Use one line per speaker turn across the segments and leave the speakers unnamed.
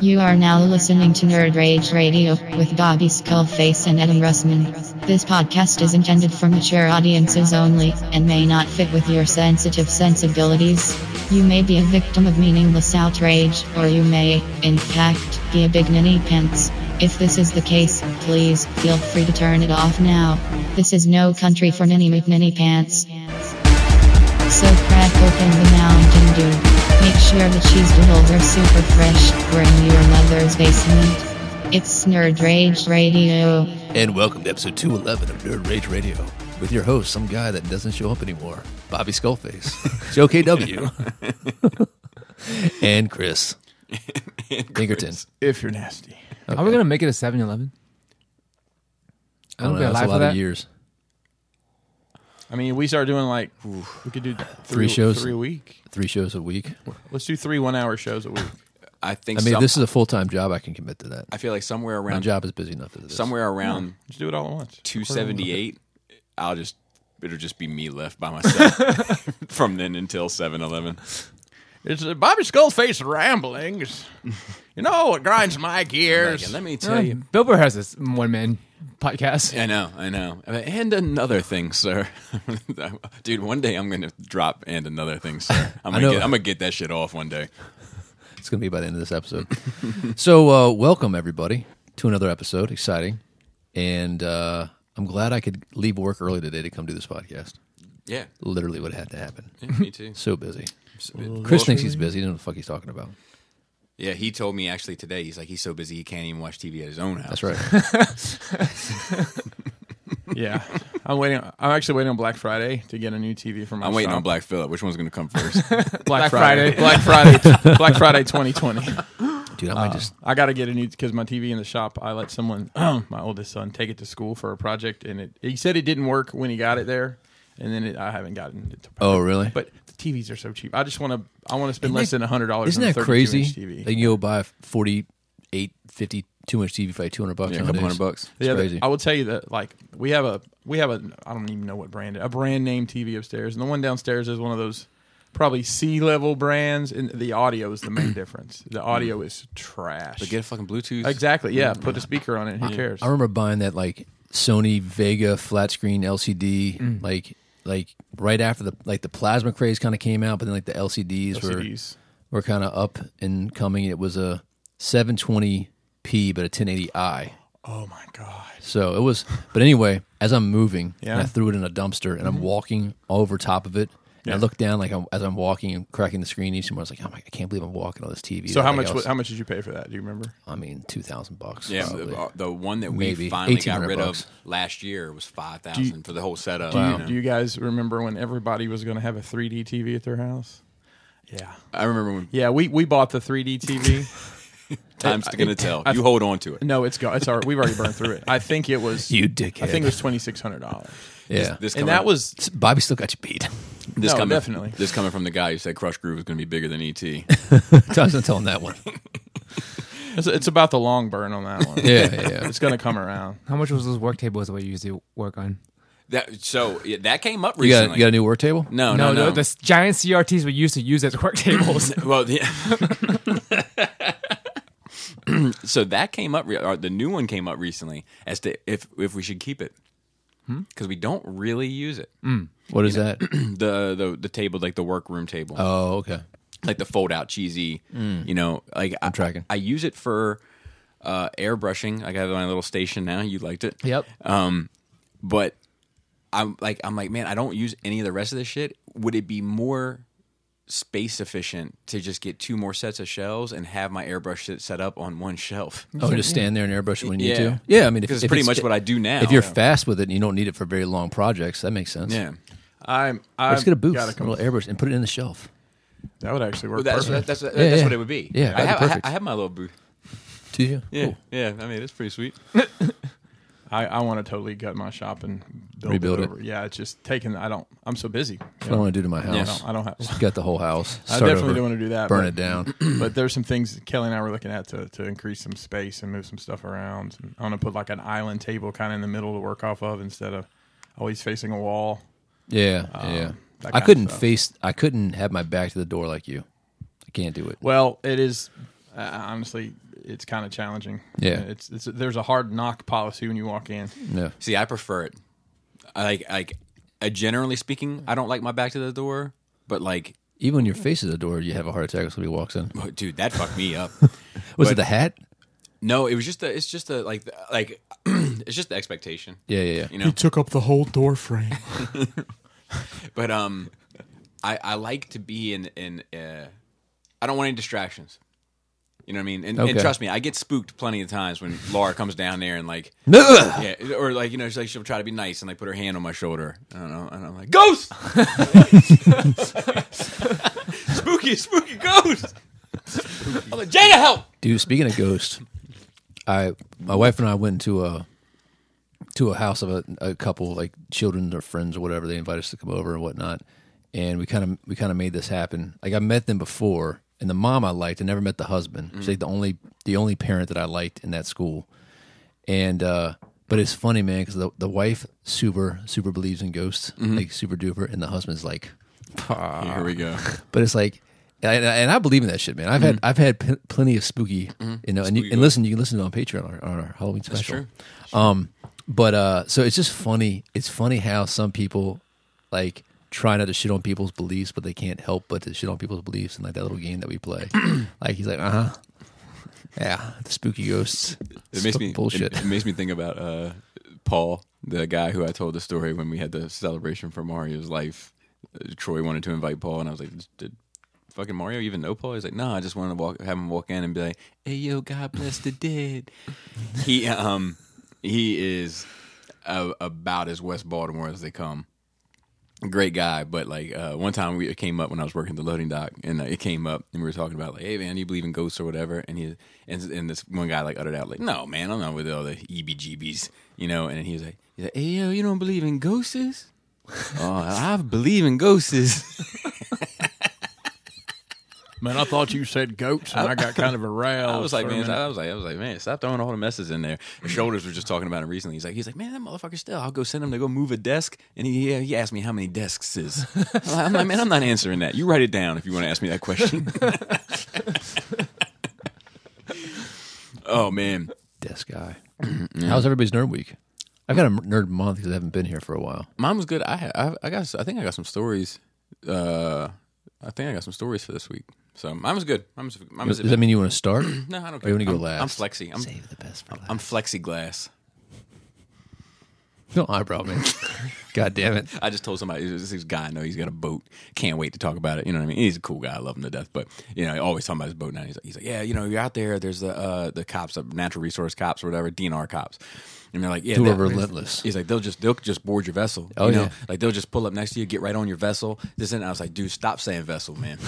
You are now listening to Nerd Rage Radio with Bobby Skullface and Adam Russman. This podcast is intended for mature audiences only and may not fit with your sensitive sensibilities. You may be a victim of meaningless outrage, or you may, in fact, be a big ninny pants. If this is the case, please feel free to turn it off now. This is no country for ninny McNinny pants. So crack open the Mountain Dew. Make sure the cheese doodles are super fresh. We're in your mother's basement. It's Nerd Rage Radio.
And welcome to episode 211 of Nerd Rage Radio with your host, some guy that doesn't show up anymore, Bobby Skullface, Joe KW, and Chris Pinkerton.
If you're nasty.
Are we gonna make it a 7-Eleven? I don't, think I
Oh, Uh, that's a
lied for
lot
that.
of years.
I mean, we start doing like we could do three,
Three shows.
three a week.
Three shows a week.
Let's do three one-hour shows a week.
I think.
I mean,
some,
if this is a full time job, I can commit to that.
I feel like somewhere
My
around
job is busy enough as it is.
somewhere around
Just do it all at once.
278, I'll just it'll just be me left by myself from then until 7-Eleven.
It's uh, Bobby Skullface ramblings. you know what grinds my gears?
And let me
Uh,
tell you.
Bill Burr has this one man podcast.
I know, I know. And another thing, sir. Dude, one day I'm going to drop and another thing, sir. I'm
I
going
know.
to I'm going to get that shit off one day.
It's going to be by the end of this episode. so, uh, welcome everybody to another episode. Exciting, and uh, I'm glad I could leave work early today to come do this podcast.
Yeah.
Literally, what had to happen.
me too.
So busy. Chris thinks he's busy. He doesn't know what the fuck he's talking about.
Yeah, he told me actually today. He's like he's so busy he can't even watch TV at his own house.
That's right.
yeah, I'm waiting. I'm actually waiting on Black Friday to get a new TV for my.
I'm waiting
son.
on Black Phillip. Which one's going to come first?
Black Friday. Black Friday. Black Friday 2020.
Dude, I
Uh,
might just
I got to get a new because my TV in the shop. I let someone, my oldest son, take it to school for a project, and it. He said it didn't work when he got it there, and then it, I haven't gotten it. To
Oh, really?
But the TVs are so cheap. I just want to. I want to spend
Isn't
less
that-
than hundred dollars.
Isn't that crazy?
TV.
They can go buy a 48, 52 inch TV for like 200 bucks.
Yeah, a
nowadays.
couple hundred bucks.
It's
Yeah, the-
crazy.
I will tell you that like we have a we have a I don't even know what brand a brand name TV upstairs, and the one downstairs is one of those probably C level brands, and the audio is the main difference. The audio is trash.
But get a fucking Bluetooth.
exactly. Yeah, put a speaker on it. Who cares?
I remember buying that like Sony Vega flat screen LCD,
Mm.
like like right after the like the plasma craze kind of came out, but then like the LCDs,
LCDs.
were were kind of up and coming. It was a 720p but a 1080i.
Oh my god.
So it was, but anyway, as I'm moving, and I
Yeah.
threw it in a dumpster,
Mm-hmm.
and I'm walking over top of it, and I
Yeah.
look down like I'm, as I'm walking and cracking the screen each time. I was like, oh my, I can't believe I'm walking on this TV.
So how
Like,
much
I
wa-
was-
how much did you pay for that? Do you remember?
I mean, two thousand bucks.
Yeah, uh,
probably.
the, the one that we
Maybe.
finally got
1,800
rid
bucks.
of last year was five thousand for the whole setup.
Do, you, do you guys remember when everybody was going to have a 3D TV at their house? Yeah.
I remember when
Yeah, we, we bought the 3D TV.
time's gonna tell. You hold on to it.
No, it's gone. It's all right. We've already burned through it. I think it was.
You dickhead.
I think it was twenty six hundred dollars,
yeah.
This
and
coming-
that was
Bobby still got you beat.
this
no,
coming,
definitely.
This coming from the guy who said Crush Groove was gonna be bigger than E ET.
I was gonna tell him that one.
it's, it's about the long burn on that one.
Yeah, yeah, yeah.
it's gonna come around.
How much was those work tables that we used to work on?
that so yeah, that came up
You got,
recently.
you got a new work table?
no, no, no.
the, the giant CRTs we used to use as work tables.
well, the, so that came up. Re- or the new one came up recently as to if if we should keep it
Hmm?
because we don't really use it.
What is that?
The the the table like the workroom table.
oh, okay.
like the fold out cheesy. You know, like I'm
Mm. tracking.
I use it for uh, airbrushing. Like I have my little station now. You liked it,
Yep.
but I'm like I'm like man, I don't use any of the rest of this shit. Would it be more space efficient to just get two more sets of shelves and have my airbrush shit set up on one shelf?
oh, just stand there and airbrush it when you need
Yeah.
to. Yeah, I mean, if, if
Because it's pretty much what I do now.
If you're fast with it and you don't need it for very long projects, that makes sense.
yeah.
I'm. I
Let's get a booth, a
gotta come-
little airbrush, and put it in the shelf.
That would actually work.
Well, that's
perfect.
that's, that's,
Yeah,
that's
yeah.
what it would be.
Yeah,
I
that'd be
have, I, ha-
perfect.
I have my little booth.
Do you?
Yeah,
Cool.
yeah. I mean, it's pretty sweet.
I, I want to totally gut my shop and build
Rebuild
it
it.
over. Yeah, it's just taking. I don't. I'm so busy.
That's what I want to do to my
I
house.
don't. I don't have.
Just Got the whole house.
I
Start
definitely
over,
don't want to do that.
Burn
but-
it down.
but there's some things that Kelly and I were looking at to, to increase some space and move some stuff around. I want to put like an island table kind of in the middle to work off of instead of always facing a wall. Um,
Yeah,
Um,
yeah.
that
I
kind of
couldn't
stuff.
face. I couldn't have my back to the door like you. I can't do it.
Well, it is. uh, honestly, it's kind of challenging. Uh,
Yeah.
it's, it's there's a hard knock policy when you walk in.
Yeah.
See, I prefer it. I like like uh, generally speaking, I don't like my back to the door, but like
Even when your face is the door, you have a heart attack when somebody walks in.
oh, dude, that fucked me up.
Was
But-
it the hat?
No, it was just a, it's just a like like it's just the expectation.
Yeah, yeah,
You
yeah.
know.
took up the whole door frame.
But um I I like to be in in uh I don't want any distractions. You know what I mean? And, and
Okay.
trust me, I get spooked plenty of times when Laura comes down there and like
Ugh!
yeah, or like you know, she's like she'll try to be nice and like put her hand on my shoulder. I don't know, and I'm like, ghost, spooky, spooky ghost. I'm like, Jada, help!
Dude, speaking of ghosts, I my wife and I went to a to a house of a, a couple like children or friends or whatever. They invited us to come over and whatnot, and we kind of we kind of made this happen. Like I met them before, and the mom I liked. I never met the husband. She's like the only the only parent that I liked in that school. And uh, but it's funny, man, because the the wife super super believes in ghosts, like super duper, and the husband's like, Ah.
Here we go.
But it's like, and I, and I believe in that shit, man. I've had
Mm-hmm.
I've had p- plenty of spooky, you know, and, you, and listen, you can listen to it on Patreon on our, on our Halloween special.
true.
Um, but uh, so it's just funny. It's funny how some people like try not to shit on people's beliefs, but they can't help but to shit on people's beliefs, and like that little game that we play. like he's like, uh huh, yeah, the spooky ghosts.
It makes me
bullshit.
It, it makes me think about uh, Paul, the guy who I told the story when we had the celebration for Mario's life. Uh, Troy wanted to invite Paul, and I was like, "Did fucking Mario even know Paul?" He's like, "No, I just wanted to walk, have him walk in and be like, hey, yo, God bless the dead.'" he um he is a, about as West Baltimore as they come. Great guy, but like uh, one time we it came up when I was working at the loading dock, and uh, it came up, and we were talking about like, hey man, do you believe in ghosts or whatever? And he and, and this one guy like uttered out like, no man, I'm not with all the EBGBs, you know. And he was like, he's like, hey yo, you don't believe in ghosts? oh, I believe in ghosts.
Man, I thought you said goats, and I got kind of aroused.
I was like,
for a
man,
minute.
I was like, I was like, man, stop throwing all the messes in there. The shoulders were just talking about it recently. He's like, he's like, man, that motherfucker still. I'll go send him to go move a desk, and he he asked me how many desks is. I'm like- I'm like, man, I'm not answering that. You write it down if you want to ask me that question. oh man,
Desk guy. How's everybody's nerd week? I've got a nerd month because I haven't been here for a while.
mine was good. I ha- I, I got I think I got some stories. Uh, I think I got some stories for this week. So mine was good. Mine was, mine was
Does that mean you want to start?
no, I don't
Or
care.
you want to go
I'm,
last?
I'm flexy. I'm
Save the best for last.
I'm flexi glass.
No eyebrow, man. God damn it.
I just told somebody this, this guy I know he's got a boat. Can't wait to talk about it. You know what I mean? He's a cool guy. I love him to death. But you know, I always talking about his boat now. He's like, he's like, yeah, you know, you're out there. There's the uh, the cops, the natural resource cops or whatever, DNR cops, and they're like, yeah,
Who
they-
are relentless.
He's like, they'll just they'll just board your vessel.
Oh,
you know?
yeah.
like they'll just pull up next to you, get right on your vessel. This and that. I was like, dude, stop saying vessel, man.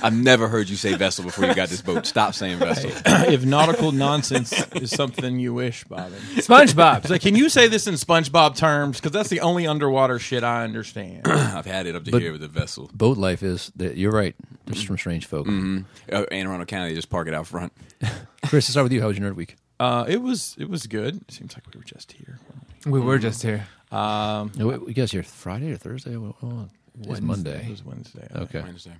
I've never heard you say vessel before you got this boat. Stop saying vessel.
if nautical nonsense is something you wish, Bobby.
SpongeBob.
It's like, can you say this in SpongeBob terms? Because that's the only underwater shit I understand.
I've had it up to here with the vessel.
Boat life is that you're right. There's some strange folk.
Uh, Anne Arundel County, they just park it out front.
Chris, let's start with you. How was your nerd week?
Uh, it was it was good. It seems like we were just here.
we were just here.
Um,
No, wait, you guys here Friday or Thursday? What- what- It's
It
Monday.
was Wednesday.
Okay.
Wednesday.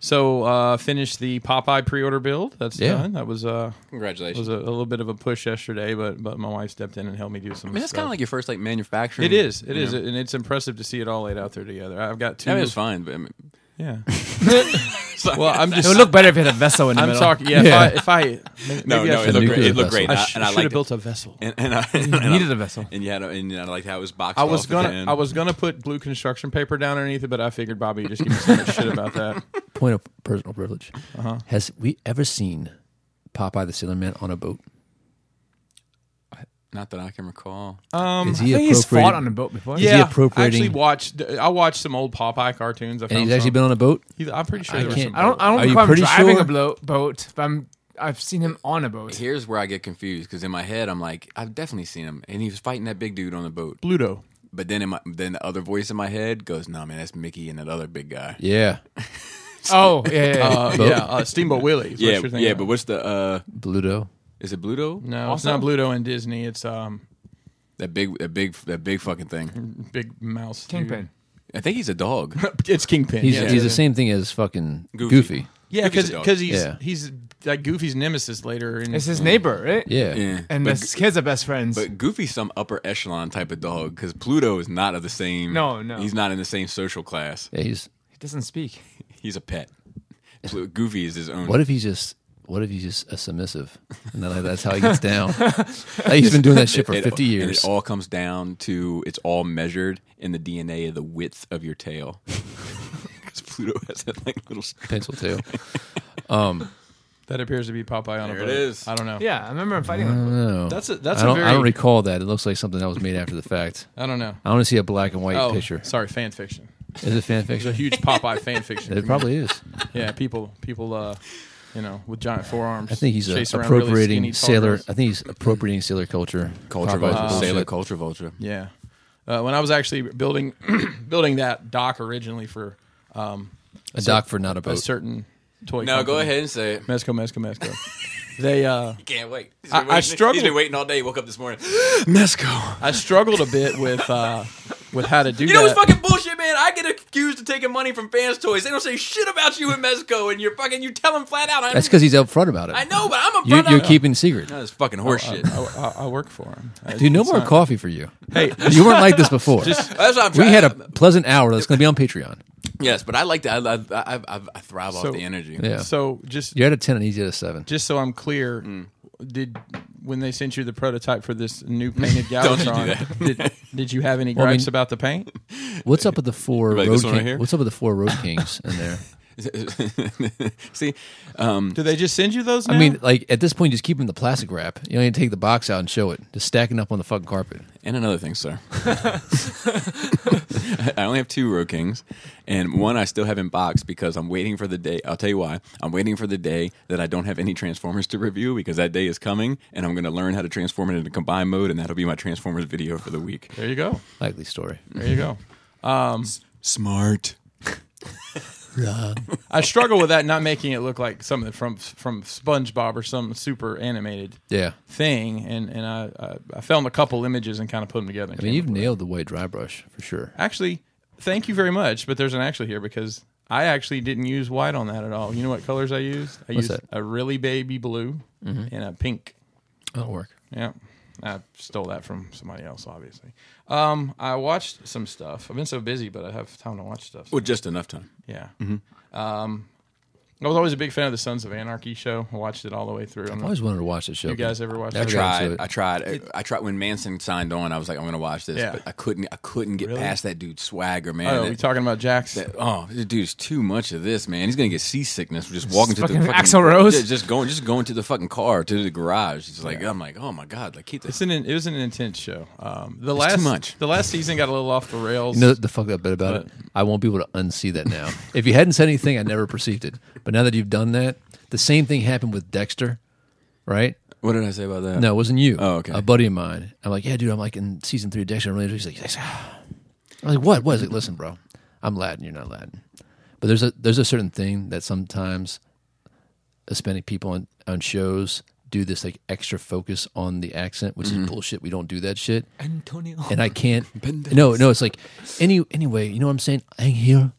So uh, finished the Popeye pre-order build. That's
Yeah.
done. That was uh,
Congratulations.
was a, a little bit of a push yesterday, but but my wife stepped in and helped me do some.
I mean, that's
stuff.
kind of like your first like manufacturing.
it is. It
you
is,
know?
and it's impressive to see it all laid out there together. I've got two.
That was fine, but I mean,
Yeah. well, I'm
It
just.
would look better if you had a vessel in the
I'm
middle.
talking. Yeah.
Yeah.
If I, if I may-
no,
maybe
no,
I
it
should,
looked great.
nuclear
It looked
vessel.
great, and
I
I,
sh-
and I
should have
liked
built a vessel.
and, and I and
You
I-
needed a vessel.
and you had a, and you had a, like how it was boxed.
I was
off
gonna.
at the end.
I was gonna put blue construction paper down underneath it, but I figured Bobby would just give me so much shit about that.
Point of personal privilege.
Uh-huh.
Has we ever seen Popeye the Sailor Man on a boat?
not that I can recall.
Um,
Is
I
he
think he's
appropriate?
fought on a boat before.
he appropriating-
I actually watched. I watched some old Popeye cartoons. I found
and he's actually
some.
been on a boat.
He's- I'm pretty sure
I
there was
can't-
some.
I don't. I don't
Are you
know if I'm
pretty
driving
sure?
a blo- boat, but I'm. I've seen him on a boat.
Here's where I get confused because in my head I'm like, I've definitely seen him, and he was fighting that big dude on the boat.
Bluto.
But then in my then the other voice in my head goes, "No, man, that's Mickey and that other big guy."
Yeah.
Oh yeah, yeah, yeah.
Uh, yeah, uh, Steamboat Willie. Is
Yeah,
what you're thinking
yeah.
of.
But what's the uh
Bluto.
is it Bluto?
no,
also?
it's not Bluto and Disney. It's um,
That big, that big, that big fucking thing.
big mouse. dude.
Kingpin.
I think he's a dog.
it's Kingpin.
He's,
yeah.
he's the same thing as fucking Goofy.
Goofy.
Yeah, because
Goofy's a dog.
he's
Yeah.
he's like Goofy's nemesis later. In,
It's his neighbor, right?
Yeah.
Yeah.
And
But-
the kids are best friends.
But Goofy's some upper echelon type of dog because Pluto is not of the same.
No, no.
He's not in the same social class.
Yeah, he's-
he doesn't speak.
He's a pet. Plu- Goofy is his own.
what if he's just what if he's just a submissive and then like, that's how he gets down? Like, he's been doing that shit for
It-
fifty
And
years.
it all comes down to it's all measured in the DNA of the width of your tail. Because Pluto has that like little.
Pencil tail.
that appears to be Popeye on a
There it
boat.
is.
I don't know.
Yeah, I remember him fighting. Like,
No,
That's a- that's
I
a
don't, I don't
very-
recall that. It looks like something that was made after the fact.
I don't know.
I want to see a black and white
Oh,
picture.
sorry, fan fiction.
Is it fan
There's a
fiction?
huge Popeye fan fiction.
It probably is.
yeah, people people uh, you know, with giant forearms.
I think he's uh,
chase around really
appropriating
skinny, tall
sailor.
girls.
I think he's appropriating sailor culture.
Culture
Popeye's
vulture,
bullshit.
sailor culture vulture.
Yeah. Uh, when I was actually building building that dock originally for um,
a dock for not a
a
boat.
certain toy.
No, go
company.
ahead and say it.
Mezco, Mezco, Mezco. they uh,
Can't wait. He's
I- I
been waiting-
struggled-
He's been waiting all day. Woke up this morning. Mesco.
I struggled a bit with uh, with how to do
You
that.
know what's fucking bullshit, man? I get accused of taking money from fans' toys. They don't say shit about you in Mezco, and you're fucking. You tell them flat out. I'm,
That's because he's upfront about it.
I know, but I'm a
You, Oh, uh,
front
you're
out-
keeping secret.
No, That's fucking horseshit.
I, I, I work for him. Uh,
Dude, no more coffee for you. Hey, you weren't like this before.
That's what I'm
we
trying-
had a pleasant hour that's going to be on Patreon.
yes, but I like to. I, I, I, I thrive
So-
off the energy.
Yeah,
So just
you're at a ten and he's at a seven.
just so I'm clear,
Mm.
did when they sent you the prototype for this new painted
Don't you do
Galvatron, did, did you have any
I mean-
gripes about the paint?
What's up with the four
Like
road?
this one right
King-
here?
What's up with the four road kings in there?
See,
Do they just send you those?
I
now?
mean, like at this point, just keep them in the plastic wrap. You don't need to take the box out and show it. Just stacking up on the fucking carpet.
and another thing, sir. I only have two Road Kings, and one I still haven't boxed because I'm waiting for the day. I'll tell you why. I'm waiting for the day that I don't have any Transformers to review because that day is coming, and I'm going to learn how to transform it into combined mode, and that'll be my Transformers video for the week.
there you go.
Likely story.
There you go.
Smart.
I struggle with that, not making it look like something from from SpongeBob or some super animated
Yeah,
thing. And and I I, I filmed a couple images and kind of put them together. and
I mean,
came
you've
up with-
nailed the white dry brush for sure.
actually, thank you very much. But there's an actually here because I actually didn't use white on that at all. You know what colors I used? I
What's
used
that? Mm-hmm.
a really baby blue and a pink.
That'll work.
Yeah. I stole that from somebody else, obviously. Um, I watched some stuff. I've been so busy, but I have time to watch stuff.
Well, just enough time.
Yeah. Um,
Mm-hmm.
I was always a big fan of the Sons of Anarchy show. I watched it all the way through.
I
I'm not-
always wanted to watch this show.
you guys ever watched
Never
it?
got-
tried.
into it.
I tried. I tried when Manson signed on. I was like, I'm going to watch this,
Yeah.
but I couldn't. I couldn't get past that dude's swagger, man.
Oh,
That-
we talking about Jax?
that- oh, this dude's too much of this, man. He's going to get seasickness from just walking to the
fucking
fucking
Axl Rose.
Just, just going, just going to the fucking car to the garage. He's like, I'm like, oh my god, like keep
It's
this.
an, it was an intense show. Um, the
too
last
much.
the last season got a little off the rails.
You know the fucked up bit about it? I won't be able to unsee that now. if you hadn't said anything, I never perceived it. But now that you've done that, the same thing happened with Dexter, right?
What did I say about that?
No, it wasn't you.
Oh, okay.
A buddy of mine. I'm like, yeah, dude, I'm like in season three of Dexter. I'm really interested. He's like, "Ah." I was like, what? What is it? Listen, bro, I'm Latin. You're not Latin. But there's a there's a certain thing that sometimes Hispanic people on, on shows do this like extra focus on the accent, which
Mm-hmm.
is bullshit. We don't do that shit.
Antonio.
and I can't. No, no, it's like any anyway. You know what I'm saying? Angel.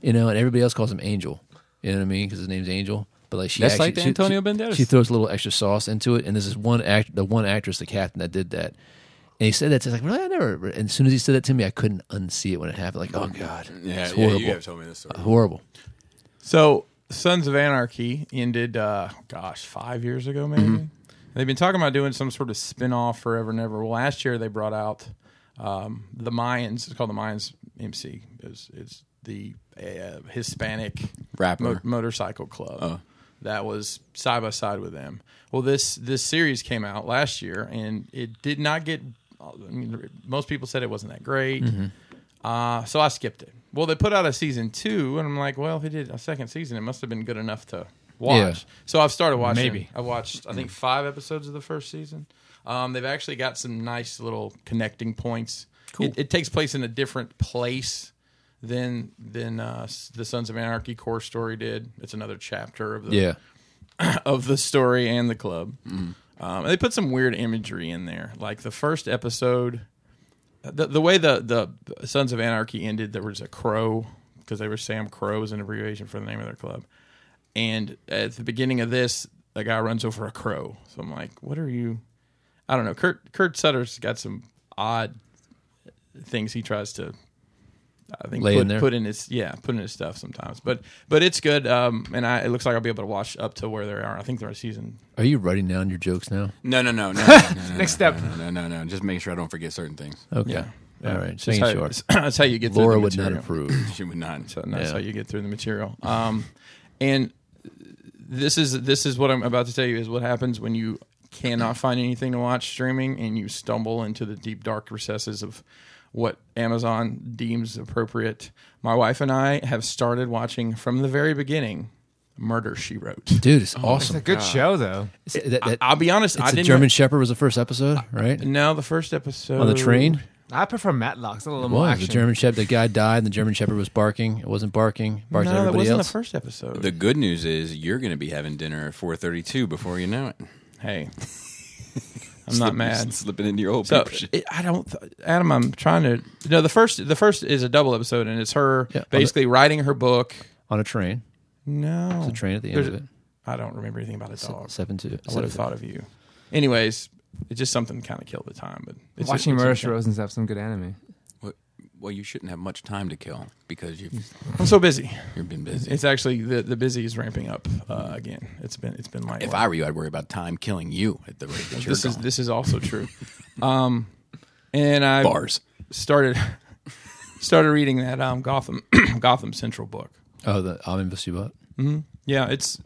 You know, and everybody else calls him Angel. You know what I mean? Because his name's Angel. But like she,
That's
actually,
like the
she-
Antonio
she,
Banderas.
She throws a little extra sauce into it, and this is one act, the one actress, the captain that did that. And he said that to me, like, really, I never. And as soon as he said that to me, I couldn't unsee it when it happened. Like, oh god,
Yeah,
it's
yeah,
horrible,
you have told me this story.
horrible.
So Sons of Anarchy ended, uh, gosh, five years ago maybe. They've been talking about doing some sort of spin-off forever and ever. Well, last year they brought out um, the Mayans. It's called the Mayans MC. It's, it's the uh, Hispanic
Rapper.
motorcycle club that was side by side with them. Well, this this series came out last year and it did not get. I mean, most people said it wasn't that great. Uh, so I skipped it. Well, they put out a season two, and I'm like, well, if they did a second season, it must have been good enough to watch.
Yeah.
So I've started watching.
Maybe.
I watched, I think, five episodes of the first season. Um, they've actually got some nice little connecting points. Cool. It, it takes place in a different place than than uh, s- the Sons of Anarchy core story did. It's another chapter of the
Yeah,
of the story and the club. Um, and they put some weird imagery in there, like the first episode. The, the way the, the Sons of Anarchy ended, there was a crow because they were Sam Crow is an abbreviation for the name of their club. And at the beginning of this, the guy runs over a crow. So I'm like, what are you? I don't know. Kurt Kurt Sutter's got some odd things he tries to. I think
Lay
put,
in there.
put in his yeah put in his stuff sometimes, but but it's good. Um, and I it looks like I'll be able to watch up to where they are. I think they're a season.
Are you writing down your jokes now?
No, no, no, no. no, no, no,
Next
no,
step.
No, no, no, no. Just making sure I don't forget certain things.
Okay.
Yeah.
All right. Just
That's
making
how,
sure.
that's how you get. through
Laura
the
would not
material.
approve.
She would not.
So that's
Yeah.
how you get through the material. Um, and this is this is what I'm about to tell you is what happens when you cannot find anything to watch streaming and you stumble into the deep dark recesses of what Amazon deems appropriate. My wife and I have started watching from the very beginning. Murder She Wrote.
Dude, it's
It's
awesome.
a good show, though.
that, that,
I'll be honest, I
it's a
didn't.
German Shepherd was the first episode, right?
no, the first episode
On the train?
I prefer Matlock's a little
It
more
was. The
action.
German Shepherd, the guy died, and the German Shepherd was barking. It wasn't barking. Barked
No,
at
that
everybody
wasn't
else.
the first episode.
The good news is you're going to be having dinner at 4:32 before you know it.
hey, I'm not mad.
Slipping into your old
So
paper shit.
it, I don't, th- Adam. I'm trying to. No, the first the first is a double episode, and it's her
Yeah, on the-
basically writing her book.
On a train.
No,
The train at the end
Oh. There's-
of it.
I don't remember anything about a dog.
7 2.
I would have thought of you. Anyways, it's just something kind of killed the time. But it's
Watching
it's
Murder She Wrote and stuff, some good anime.
What- Well, you shouldn't have much time to kill because you've
I'm so busy.
you've been busy.
It's actually the the busy is ramping up uh, again. It's been it's been light.
If I were you, I'd worry about time killing you at the rate that you're
this is
going.
this is also true. um, and I
bars.
started started reading that um Gotham Gotham Central book.
Oh, the Alvin Vesubot.
Yeah, it's.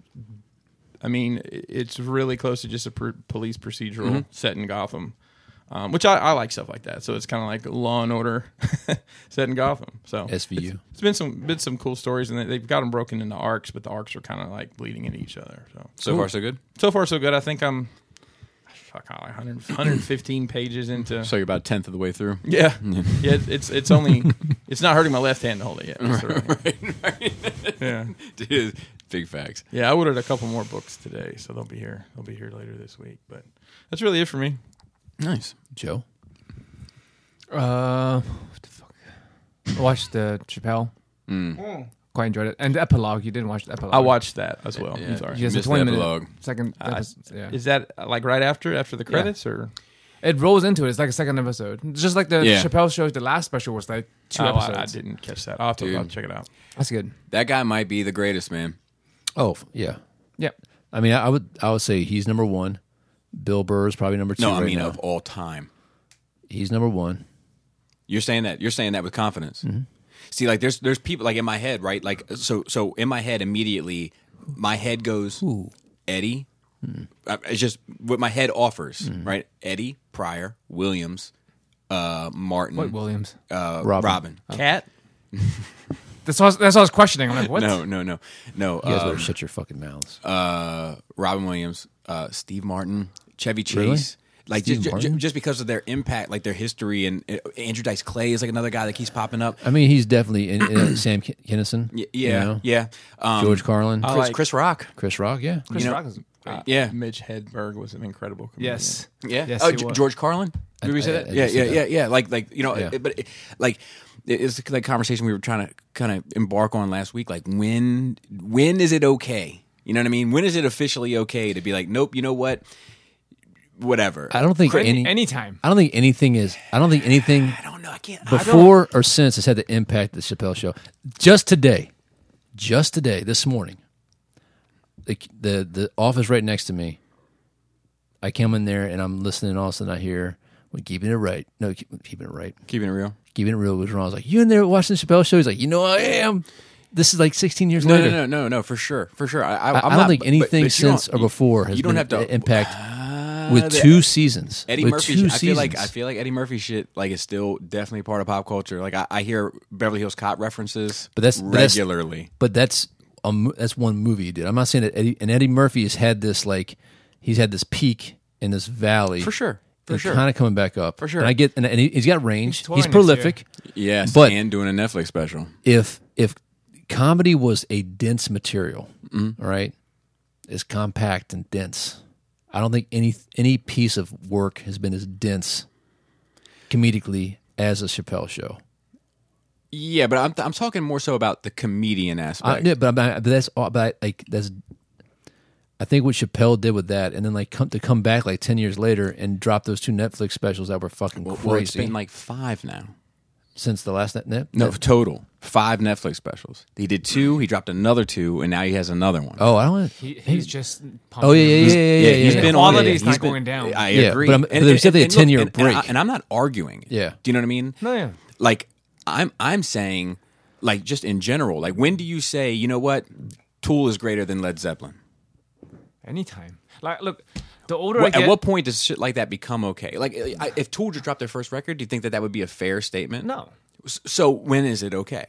I mean, i- it's really close to just a pr- police procedural
Mm-hmm.
set in Gotham, um, which I, I like stuff like that. So it's kind of like Law and Order set in Gotham. So
SVU.
it's been some been some cool stories, and they- they've got them broken into arcs, but the arcs are kind of like bleeding into each other. So
So far, so good.
so far so good. I think I'm. Fuck, I'm like 100, 115 pages into.
So you're about a tenth of the way through.
Yeah, yeah. It's it's only it's not hurting my left hand to hold it yet. It's the right hand. Yeah.
Dude, big facts.
Yeah, I ordered a couple more books today, so they'll be here. They'll be here later this week. But that's really it for me.
Nice.
Joe.
Uh, what the fuck? I watched the Chappelle.
Hmm.
Mm. Quite enjoyed it. And the epilogue. You didn't watch the epilogue.
I watched that as
Uh,
well.
Yeah.
I'm sorry.
Yes,
Missed
it's
the
twenty minute
epilogue.
second.
Uh,
episode, yeah.
Is that uh, like right after after the credits or
It rolls into it. It's like a second episode, just like the
Yeah.
Chappelle show. The last special was like two
Oh, I-
episodes.
I, didn't catch that. I'll have to
Dude.
I'll check it out.
That's good.
That guy might be the greatest, man.
Oh, f- yeah.
Yeah,
I mean, I, I would I would say he's number one. Bill Burr is probably number two.
No, I
right
mean
now.
of all time.
He's number one.
You're saying that. You're saying that with confidence.
Mm-hmm.
See, like there's there's people like in my head, right? Like so so in my head immediately, my head goes Eddie.
Hmm.
Uh, It's just what my head offers, right? Eddie Pryor, Williams, uh, Martin,
What Williams.
uh, Robin.
Robin. Oh.
Cat.
That's what, I was- that's what I was questioning. I'm like, what?
No, no, no, no.
You guys
uh,
better shut your fucking mouths.
uh, Robin Williams, uh, Steve Martin, Chevy Chase.
Really?
Like
Steve
just,
Martin?
just because of their impact, like their history, and uh, Andrew Dice Clay is like another guy that keeps popping up.
I mean, he's definitely in, in Sam Kin- Kinison.
Y-
you
yeah,
know?
yeah. Um,
George Carlin.
Chris,
like-
Chris Rock.
Chris Rock. Yeah.
Chris
you know-
Rock is.
yeah,
Mitch Hedberg was an incredible comedian.
Uh, Yes.
yeah.
Yes,
oh,
he
G-
was.
George Carlin. Did we say
I-
that?
I
yeah,
just
yeah,
said
yeah, yeah. Like, like you know,
Yeah.
it- but it, like it- it's the like conversation we were trying to kind of embark on last week. Like, when when is it okay? You know what I mean? When is it officially okay to be like, nope? You know what? Whatever.
I don't think any,
Any, anytime.
I don't think anything is. I don't think anything
I don't know. I can't. I don't-
before or since has had the impact of the Chappelle Show. Just today, just today, this morning, the the the office right next to me. I come in there and I'm listening. And all of a sudden, I hear "We're keeping it right." No, keep, keeping it right.
keeping it real.
Keeping it real was wrong. I was like, "You in there watching the Chappelle Show?" He's like, "You know I am." This is like 16 years
No,
later.
no, no, no, no, for sure, for sure. I, I,
I, I
I'm
don't
not-
think
but- but-
anything
but you don't-
since or before has
you don't
been
have to
an impact with
the-
two seasons.
Eddie
with
Murphy.
two
shit- I feel like I
seasons.
feel like Eddie Murphy shit like is still definitely part of pop culture. Like I, I hear Beverly Hills Cop references,
But that's- but that's-
regularly.
but that's a, mo- that's one movie, dude. I'm not saying that Eddie and Eddie Murphy has had this like he's had this peak and this valley
for sure, for sure.
kind of coming back up for
sure.
And I get and, and he, he's got range. He's,
He's touring next
prolific.
yes,
but-
and doing a Netflix special.
If if comedy was a dense material, all right, it's compact and dense. I don't think any any piece of work has been as dense comedically as a Chappelle show.
Yeah, but I'm I'm talking more so about the comedian
I,
aspect.
yeah, but, I'm not, but that's all. But I, like that's, I think what Chappelle did with that, and then like come to come back like ten years later and drop those two Netflix specials that were fucking
well,
crazy
well, it's been like five now.
since the last net. net
No,
net-
total five Netflix specials. He did two. He dropped another two, and now he has another one.
oh, I don't.
He, he's just. pumping
Oh yeah, yeah,
them.
yeah, yeah, yeah. yeah,
he's
yeah.
been on it.
Quality's
He's
not going down.
I
Yeah,
agree.
but I'm- but there's definitely a
look,
10-year
and- and I-
break.
and I'm not arguing. it.
Yeah.
do you know what I mean?
No, yeah.
Like I'm I'm saying, like just in general, like when do you say, you know what, Tool is greater than Led Zeppelin?
Anytime. Like, look, the older I
What,
get.
at what point does shit like that become okay? Like, I, if Tool just dropped their first record, do you think that that would be a fair statement?
no.
S- So when is it okay?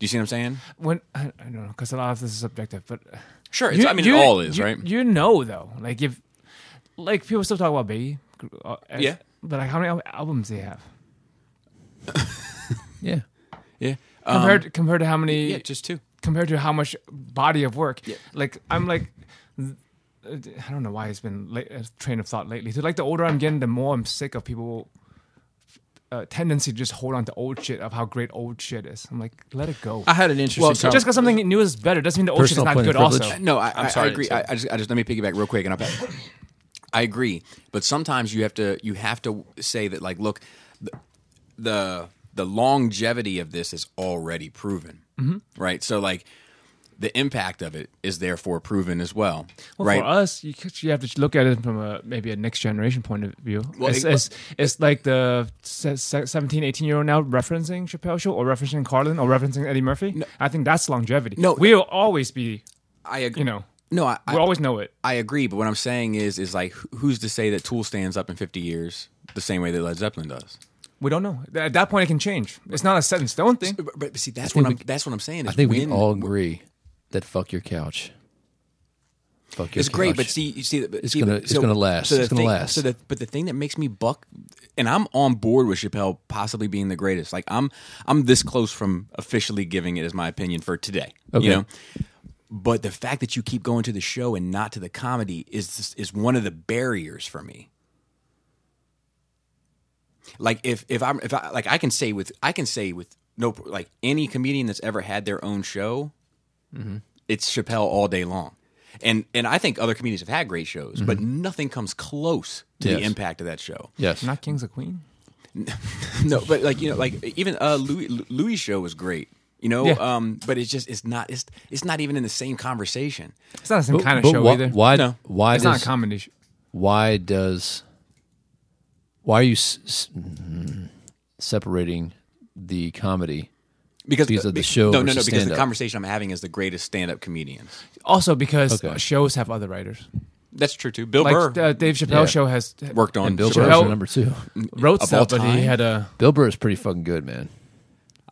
Do you see what I'm saying?
When I, I don't know, because a lot of this is subjective, but
Sure. It's, I mean, it all is
you-
right.
You know, though, like if like people still talk about Biggie, uh, as-
Yeah.
But like, how many al- albums do you have
yeah.
yeah. Um,
compared compared to how many
yeah, just two.
compared to how much body of work? Like I'm like. th- I don't know why it's been late, a train of thought lately. So like the older I'm getting, the more I'm sick of people uh, tendency to just hold on to old shit of how great old shit is. I'm like, let it go.
I had an interesting.
Well, so-
just because something new is better doesn't mean the old shit's
Personal
not
point of
good. Also,
privilege.
No, I, I,
sorry,
I agree. I, I just, I just let me piggyback real quick, and I'll, I agree. But sometimes you have to, you have to say that, like, look, the the, the longevity of this is already proven, right? So, like, the impact of it is therefore proven as well,
Well,
right?
for us, you, c- you have to look at it from a maybe a next generation point of view.
Well,
it's,
it-
it's, it's like the se- se- 17, 18 year old now referencing Chappelle Show or referencing Carlin or referencing Eddie Murphy. I think that's longevity.
No.
we'll always be,
I agree.
you know,
no, I, I,
we'll always know it.
I agree. But what I'm saying is, is like, wh- who's to say that Tool stands up in 50 years the same way that Led Zeppelin does?
We don't know. At that point, it can change. It's not a set in stone thing.
But, but see, that's what I'm. that's what I'm saying. Is
I think we
when-
can all agree that fuck your couch. Fuck your
It's great, but
couch.
see, you see,
It's gonna- it's gonna last.
the
It's gonna
thing-
last.
So the, but the thing that makes me buck, and I'm on board with Chappelle possibly being the greatest. Like I'm, I'm this close from officially giving it as my opinion for today.
Okay.
You know, but the fact that you keep going to the show and not to the comedy is is one of the barriers for me. Like if if I'm if I like I can say with I can say with no like any comedian that's ever had their own show
Mm-hmm.
it's Chappelle all day long. And and I think other comedians have had great shows, but nothing comes close to the
Mm-hmm. Yes.
impact of that show.
yes,
Not King's a Queen.
No, but like you know, like even uh, Louis Louis show was great. You know,
Yeah.
um, but it's just it's not it's it's not even in the same conversation.
It's not the same
But-
kind of
but
show
why,
either.
Why?
No.
Why
It's not
does?
a comedy. Sh-
why does? Why are you s- s- mm, separating the comedy?
Because
Because of the
be-
show
No, no, no.
versus
Because the
stand-up.
conversation I'm having is the greatest stand-up comedians.
also, because
Okay.
shows have other writers.
That's true too. Bill
Like
Burr
uh, Dave Chappelle
Yeah.
Show has
worked on
And Bill
Chappelle.
Burr
Chappelle-
is number two.
wrote
of
stuff,
all
but he
time?
had a
Bill Burr is pretty fucking good, man.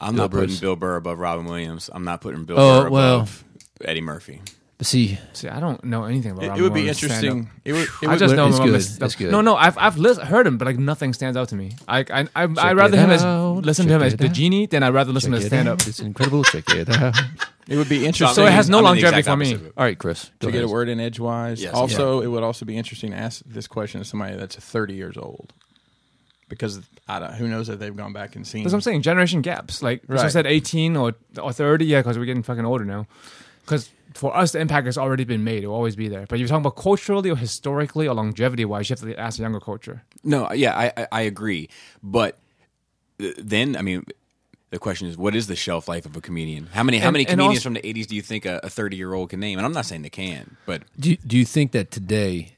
I'm
Bill
not putting
Burr's-
Bill Burr above Robin Williams. I'm not putting Bill
Oh,
Burr
well.
above Eddie Murphy.
But see,
See, I don't know anything about.
It,
Robin
it would be
Williams' stand-up.
interesting. It would, it
I
would-
just know
it's
him on
good,
his stuff.
it's good.
No, no, I've I've lis- heard him, but like nothing stands out to me. I I I I
it
rather him as
out,
listen to
check
him as
it
the
out.
genie than I rather listen
check
to
it
stand up.
out. It's incredible. Check it out.
it would be interesting.
So it has no
I'm in the
longevity
exact
for me.
opposite of it.
All right, Chris. Go
to get a
ahead.
word in edgewise.
Yes.
also, it would also be interesting to ask this question to somebody that's 30 years old, because I don't, who knows if they've gone back and seen.
That's what I'm saying. Generation gaps. Like so I
Right.
said, eighteen or or thirty. Yeah, because we're getting fucking older now. Because for us, the impact has already been made. It will always be there. But you're talking about culturally or historically or longevity wise, you have to ask a younger culture.
No, yeah, I, I, I agree. But th- then, I mean, the question is, what is the shelf life of a comedian? How many how
And-
many
and
comedians
also-
from the '80s do you think a 30 year old can name? And I'm not saying they can, but
Do you, do you think that today,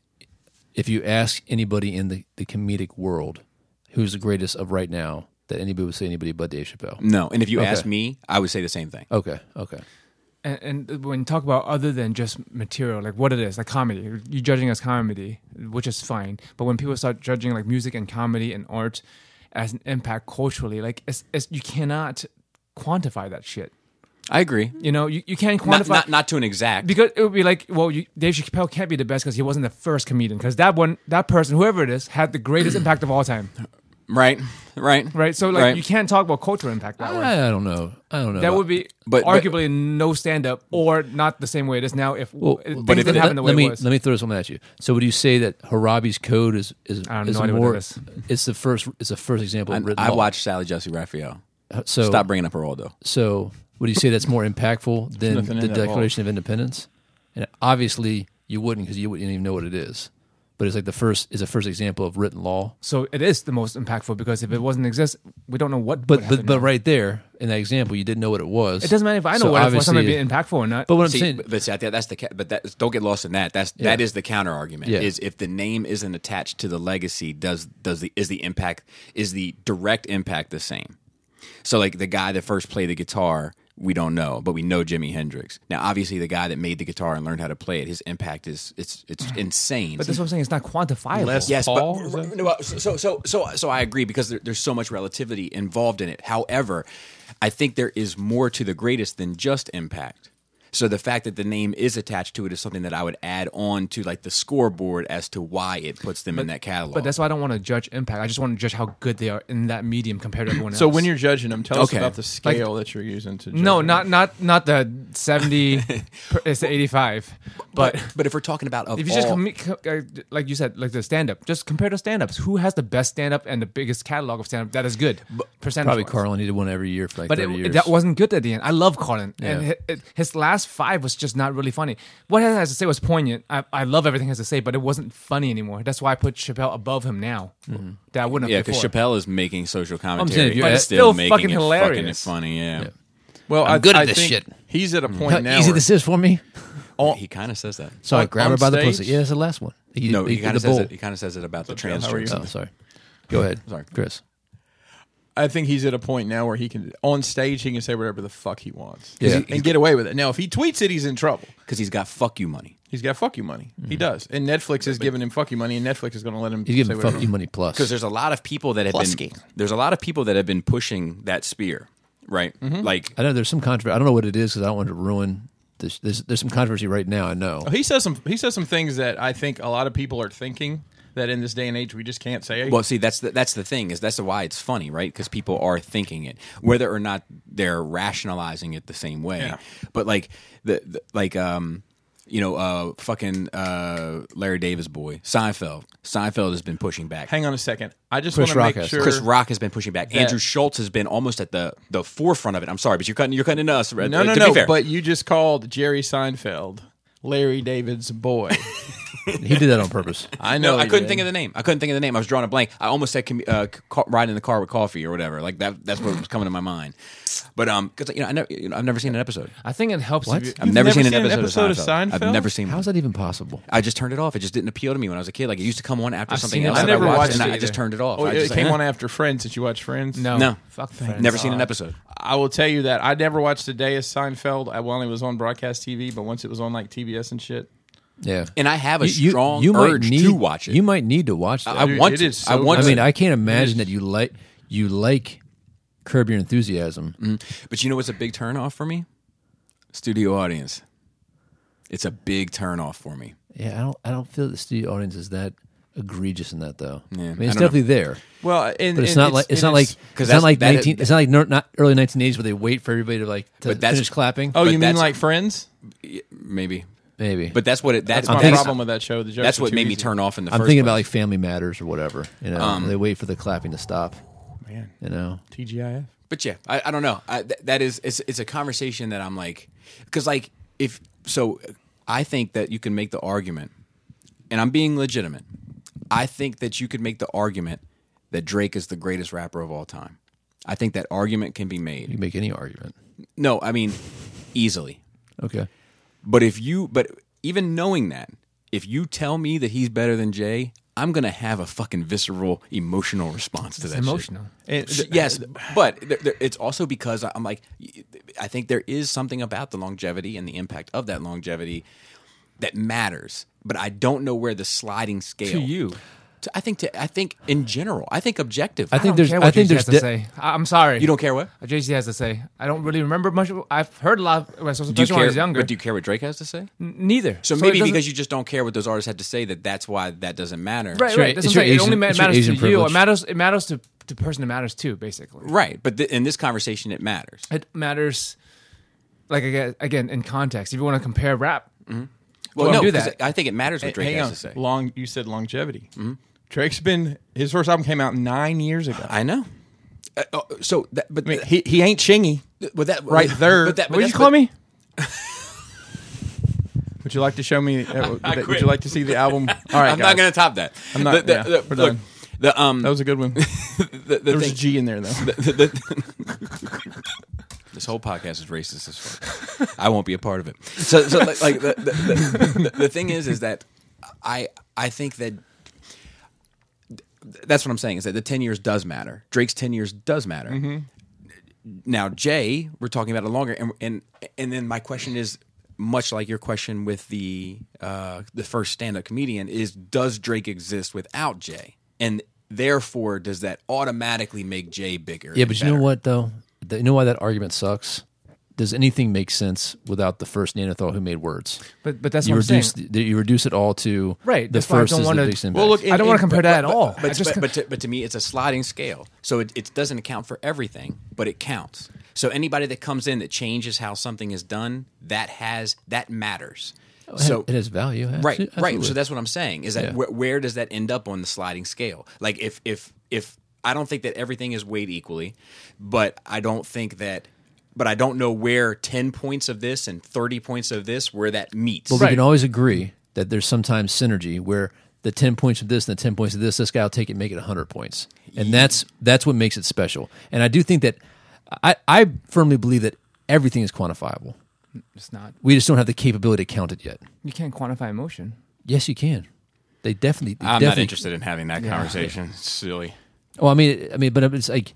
if you ask anybody in the, the comedic world who's the greatest of right now, that anybody would say anybody but Dave Chappelle?
no. And if you ask
Okay.
me, I would say the same thing.
Okay, okay.
And, and when you talk about other than just material, like what it is, like comedy, you're judging as comedy, which is fine. But when people start judging like music and comedy and art as an impact culturally, like it's, it's you cannot quantify that shit.
I agree.
You know, you, you can't quantify
Not, not not to an exact.
because it would be like, well, you, Dave Chappelle can't be the best because he wasn't the first comedian. Because that one, that person, whoever it is, had the greatest impact of all time,
right, right,
right? So like,
Right.
you can't talk about cultural impact that way.
I, I don't know. I don't know.
That would be
But- but-
arguably no stand up or not the same way it is now if
Well,
things
but if,
didn't
let,
happen the way
let
it
me
was.
let me throw something at you. So would you say that Harabi's Code is is,
I have
is
no idea what
more?
that is.
It's the first. It's the first example. of
I,
written
I
law.
watched Sally Jesse Raphael.
So
Stop bringing up Geraldo.
So would you say that's more impactful than
nothing in
the
that vault.
Declaration of Independence? And obviously you wouldn't because you wouldn't even know what it is. But it's like the first is the first example of written law.
So it is the most impactful because if it wasn't exist, we don't know what.
Mm. But
would
but,
happen
but
now.
right there in that example, you didn't know what it was.
it doesn't matter if I know
So
whether something would be
obviously-
impactful or not.
But what I'm
See,
saying,
but but see, I think that's the ca- but that don't get lost in that. That's that is the counter argument.
Yeah.
Is if the name isn't attached to the legacy, does does the is the impact is the direct impact the same? So like the guy that first played the guitar, we don't know, but we know Jimi Hendrix. Now obviously the guy that made the guitar and learned how to play it, his impact is it's it's insane.
but that's what I'm saying. It's not quantifiable.
Less-
Yes,
Paul, is
but
that-
no, well, so so so so I agree because there, there's so much relativity involved in it. However, I think there is more to the greatest than just impact. So the fact that the name is attached to it is something that I would add on to like the scoreboard as to why it puts them in that catalog.
But that's why I don't want to judge impact. I just want to judge how good they are in that medium compared to everyone else.
So when you're judging them, tell
Okay.
us about the
Like-
scale that you're using to. Judge
no,
them.
not not not the seventy, per- it's the eighty-five. But
but if we're talking about of
if you just
Oh.
all-
commi- co- uh, like you said, like the stand-up, just compare the stand-ups. Who has the best stand-up and the biggest catalog of stand-up that is good? Percentage
probably
wise.
Carlin needed one every year for like
But
thirty
it,
years.
that wasn't good at the end. I love Colin, and
Yeah.
hi- it- his last five was just not really funny. What he has to say was poignant. I, I love everything he has to say, but it wasn't funny anymore. That's why I put Chappelle above him now. That I wouldn't
Mm-hmm. yeah,
have
because
before.
Chappelle is making social
saying
commentary,
if you're
and
at-
still
making
fucking
it
hilarious.
fucking funny. Yeah,
Well,
I'm
I-
good at
I
this
think
shit.
He's at a
How
point now.
easy
where-
this is for me.
he kind of says that.
So I
On-
grab her
on
by the
stage?
pussy. Yeah, that's the last one. He,
No,
he
he
did
kind of
the
says
bull.
it. He kind of says it about the
Joe,
trans
how are you?
jokes.
Oh, sorry. Go ahead,
Sorry.
Chris.
I think he's at a point now where he can on stage he can say whatever the fuck he wants
Yeah.
and get away with it. Now, if he tweets it, he's in trouble.
because he's got fuck you money.
He's got fuck you money. He does, and Netflix is giving him fuck you money, and Netflix is going to let him.
Mm-hmm. He's
say
giving
whatever
fuck
he
you money plus.
because there's a lot of people that have
Plusky.
been there's a lot of people that have been pushing that spear, right?
Mm-hmm.
Like
I know there's some controversy. I don't know what it is because I don't want to ruin this. There's, there's some controversy right now. I know.
He says some. He says some things that I think a lot of people are thinking that in this day and age we just can't say.
Well, see, that's the, that's the thing is that's why it's funny, right? Because people are thinking it, whether or not they're rationalizing it the same way.
Yeah.
But like the, the like um, you know, uh, fucking uh, Larry Davis boy Seinfeld. Seinfeld has been pushing back.
Hang on a second. I just
Chris
want to
Rock
make
has-
sure.
Chris Rock has been pushing back. Andrew Schultz has been almost at the, the forefront of it. I'm sorry, but you're cutting you're cutting into us. right?
uh,
No, no,
to Be
no.
fair.
But you just called Jerry Seinfeld Larry David's boy.
He did that on purpose.
I know.
No, I couldn't think of the name. I couldn't think of the name. I was drawing a blank. I almost said commu- uh, ca- ride in the car with coffee or whatever. Like that. That's what was coming to my mind. But um, because you know, I never, you know, I've never seen an episode.
I think it helps.
What?
If you,
I've never,
never
seen,
seen
an
an
episode,
episode of
Seinfeld. I've
Seinfeld?
never seen.
How's that even possible?
I just turned it off. It just didn't appeal to me when I was a kid. Like it used to come on after
I've
something
seen it.
else.
I
that
never
watched,
watched
and
it
I just
either.
turned it off.
Oh,
I
it
just,
came
like,
on after Friends. Did you watch Friends?
no,
No.
fuck.
eh.
Friends.
Never seen an episode.
I will tell you that I never watched a day of Seinfeld. I while it was on broadcast TV, but once it was on like TBS and shit,
Yeah.
And I have a strong
might
urge
need,
to watch it.
You might need to watch that.
I
I,
Dude,
want
it
to.
is so
I want.
good.
mean,
to.
I can't imagine that you like you like Curb Your Enthusiasm.
Mm. But you know what's a big turnoff for me? Studio audience. It's a big turnoff for me.
Yeah, I don't. I don't feel the studio audience is that egregious in that though. I mean,
I
it's
don't know.
definitely there.
well, and,
But uh, it's
and
not like it's
and
not like it's not
'cause that's-
like
that-
nineteen. It's not like ner- not early nineteen eighties where they wait for everybody to like to
But that's-
finish clapping.
oh,
but
you mean
that's-
like Friends?
Maybe.
maybe.
But that's what it. That's,
That's my
thinking-
problem with that show. The jokes
That's
are
what
too
made me
easy.
turn off in the
I'm
first
thinking
place.
about like Family Matters or whatever. You know,
Um,
they wait for the clapping to stop.
Man,
You know,
TGIF.
but yeah, I, I don't know. I, th- that is, it's, it's a conversation that I'm like, because like if so, I think that you can make the argument, and I'm being legitimate. I think that you could make the argument that Drake is the greatest rapper of all time. I think that argument can be
you
made.
can make any argument.
No, I mean, easily.
Okay,
But if you, but even knowing that, if you tell me that he's better than Jay, I'm gonna have a fucking visceral, emotional response to that. shit.
emotional.
And
Sh-
th-
yes, but there, there, it's also because I'm like, I think there is something about the longevity and the impact of that longevity that matters. But I don't know where the sliding scale
to you.
To- I think. To, I think in general. I think objective.
I
I
think
don't
there's.
care
I
what
think
Jay-Z
there's.
has to
de-
say. I, I'm sorry.
you don't care what.
Jay Z has to say. I don't really remember much. I've heard a lot of- when I was,
Do you
when I
care?
was younger.
But do you care what Drake has to say?
N- Neither.
So,
Mm, it
maybe
doesn't-
because you just don't care what those artists had to say, that that's why that doesn't matter.
Right,
your-
right. That's
it's
what
your
I'm
Asian-
saying. It only ma-
it's your
matters
Asian
to you.
privilege.
It matters. It matters to the person it matters to, basically.
Right. But th- in this conversation, it matters.
It matters, like again, again in context. If you want to compare rap,
Well,
Well,
no,
do
'cause
that.
I think it matters what Drake
hang
has
on.
to say. Mm-hmm.
Long. You said longevity. Drake's been his first album came out nine years ago.
I know. Uh, uh, so, that, but
I mean, he, he ain't chingy.
but that
right there.
But that, but
What did you
that's-
call
but-
me?
Would you like to show me? Uh,
I
would
quit.
you like to see the album? All right,
I'm
guys.
not going to top that. I'm
not-
The,
yeah,
the,
we're
look,
done.
the um.
That was a good one.
the, the
There was a
thing-
G in there though.
the- the- the- this whole podcast is racist as fuck. I won't be a part of it. So, so like, like the, the, the, the thing is, is that I I think that that's what I'm saying is that the ten years does matter. Drake's ten years does matter.
Mm-hmm.
Now Jay, we're talking about it longer, and and and then my question is much like your question with the uh, the first stand up comedian is does Drake exist without Jay, and therefore does that automatically make Jay bigger?
Yeah,
and
but you know
better?
what though? Th- You know why that argument sucks? Does anything make sense without the first Neanderthal who made words?
But but that's
you
what I'm saying.
reduce th- you reduce it all to
Right,
The
that's why I
first
don't
is
wanna-
the biggest impact.
Well, look, I don't wanna compare that at all.
But,
I just-
but, but, to, but to me, it's a sliding scale. So it, it doesn't account for everything, but it counts. So anybody that comes in that changes how something is done, that has that matters. So
Oh, it has value.
right,
Absol-
right. So
absolutely.
that's what I'm saying is that
Yeah.
where, where does that end up on the sliding scale? Like if if if I don't think that everything is weighed equally, but I don't think that. But I don't know where ten points of this and thirty points of this where that meets.
But we
Right.
can always agree that there's sometimes synergy where the 10 points of this and the 10 points of this this guy will take it and make it 100 points and that's that's what makes it special and i do think that i i firmly believe that everything is quantifiable
It's not.
we just don't have the capability to count it yet
You can't quantify emotion.
yes you can they definitely they
I'm not
definitely-
interested in having that conversation. Silly.
oh i mean i mean but it's like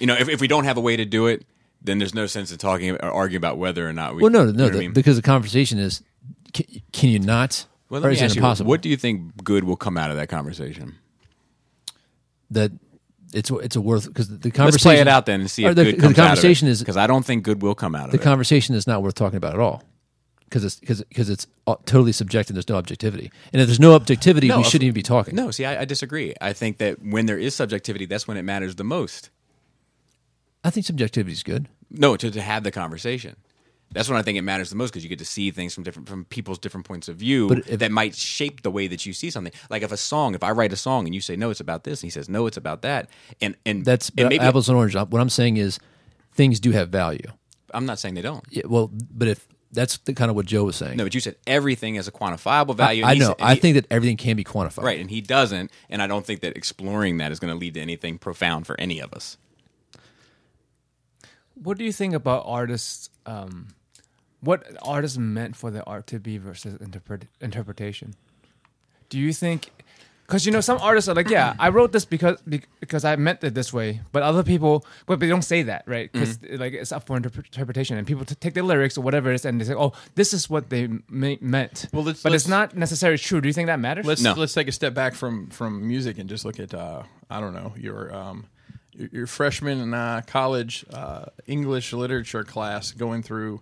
You know, if, if we don't have a way to do it, then there's no sense in talking or arguing about whether or not we.
well no no
you know what
the-
I mean?
because the conversation is can, can you not
Well,
or
let
is
me
it
ask you,
impossible
what do you think good will come out of that conversation?
that it's it's a worth because the conversation
Let's play it out then and see
or
if
the,
good
the
comes
conversation
out
is
because I don't think good will come out of
the
it.
conversation is not worth talking about at all because it's because because it's uh, totally subjective. There's no objectivity, and if there's no objectivity,
No,
we
of-
shouldn't even be talking.
no, see, I, I disagree. I think that when there is subjectivity, that's when it matters the most.
I think subjectivity is good.
No, to, to have the conversation. That's when I think it matters the most because you get to see things from different from people's different points of view
But if-
that might shape the way that you see something. Like if a song, if I write a song and you say no, it's about this, and he says no, it's about that, and and
That's uh,
and maybe
apples and oranges. What I'm saying is things do have value.
I'm not saying they don't.
Yeah, well, but if that's the kind of what Joe was saying.
No, but you said everything is a quantifiable value. and
I
he
know.
said- and
I
he-
think that everything can be quantified.
right, and he doesn't, and I don't think that exploring that is going to lead to anything profound for any of us.
What do you think about artists? Um, what artists meant for the art to be versus interpret- interpretation? Do you think? Because you know, some artists are like, "Yeah, I wrote this because bec- because I meant it this way," but other people, but they don't say that, right? Because
Mm-hmm.
like it's up for interpre- interpretation, and people t- take the lyrics or whatever it is, and they say, "Oh, this is what they ma- meant."
Well, let's-
but
let's-
it's not necessarily true. Do you think that matters?
Let's
No.
let's take a step back from from music and just look at uh, I don't know your um, your, your freshman in uh, college uh, English literature class going through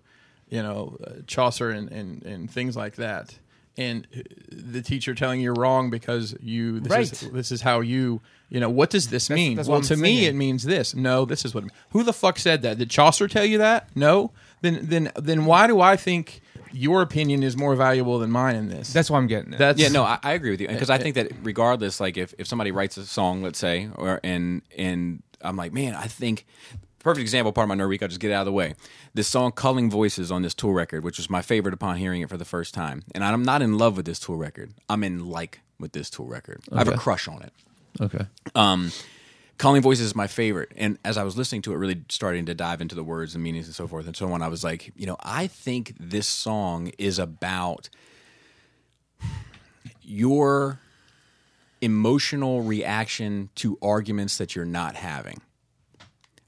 you know uh, Chaucer and, and and things like that, and uh, the teacher telling you you're wrong because you this is,
Right.
this is how you you know what does this mean?
that's what
well,
I'm
to me
thinking.
it means this. No, this is what. It, who the fuck said that? Did Chaucer tell you that? No. Then then then why do I think your opinion is more valuable than mine in this?
That's what I'm getting. At.
that's
Yeah, no, I, I agree with you because I think that regardless, like if, if somebody writes a song, let's say, or and and I'm like, man, I think perfect example. Part of my nerd week, I'll just get it out of the way. This song, "Culling Voices," on this Tool record, which was my favorite upon hearing it for the first time, and I'm not in love with this Tool record. I'm in like with this Tool record. I have a crush on it.
Okay.
Um, Calling Voices is my favorite. And as I was listening to it, really starting to dive into the words and meanings and so forth and so on, I was like, you know, I think this song is about your emotional reaction to arguments that you're not having.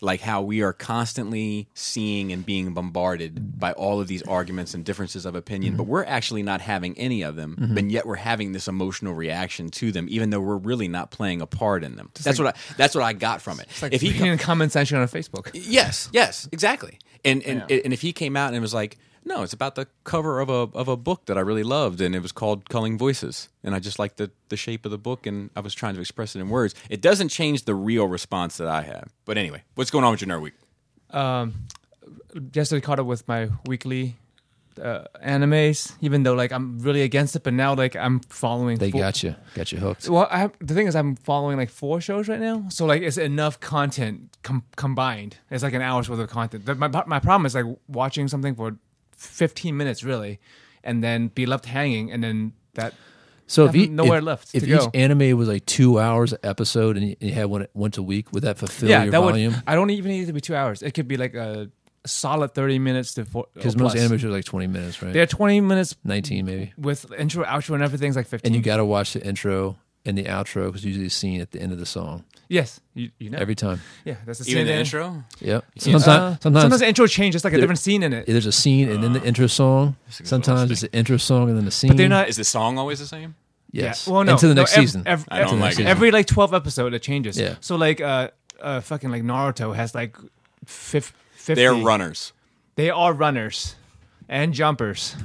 Like how we are constantly seeing and being bombarded by all of these arguments and differences of opinion, but we're actually not having any of them, and yet we're having this emotional reaction to them, even though we're really not playing a part in them. that's what I, that's what I got from it.
like if he in the comment section on Facebook.
Yes, yes, exactly. And and and if he came out and was like, "No, it's about the cover of a of a book that I really loved, and it was called Culling Voices, and I just liked the the shape of the book, and I was trying to express it in words," it doesn't change the real response that I have. But anyway, what's going on with your nerd week?
um, yesterday caught up with my weekly uh, animes, even though like I'm really against it, but now like I'm following.
They
full-
got you, got you hooked.
Well, I have, the thing is, I'm following like four shows right now, so like it's enough content com- combined. It's like an hour's worth of content. But my my problem is like watching something for 15 minutes really, and then be left hanging, and then that
So if
Nothing-
you,
nowhere
if,
left
If
to
each
go.
anime was like two hours an episode, and you- you had one once a week, would that fulfill your
that
volume?
would. I don't even need it to be two hours. It could be like a solid 30 minutes to four.
Because most anime shows are like twenty minutes, right?
they're 20 minutes
Nineteen maybe.
with intro, outro, and everything's like 15.
And you got to watch the intro and the outro because usually it's seen at the end of the song
yes, you, you know.
every time.
yeah, that's the
Even
scene
the
in-
intro.
Yep.
can't-
Sometimes,
Uh,
sometimes,
sometimes Ah. the intro changes, like a
They're-
different scene in it.
there's a scene and then the intro song. Sometimes it's the intro song and then the scene. But
they're not-
Is the song always the same?
Yes.
Yeah. Well, no.
Into the
no,
next
ev-
season.
ev-
I don't
like
every,
it.
every like twelve episode it changes.
Yeah.
So like uh uh fucking like Naruto has like fif- fifty.
They're runners
They are runners, and jumpers.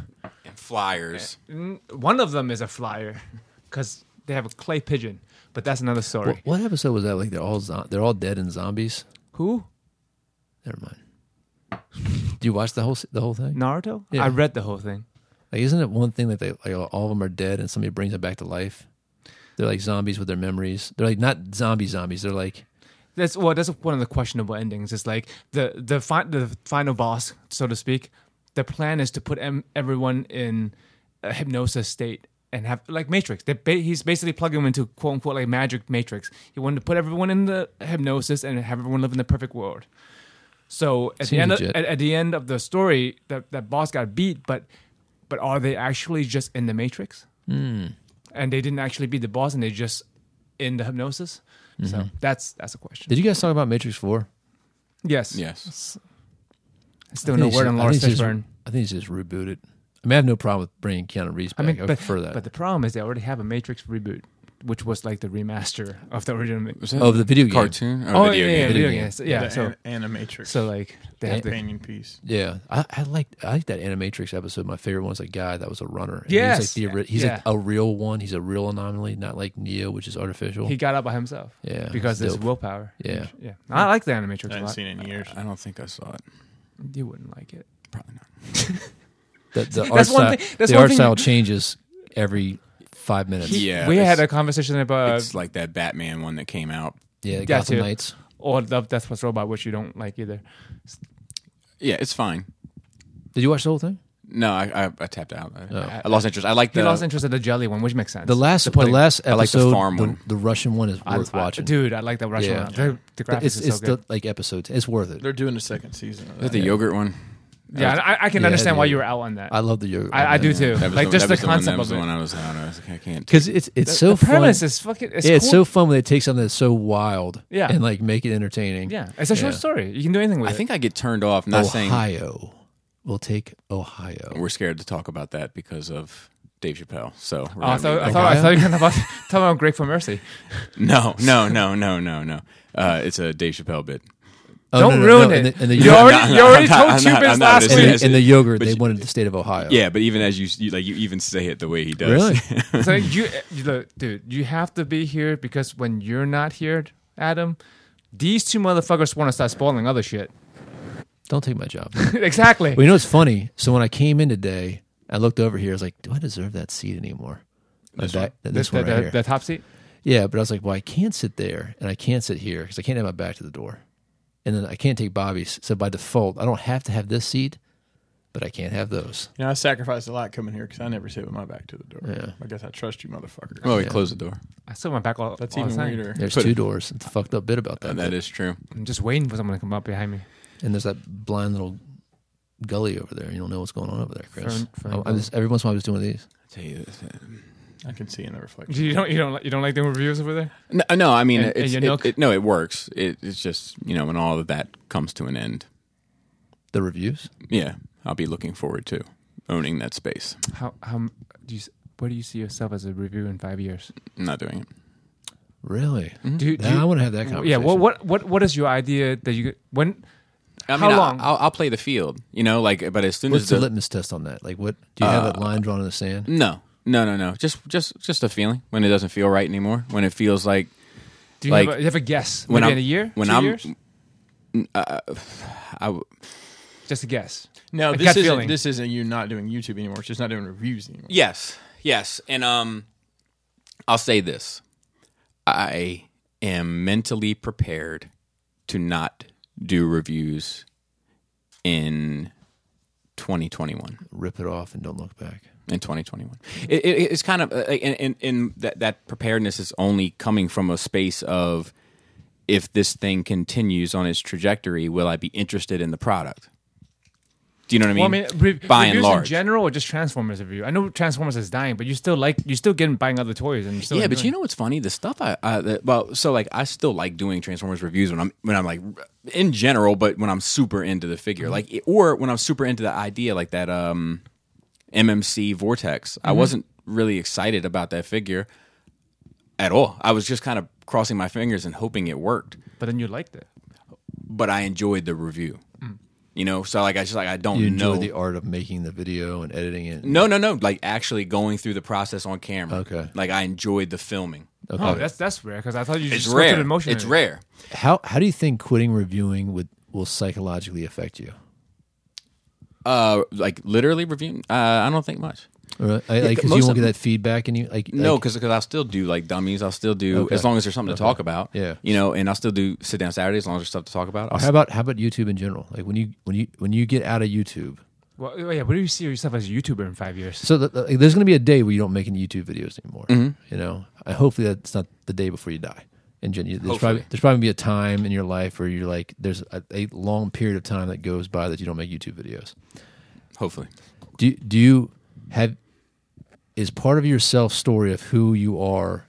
and flyers.
Mm, One of them is a flyer, because they have a clay pigeon. But that's another story.
What, what episode was that? Like they're all zo- they're all dead and zombies.
Who?
Never mind. Do you watch the whole se- the whole thing?
Naruto?
Yeah.
I read the whole thing.
Like, isn't it one thing that they like all of them are dead and somebody brings them back to life? They're like zombies with their memories. They're like not zombie zombies. They're like
That's well. That's one of the questionable endings. It's like the the fi- the final boss, so to speak. The plan is to put em- everyone in a hypnosis state and have like Matrix. They ba- he's basically plugging them into quote unquote like magic Matrix. He wanted to put everyone in the hypnosis and have everyone live in the perfect world. So at the
Seems
end of,
legit.
at, at the end of the story, that that boss got beat, but but are they actually just in the Matrix?
hmm.
And they didn't actually beat the boss, and they just in the hypnosis. So
Mm-hmm.
that's that's a question.
Did you guys talk about Matrix Four?
Yes.
Yes.
I still no word on Lawrence
I think it's
Fishburne.
just- I think it's just rebooted. I mean, I have no problem with bringing Keanu Reeves
I
back. I,
mean, but,
prefer that.
but the problem is they already have a Matrix reboot, which was like the remaster of the original.
Was that
Oh, the video game.
cartoon.
Oh,
video
yeah, yeah,
game.
video
Video
games. Yeah.
The
so,
an- Animatrix.
so like they have to.
companion piece.
yeah, I, I like I like that Animatrix episode. My favorite one was a guy that was a runner. And
Yes.
he's like, the, ori- he's like
Yeah.
a real one. He's a real anomaly, not like Neo, which is artificial.
He got out by himself.
Yeah,
Because
it's
it's
dope.
willpower.
yeah,
Yeah. I like the
I
Animatrix a
haven't
lot.
seen it in years.
I don't think I saw it.
You wouldn't like it.
Probably not.
the, the art
That's one
style,
thing- that's
the
one
art
thing-
style changes every five minutes.
He- Yeah,
We
it's-
had a conversation about uh,
it's like that Batman one that came out.
yeah,
that
Gotham
too.
Knights.
or Love Death Was Robot, which you don't like either.
Yeah, it's fine.
Did you watch the whole thing?
No, I I, I tapped out. I, I lost interest. I like
He
the
lost interest in the jelly one, which makes sense.
The last, the,
pudding.
last episode,
I like the farm
the,
one.
the Russian one is
I-
worth
I-
watching.
Dude, I like that Russian
Yeah.
one. The, the graphics
it's
is so
it's
good.
the like episodes. It's worth it.
They're doing a second season. Of
Is
that.
that the yogurt one.
yeah, I, I can
Yeah,
understand why
dude.
you were out on that.
I love the yogurt.
I, I do too.
That was
Like
the,
just
that
the
was
concept
the one, that was
of
the
it.
one I was I don't know. I, was like, I can't.
because it's it's so
the premise
fun.
is fucking. It's
yeah, it's
cool.
so fun when they take something that's so wild,
Yeah.
and like make it entertaining.
Yeah, it's a short
Yeah.
story. You can do anything with
I
it.
think I get turned off.
Oh,
Not saying
Ohio, we'll take Ohio.
we're scared to talk about that because of Dave Chappelle. So we're
Oh, I
gonna
thought,
leave
I
that.
thought, I thought you were talking about, talking about Great for Mercy.
no, no, no, no, no, no. Uh, it's a Dave Chappelle bit.
Oh, no,
Don't
no,
ruin
no,
it.
And the, and the
you
yogurt,
already,
no,
you
no,
already
I'm not-
told
I'm not-
Cubans
I'm not
last
doing
and,
week.
the-
Yes,
and the
it-
yogurt
but
they
you-
wanted the state of Ohio.
Yeah, but even as you, you like, you even say it the way he does.
really.
So you, you look, dude, you have to be here because when you're not here, Adam, these two motherfuckers want to start spoiling other shit.
Don't take my job.
exactly.
Well, you know it's funny. So when I came in today, I looked over here. I was like, "Do I deserve that seat anymore?" This, that, that- this
the,
one
the-
right
the-
here.
the top seat.
Yeah, but I was like, well, I can't sit there and I can't sit here because I can't have my back to the door. And then I can't take Bobby's. So by default, I don't have to have this seat, but I can't have those.
You know, I sacrificed a lot coming here because I never sit with my back to the door.
Yeah.
I guess I trust you, motherfuckers.
Well, we close the door.
I still went back all.
That's
all the
even
time.
weirder.
There's
Put-
two doors. It's a fucked up bit about that.
that is true.
I'm just waiting for someone to come up behind me.
And there's that blind little gully over there. You don't know what's going on over there, Chris.
Fern- fern
I- I'm just, every once in a while, I'm just doing these.
I tell you, this, uh,
I can see in the reflection.
You don't, you don't, like- you don't like the reviews over there.
No, no, I mean,
And-
it's,
and you
it,
knock?
it, no, it works. It, it's just you know when all of that comes to an end,
The reviews.
yeah, I'll be looking forward to owning that space.
How how m- do you s- where do you see yourself as a review in five years?
I'm not doing it.
Really?
Mm-hmm.
Do, you- do
Now I
you-
want to have that conversation.
yeah. What what what what is your idea that you when?
I
How
mean,
long?
I'll, I'll, I'll play the field, you know, like. But as soon
What's
as
the litmus test on that? Like, what do you have that line drawn in the sand?
no, no, no, no, just just just a feeling when it doesn't feel right anymore. When it feels like
Do you,
Like,
have, a, you have a guess?
when
Maybe
I'm-
in a year,
when
2
I'm-
years?
I, uh, w-
Just a guess.
No,
A
this
gut
isn't
feeling.
this isn't you not doing YouTube anymore. It's just not doing reviews anymore.
Yes, yes, and um, I'll say this: I am mentally prepared to not do reviews in 2021
Rip it off and don't look back.
in 2021 it, it, it's kind of uh, and, and, and that, that preparedness is only coming from a space of if this thing continues on its trajectory will i be interested in the product do you know what i mean,
Well, I mean, re-
by
reviews
and large
in general, or just Transformers review. I know Transformers is dying, but you still like you still getting buying other toys and you're still
yeah, but
enjoying
you know what's funny? The stuff I, I the, well, so like I still like doing Transformers reviews when I'm when I'm like in general, but when I'm super into the
Mm-hmm.
figure, like it- or when I'm super into the idea, like that um MMC Vortex. I
Mm-hmm.
wasn't really excited about that figure at all. I was just kind of crossing my fingers and hoping it worked,
it. but then you liked it.
but I enjoyed the review.
Mm.
You know, so like I just like I don't
You
know
enjoy the art of making the video and editing it.
No, no, no. Like actually going through the process on camera.
Okay.
Like I enjoyed the filming.
Okay.
Oh, that's that's rare because I thought you
It's
just go through
rare.
the motion.
It's
of it.
rare.
how how do you think quitting reviewing would will psychologically affect you?
Uh, like literally reviewing. Uh, I don't think much.
Or, I- like, 'cause
most
you won't
of-
get that feedback, and you like
No,
like-
because I'll still do like dummies. I'll still do
Okay.
as long as there's something to talk about.
Yeah.
you know, and I'll still do sit down Saturday as long as there's stuff to talk about. I'll
how about how about YouTube in general? Like when you when you when you get out of YouTube,
Well, yeah. What do you see yourself as a YouTuber in five years?
so the, the- like, there's going to be a day where you don't make any YouTube videos anymore.
Mm-hmm.
You know, I, hopefully that's not the day before you die. And Jen, you- there's probably
Hopefully.
there's probably be a time in your life where you're like there's a, a long period of time that goes by that you don't make YouTube videos.
hopefully.
Do you- do you have is part of your self story of who you are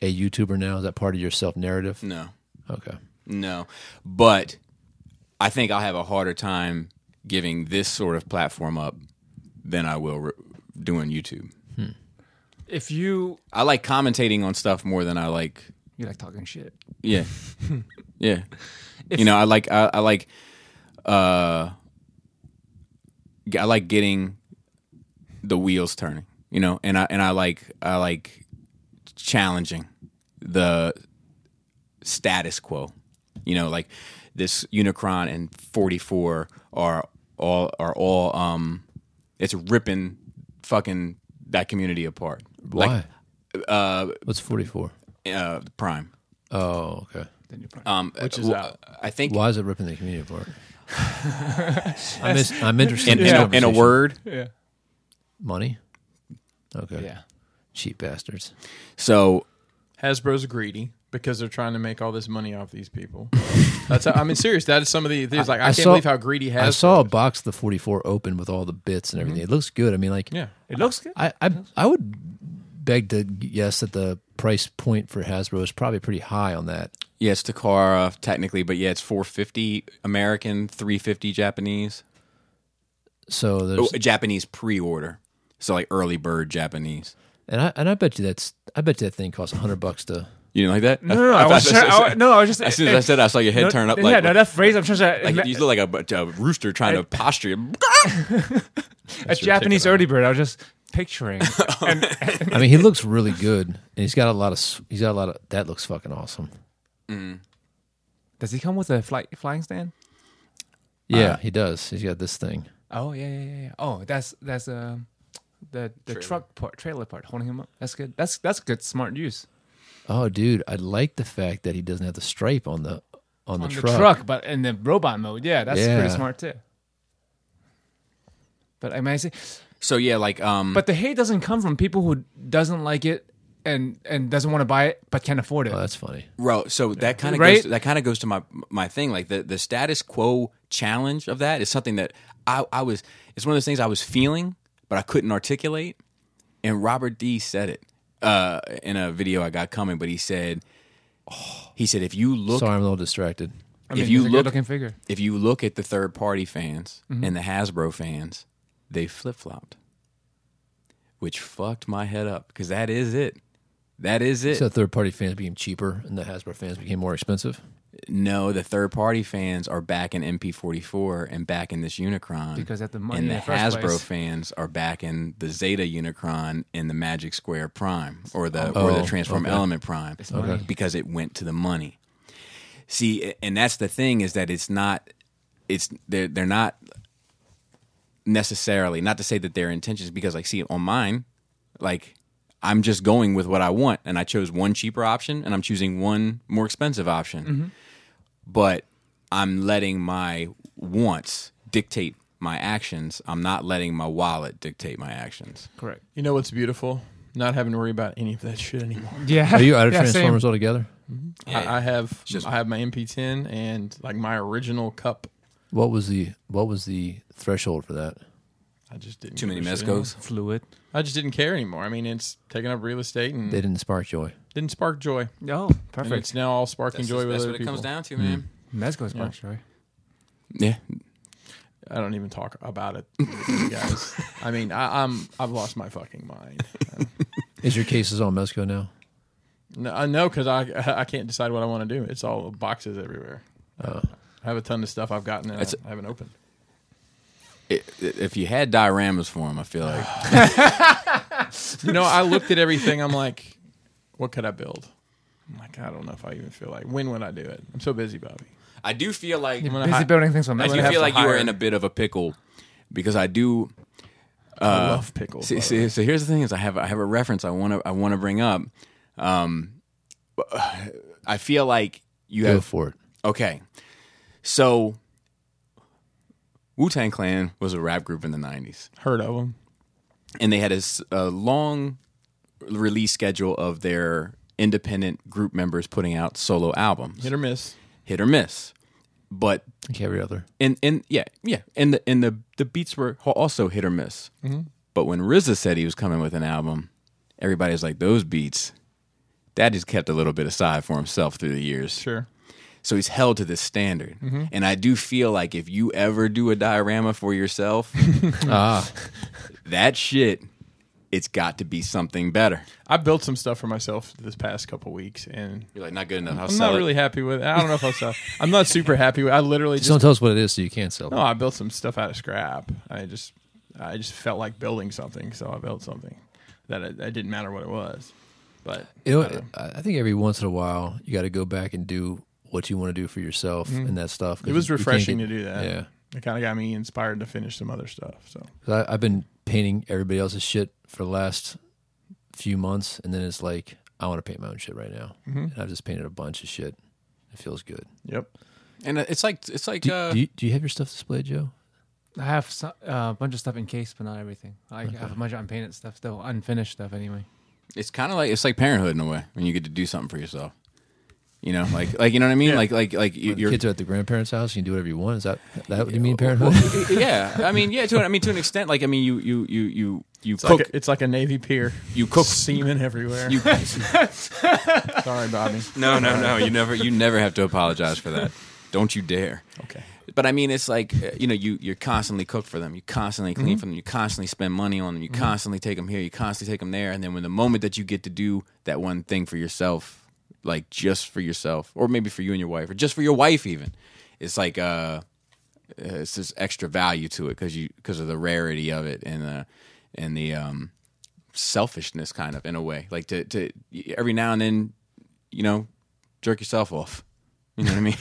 a YouTuber now? Is that part of your self narrative?
No,
Okay.
no, but I think I'll have a harder time giving this sort of platform up than I will re- doing YouTube.
If you
I like commentating on stuff more than I like.
you like talking shit,
Yeah, yeah. you know, I like I, I like uh g- I like getting the wheels turning, you know, and I and I like I like challenging the status quo. You know, like this Unicron and 44 are all are all um it's ripping fucking that community apart.
Why?
Like uh
What's 44?
uh Prime.
Oh, okay.
then you're probably.
Um
Which is
w-
out.
I think
Why is it ripping the community apart? I'm, is- I'm interested
in,
in,
in,
this
a, in a
conversation.
word.
Yeah.
money. Okay,
Yeah.
cheap bastards.
So
Hasbro's greedy because they're trying to make all this money off these people. That's how, I mean, serious. That is some of the things. Like I, can't
saw-
believe how greedy Hasbro.
I saw a
is.
box of the 44 open with all the bits
Mm-hmm.
and everything. It looks good. I mean, like,
Yeah,
It looks good.
I, I I would beg to guess that the price point for Hasbro is probably pretty high on that.
yeah, it's Takara technically, but yeah, it's 450 American, 350 Japanese.
So there's
Oh, Japanese pre-order, so like early bird Japanese.
and I and I bet you that's I bet you that thing costs 100 bucks to.
You know, like that?
No, no, no, I was trying- I was- no, I was just- eh,
as soon as I said, it, I saw your head
no,
turn up.
Yeah,
Like,
no, that phrase. I'm trying to.
like, you look like a, bu- a rooster trying to posture. you.
a Japanese early bird. I was just picturing. and,
I mean, he looks really good, and he's got a lot of s- he's got a lot of that looks fucking awesome.
does he come with a fly, flying stand?
Yeah, Uh, he does. He's got this thing.
Oh yeah, yeah, yeah. yeah. Oh, that's that's um the the truck part, trailer part, holding him up. That's good. That's that's good, smart use
Oh, dude, I like the fact that he doesn't have the stripe on the on,
on
the
the
truck.
truck, but in the robot mode. Yeah, that's
Yeah.
pretty smart too. But I mean, I say,
So yeah, like um,
but the hate doesn't come from people who doesn't like it and and doesn't want to buy it but can afford it.
Oh, that's funny.
Bro, so that kind of
Right?
goes, that kind of goes to my my thing. Like the, the status quo challenge of that is something that I, I was. It's one of those things I was feeling, but I couldn't articulate. And Robert D said it uh, in a video I got coming, but he said, he said if you look
Sorry, I'm a little distracted.
I
if you
it's a
look-
good looking Mm-hmm. figure,
if you look at the third party fans and the Hasbro fans, they flip flopped, which fucked my head up because that is it. That is it.
So third party fans became cheaper and the Hasbro fans became more expensive.
no, the third party fans are back in MP44 and back in this Unicron
Because they have the money
and
in
the,
the first
Hasbro
place.
fans are back in the Zeta Unicron and the Magic Square Prime or the or the
Oh,
Transform
okay.
Element Prime
money.
because it went to the money. See, a- and that's the thing is that it's not it's they're they're not necessarily. Not to say that their intentions, because like, see, on mine, like, I'm just going with what I want, and I chose one cheaper option, and I'm choosing one more expensive option. But I'm letting my wants dictate my actions. I'm not letting my wallet dictate my actions.
Correct.
You know what's beautiful? Not having to worry about any of that shit anymore.
Yeah.
Are you out of
yeah, same.
Transformers altogether?
I, I have I have my MP10 and like my original cup.
What was the what was the threshold for that?
I just didn't
Too many
give a shit anymore.
mescos.
Fluid.
I just didn't care anymore. I mean, it's taking up real estate and
They didn't spark joy.
didn't spark joy.
Oh,
And
perfect.
it's now all sparking
That's,
joy with
that's
other
what it
people.
comes down to, man.
That's goes back, right?
Mm-hmm. Yeah,
I don't even talk about it, you guys. I mean, I, I'm I've lost my fucking mind.
Is your cases on Mesco now?
No, I know because I I can't decide what I want to do. It's all boxes everywhere.
Oh.
I have a ton of stuff I've gotten and I
That's-
I haven't opened.
I- i- if you had dioramas for him, I feel like
You know, I looked at everything. I'm like, what could I build? I'm like, I don't know if I even feel like. When would I do it? I'm so busy, Bobby.
I do feel like
I'm gonna
Busy
hi-
building things on
I do
have to
feel like you are
hire-
in a bit of a pickle because I do.
Uh,
I love pickles.
See,
by the
see, so here's the thing: is I have I have a reference I want to I want to bring up. Um, but, uh, I feel like you
Go
have
for it.
okay. So Wu Tang Clan was a rap group in the '90s,
Heard of them?
and they had a, s- a long release schedule of their independent group members putting out solo albums,
Hit or miss.
hit or miss. But
Like every other.
and and yeah, yeah, and the and the the beats were ho- also hit or miss. But when RZA said he was coming with an album, everybody was like, "Those beats." That just kept a little bit aside for himself through the years.
Sure.
So he's held to this standard. And I do feel like if you ever do a diorama for yourself,
Hmm.
ah,
that shit, it's got to be something better.
I built some stuff for myself this past couple weeks, and
You're like, not good enough. I'll
I'm
sell
not
it.
really happy with. it. I don't know if I'll sell. I'm not super happy with. I literally
just
just
don't tell us what it is, so you can't sell it.
no. I built some stuff out of scrap. I just I just felt like building something, so I built something that it, it didn't matter what it was. But uh,
You know, I, I think every once in a while you got to go back and do what you want to do for yourself and that stuff. 'cause
Hmm. it was
you- you can't
refreshing
get-
to do that.
Yeah,
it kind of got me inspired to finish some other stuff. So
'Cause I, I've been painting everybody else's shit for the last few months, and then it's like I want to paint my own shit right now.
Mm-hmm.
And I've just painted a bunch of shit. It feels good.
yep.
And it's like, it's like,
Do,
uh,
do, you, do you have your stuff displayed, Joe?
I have so- uh, a bunch of stuff encased, but not everything. I have a bunch of unpainted stuff still, unfinished stuff anyway.
it's kind of like it's like parenthood in a way when you get to do something for yourself. You know, like like you know what I mean? Like like like you- you're
Kids are at the grandparents' house. You can do whatever you want. Is that that what you mean, parenthood?
yeah, I mean, yeah. To an, I mean, to an extent, like I mean, you you you you you
It's like,
cook
a, it's like a navy pier.
you cook.
Semen everywhere.
You,
Sorry, Bobby.
no, no, no. You never you never have to apologize for that. Don't you dare.
Okay.
But I mean, it's like uh, you know, you you're constantly cook for them. You constantly clean for them. You constantly spend money on them. You constantly take them here. You constantly take them there. And then when the moment that you get to do that one thing for yourself, like just for yourself, or maybe for you and your wife, or just for your wife, even, it's like uh, uh, it's this extra value to it because you because of the rarity of it and the and the um selfishness kind of in a way. Like to to every now and then, you know, jerk yourself off. You know what I mean?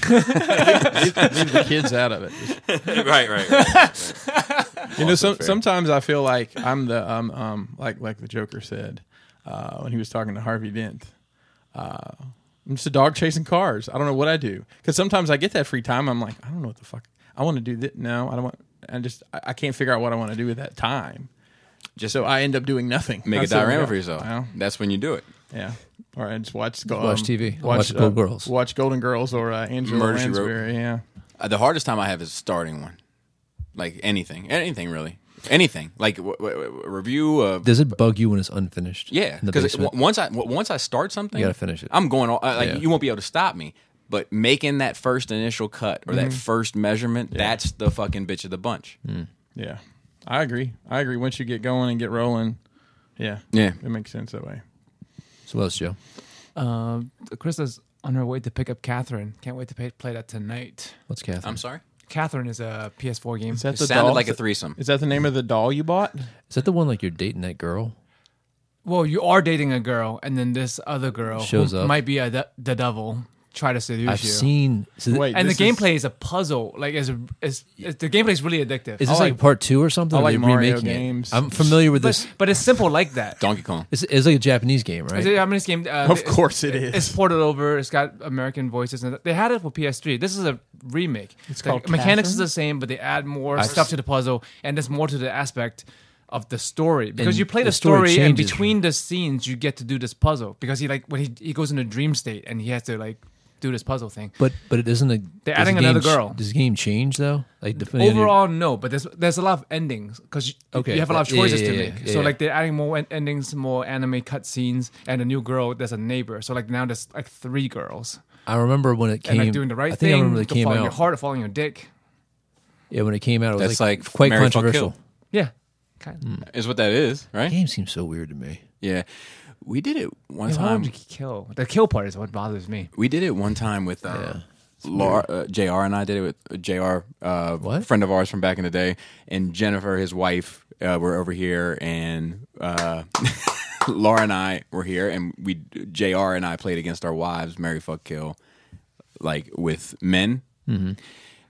Leave the kids out of it.
right, right. right.
You know, some, sometimes I feel like I'm the um um like like the Joker said uh, when he was talking to Harvey Dent. Uh, I'm just a dog chasing cars. I don't know what I do because sometimes I get that free time. I'm like, I don't know what the fuck I want to do. That no, I don't want. I just I, I can't figure out what I want to do with that time. Just so I end up doing nothing.
Make a
That's the way I
diorama
go.
for yourself.
Well,
That's when you do it.
yeah. Or I just watch go-
watch
um,
TV. Watch Golden Girls.
Watch Golden Girls or uh, Angela
Murder, She Wrote.
Lansbury. Yeah.
Uh, the hardest time I have is starting one, like anything, anything really, anything. Like w- w- w- a review. Uh,
Does it bug you when it's unfinished?
yeah,
In the
because
basement?
once I w- once I start something,
You gotta finish it.
I'm going. All, I- like
Yeah.
you won't be able to stop me. But making that first initial cut or
Mm-hmm.
that first measurement, that's the fucking bitch of the bunch.
Mm.
Yeah, I agree. I agree. Once you get going and get rolling, yeah,
Yeah.
it makes sense that way.
so what else, Joe?
Um, Krista's on her way to pick up Catherine. Can't wait to pay, play that tonight.
What's Catherine?
I'm sorry.
Catherine is a PS4 game.
that
It sounded like a threesome.
Is that the name of the doll you bought?
Is that the one like you're dating that girl?
well, you are dating a girl, and then this other girl who
Shows up.
Might be a de- the devil. try to seduce
I've
you.
seen. So th-
Wait,
and the
this is-
gameplay is, a puzzle. Like, is, a, is, is the gameplay is really addictive.
is this
I
like,
like-
part two or something?
I
Or are
like
they
Mario
remaking it?
games.
I'm familiar with this.
but, but it's simple like that.
Donkey Kong.
It's, it's like a Japanese game,
Is
right?
it- I mean, this game. Uh,
Of
it's-
course it
It's
is.
ported over. It's got American voices, and they had it for PS3. This is a remake. It's
called
mechanics is
Catherine?
the same, but they add more
I-
stuff to the puzzle, and there's more to the aspect of the story because
And
you play the,
the story
story, and
changes.
between the scenes you get to do this puzzle because he like when he, he goes in a dream state and he has to like do this puzzle thing.
But but it isn't a. does
They're
the
adding
game
another
ch-
girl.
Does the game change though? Like depending on your-
Overall, no, but there's there's a lot of endings because you,
Okay,
you have a lot of
yeah, yeah,
choices
yeah,
to
yeah,
make.
yeah,
so
yeah.
like they're adding more en- endings, more anime cutscenes, and a new girl. There's a neighbor. So like now there's like three girls,
I remember when it came.
and like doing the right
I think I
thing,
remember when it
to
came
follow
out.
your heart, or following your dick.
Yeah, when it came out, it was
That's
like,
like
quite
Mary Fuck
controversial.
Kill.
Yeah, kind
Mm.
of.
Is what that is, right?
Game seems so weird to me.
Yeah. We did it one
Yeah, why
time.
would you kill? The kill part is what bothers me.
We did it one time with uh, Lar- uh, JR and I did it with uh, JR, uh,
What?
friend of ours from back in the day, and Jennifer, his wife, uh, were over here, and uh, Laura and I were here, and we JR and I played against our wives, Mary Fuck Kill, like with men.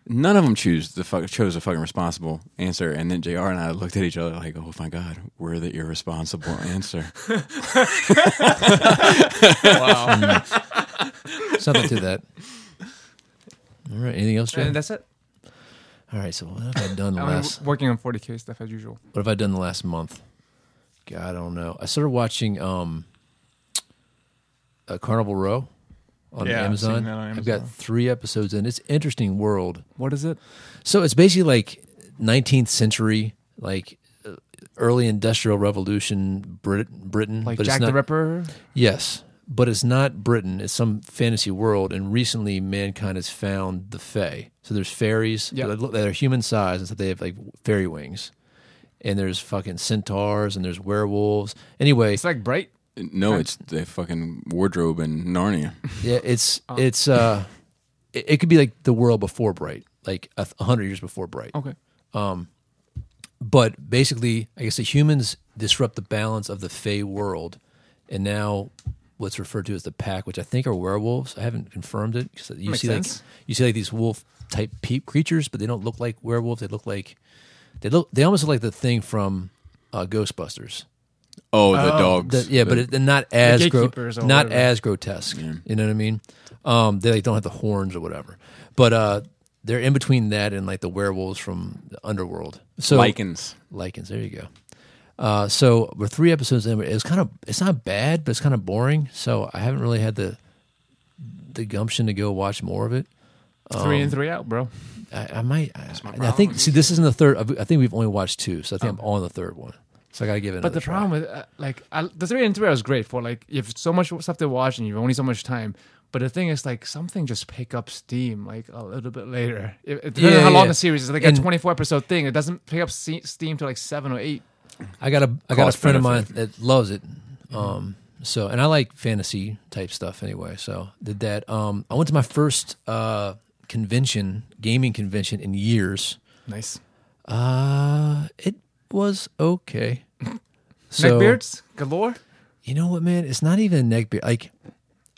None of them choose the fuck, chose the fucking responsible answer, and then Jr. and I looked at each other like, "Oh my god, we're the irresponsible answer."
Something to that. All right. Anything else, John?
And that's it.
All right. So what have I done the
I'm
last?
working on 40k stuff as usual.
What have I done the last month? God, I don't know. I started watching um, uh, Carnival Row on,
Yeah, I've
Amazon.
seen that on
I've got
Amazon.
three episodes in. It's an interesting world.
What is it?
So it's basically like 19th century, like uh, early industrial revolution Brit- Britain.
Like
but
Jack
it's not,
the Ripper?
Yes, but it's not Britain. It's some fantasy world, and recently mankind has found the Fae. So there's fairies.
Yeah.
that look- that are human sized, and so they have like fairy wings. And there's fucking centaurs, and there's werewolves. Anyway,
It's like Bright.
No, it's the fucking wardrobe in Narnia.
yeah, it's it's uh, it, it could be like the world before Bright, like a th- a hundred years before Bright.
Okay.
but basically, I guess the humans disrupt the balance of the Fey world, and now what's referred to as the pack, which I think are werewolves. I haven't confirmed it because you
Makes
see
sense.
like you see like these wolf type peep creatures, but they don't look like werewolves. They look like they look they almost look like the thing from uh, Ghostbusters.
Oh, the dogs.
The- yeah, but it, they're not as gro-
gatekeepers or
not
whatever.
as grotesque. You know what I mean? Um, they like don't have the horns or whatever, but uh, they're in between that and like the werewolves from the underworld. So
lichens.
lichens. There you go. Uh, so we're three episodes in. but It's kind of it's not bad, but it's kind of boring. So I haven't really had the the gumption to go watch more of it. Um,
three in, three out, bro.
I, I might. I, I think. See, this isn't the third. I think we've only watched two, so I think I'm on the third one. So I got to give it.
But the problem with uh, like I, the three and three hours is great for like you have so much stuff to watch and you have only so much time. But the thing is, like something just pick up steam like a little bit later. It, it depends
Yeah,
on how long
yeah.
the series is. Like
And-
a twenty four episode thing, it doesn't pick up se- steam till like seven or eight.
I got a I got a
Cost
friend of mine
benefit.
that loves it.
Mm-hmm.
Um, so and I like fantasy type stuff anyway. So did that. Um, I went to my first uh convention, gaming convention in years.
Nice
Uh, it was okay. So
neckbeards galore.
you know what, man? It's not even a neckbeard. Like,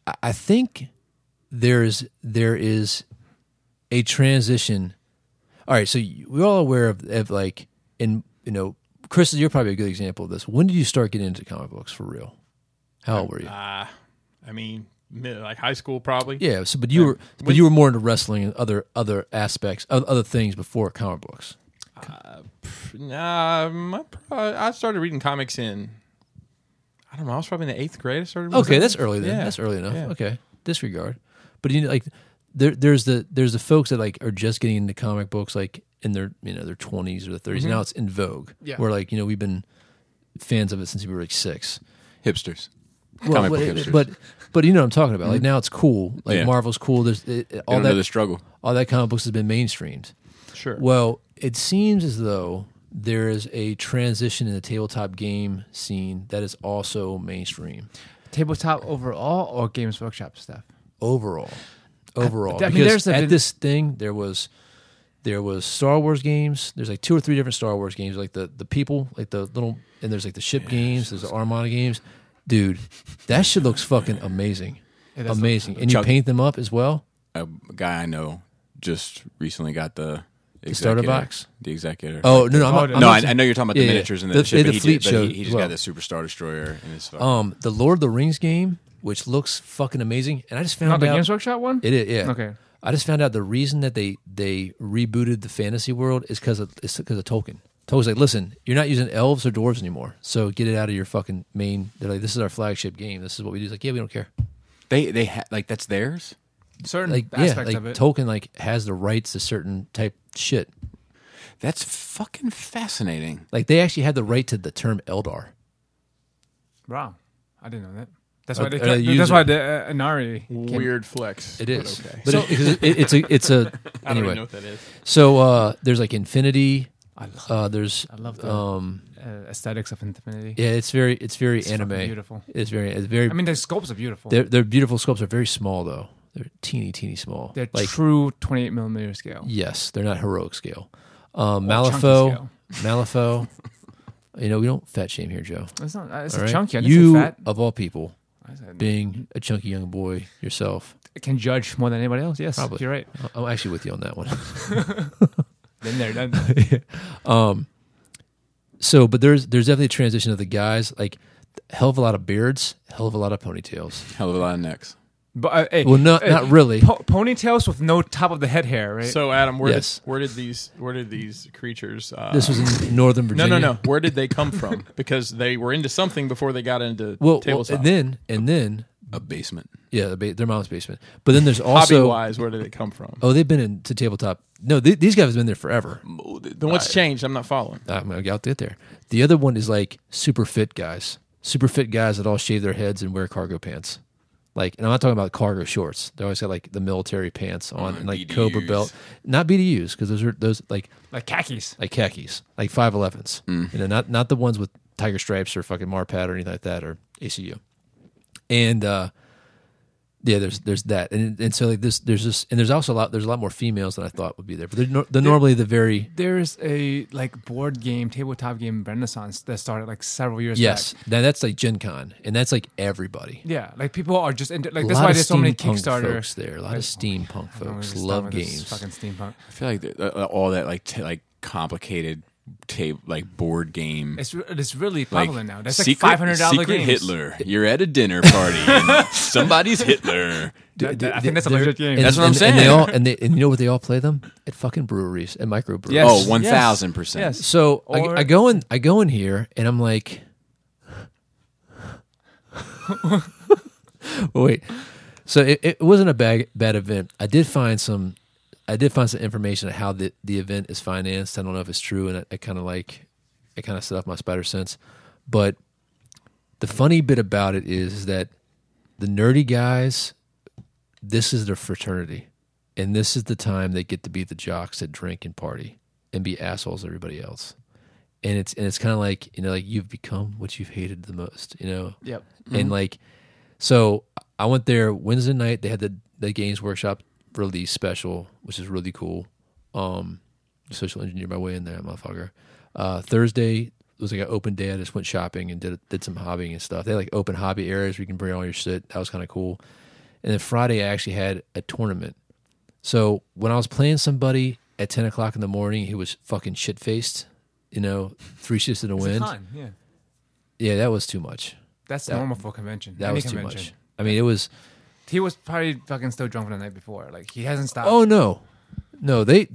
I, I think there's there is a transition. All right, so you- we're all aware of, of like in you know, Chris, you're probably a good example of this. When did you start getting into comic books for real? How old were you?
Ah, I mean, mid- like high school probably.
yeah, so but you were but you were more into wrestling and other other aspects, oth- other things before comic books.
Um, I, pro- I started reading comics in. I don't know. I was probably in the eighth grade. I started. reading
Okay, that's
comics.
early then.
Yeah,
That's early enough.
yeah.
Okay, disregard. But you know, like there, there's the there's the folks that like are just getting into comic books like in their you know their twenties or their
Mm-hmm.
30s Now it's in vogue.
Yeah.
where like you know we've been fans of it since we were like six.
Hipsters.
Well,
Comic
but,
book hipsters.
but but you know what I'm talking
Mm-hmm.
about. Like now it's cool. Like
Yeah.
Marvel's cool. There's it, it-
All
all that
the struggle.
all that comic books has been mainstreamed.
Sure.
Well, it seems as though there is a transition in the tabletop game scene that is also mainstream
Tabletop overall or Games Workshop stuff.
overall overall
I mean,
because
there's a
at
vin-
this thing there was there was Star Wars games there's like two or three different Star Wars games like the the people like the little and there's like the ship games there's the Armada games dude that shit looks fucking amazing
that's-
Amazing. And you
Chuck-
paint them up as well?
A guy I know just recently got the,
starter
executor-
box?
The executor.
Oh, no, no. I'm
Oh,
not,
no.
I'm
no,
not-
I, I know you're talking about the
Yeah, yeah.
miniatures and
The-
the, ship,
the
but he,
fleet
did, but
show
he, he
as
just
well.
got the superstar destroyer in his. fucking-
Um, the Lord of the Rings game, which looks fucking amazing, and I just found
Not the
out
Games Workshop one?
it is yeah.
Okay.
I just found out the reason that they they rebooted the fantasy world is because of it's because of Tolkien. Tolkien's like, listen, you're not using elves or dwarves anymore, so get it out of your fucking main. They're like, this is our flagship game. This is what we do. He's like, yeah, we don't care.
they they ha- like that's theirs.
Certain
Like, yeah,
aspects
like
of it.
Tolkien like has the rights to certain type shit.
That's fucking fascinating.
Like they actually had the right to the term Eldar.
wow. I didn't know that. That's
Uh,
why they
uh,
kept,
user.
that's why the uh, Anari.
Weird flex.
It is,
But okay.
but, it- because it- it's a it's a
I don't even know
anyway.
what that is.
So uh, there's like Infinity.
I love,
Uh, there's
I love the
um
uh, aesthetics of Infinity.
Yeah, it's very it's very anime.
fucking beautiful.
It's very it's very.
I mean, the sculpts are beautiful.
their their beautiful sculpts are very small though. They're teeny teeny small.
They're
like
true 28 millimeter scale.
yes, they're not heroic scale. Um,
Or chunky
Malifaux,
scale.
Malifaux. you know we don't fat shame here, Joe.
It's not. uh, It's
all
a
right?
chunky. I didn't
you
say fat.
of all people,
I said-
being a chunky young boy yourself,
can judge more than anybody else. Yes,
Probably.
you're right.
I- I'm actually with you on that one.
Then they're done.
Um, So, but there's there's definitely a transition of the guys like. Hell of a lot of beards, hell of a lot of ponytails.
Hell of a lot of necks.
But uh, hey,
Well, not-
hey,
not really.
po- ponytails with no top of the head hair, right?
So Adam, where
Yes.
did, where did these where did these creatures? Uh,
This was in Northern
no,
Virginia.
no, no. Where did they come from? Because they were into something before they got into
Well, well
tabletop.
and then and then
A basement.
Yeah, the ba- their mom's basement. But then there's
Hobby
also
wise, where did it come from?
oh, they've been into tabletop. No, th- these guys have been there forever.
Then what's changed? I'm not following.
I'm gonna out there. there. The other one is like super fit guys, super fit guys that all shave their heads and wear cargo pants. Like, and I'm not talking about cargo shorts. They always got like the military pants
Oh,
on, and like Cobra
BDUs.
belt, not BDUs because those are those like
like khakis.
like khakis, like five elevens.
Mm.
You know, not not the ones with tiger stripes or fucking Marpat or anything like that or ACU. And uh yeah, there's there's that, and and so like this, there's this, and there's also a lot, there's a lot more females than I thought would be there, but they're, nor- they're normally the very
There's a like board game, tabletop game renaissance that started like several years
yes.
back.
Now that's like Gen Con, and that's like everybody.
Yeah, like people are just into like
A
that's
lot
why
of
there's so many
steampunk
Kickstarter.
folks there. A lot
Like,
of steampunk
I don't know,
folks
we're just
love
talking about this
games.
Fucking steampunk.
I feel like the, uh, all that like t- like complicated tape like board game.
It's re- it's really
like
popular now. That's
secret,
like five hundred dollar
secret
games.
Hitler. You're at a dinner party. and somebody's Hitler.
That- that- I
They're-
think that's a legit game.
and-
That's what I'm
and- And they
saying.
all and they and you know what they all play them at fucking breweries and microbreweries.
Yes.
oh, one thousand percent.
yes.
So
Or-
I, I go in, I go in here, and I'm like, wait. So it, it wasn't a bad bad event. I did find some, I did find some information on how the the event is financed. I don't know if it's true, and I, I kind of like, I kind of set off my spider sense. But the funny bit about it is that the nerdy guys, this is their fraternity, and this is the time they get to be the jocks that drink and party and be assholes to everybody else. And it's and it's kind of like you know like you've become what you've hated the most, you know.
Yep.
And like, so I went there Wednesday night. They had the the Games Workshop release special, which is really cool. Um, social engineer my way in there, motherfucker. Uh, Thursday was like an open day. I just went shopping and did did some hobbying and stuff. They had like open hobby areas where you can bring all your shit. That was kind of cool. And then Friday, I actually had a tournament. So when I was playing somebody at ten o'clock in the morning who was fucking shit faced, you know, three shifts in a
It's a
wind.
con, Yeah,
Yeah, that was too much.
that's normal for a convention.
That
any
was too
convention.
much. I mean, it was.
He was probably fucking still drunk from the night before. Like he hasn't stopped.
Oh no, no they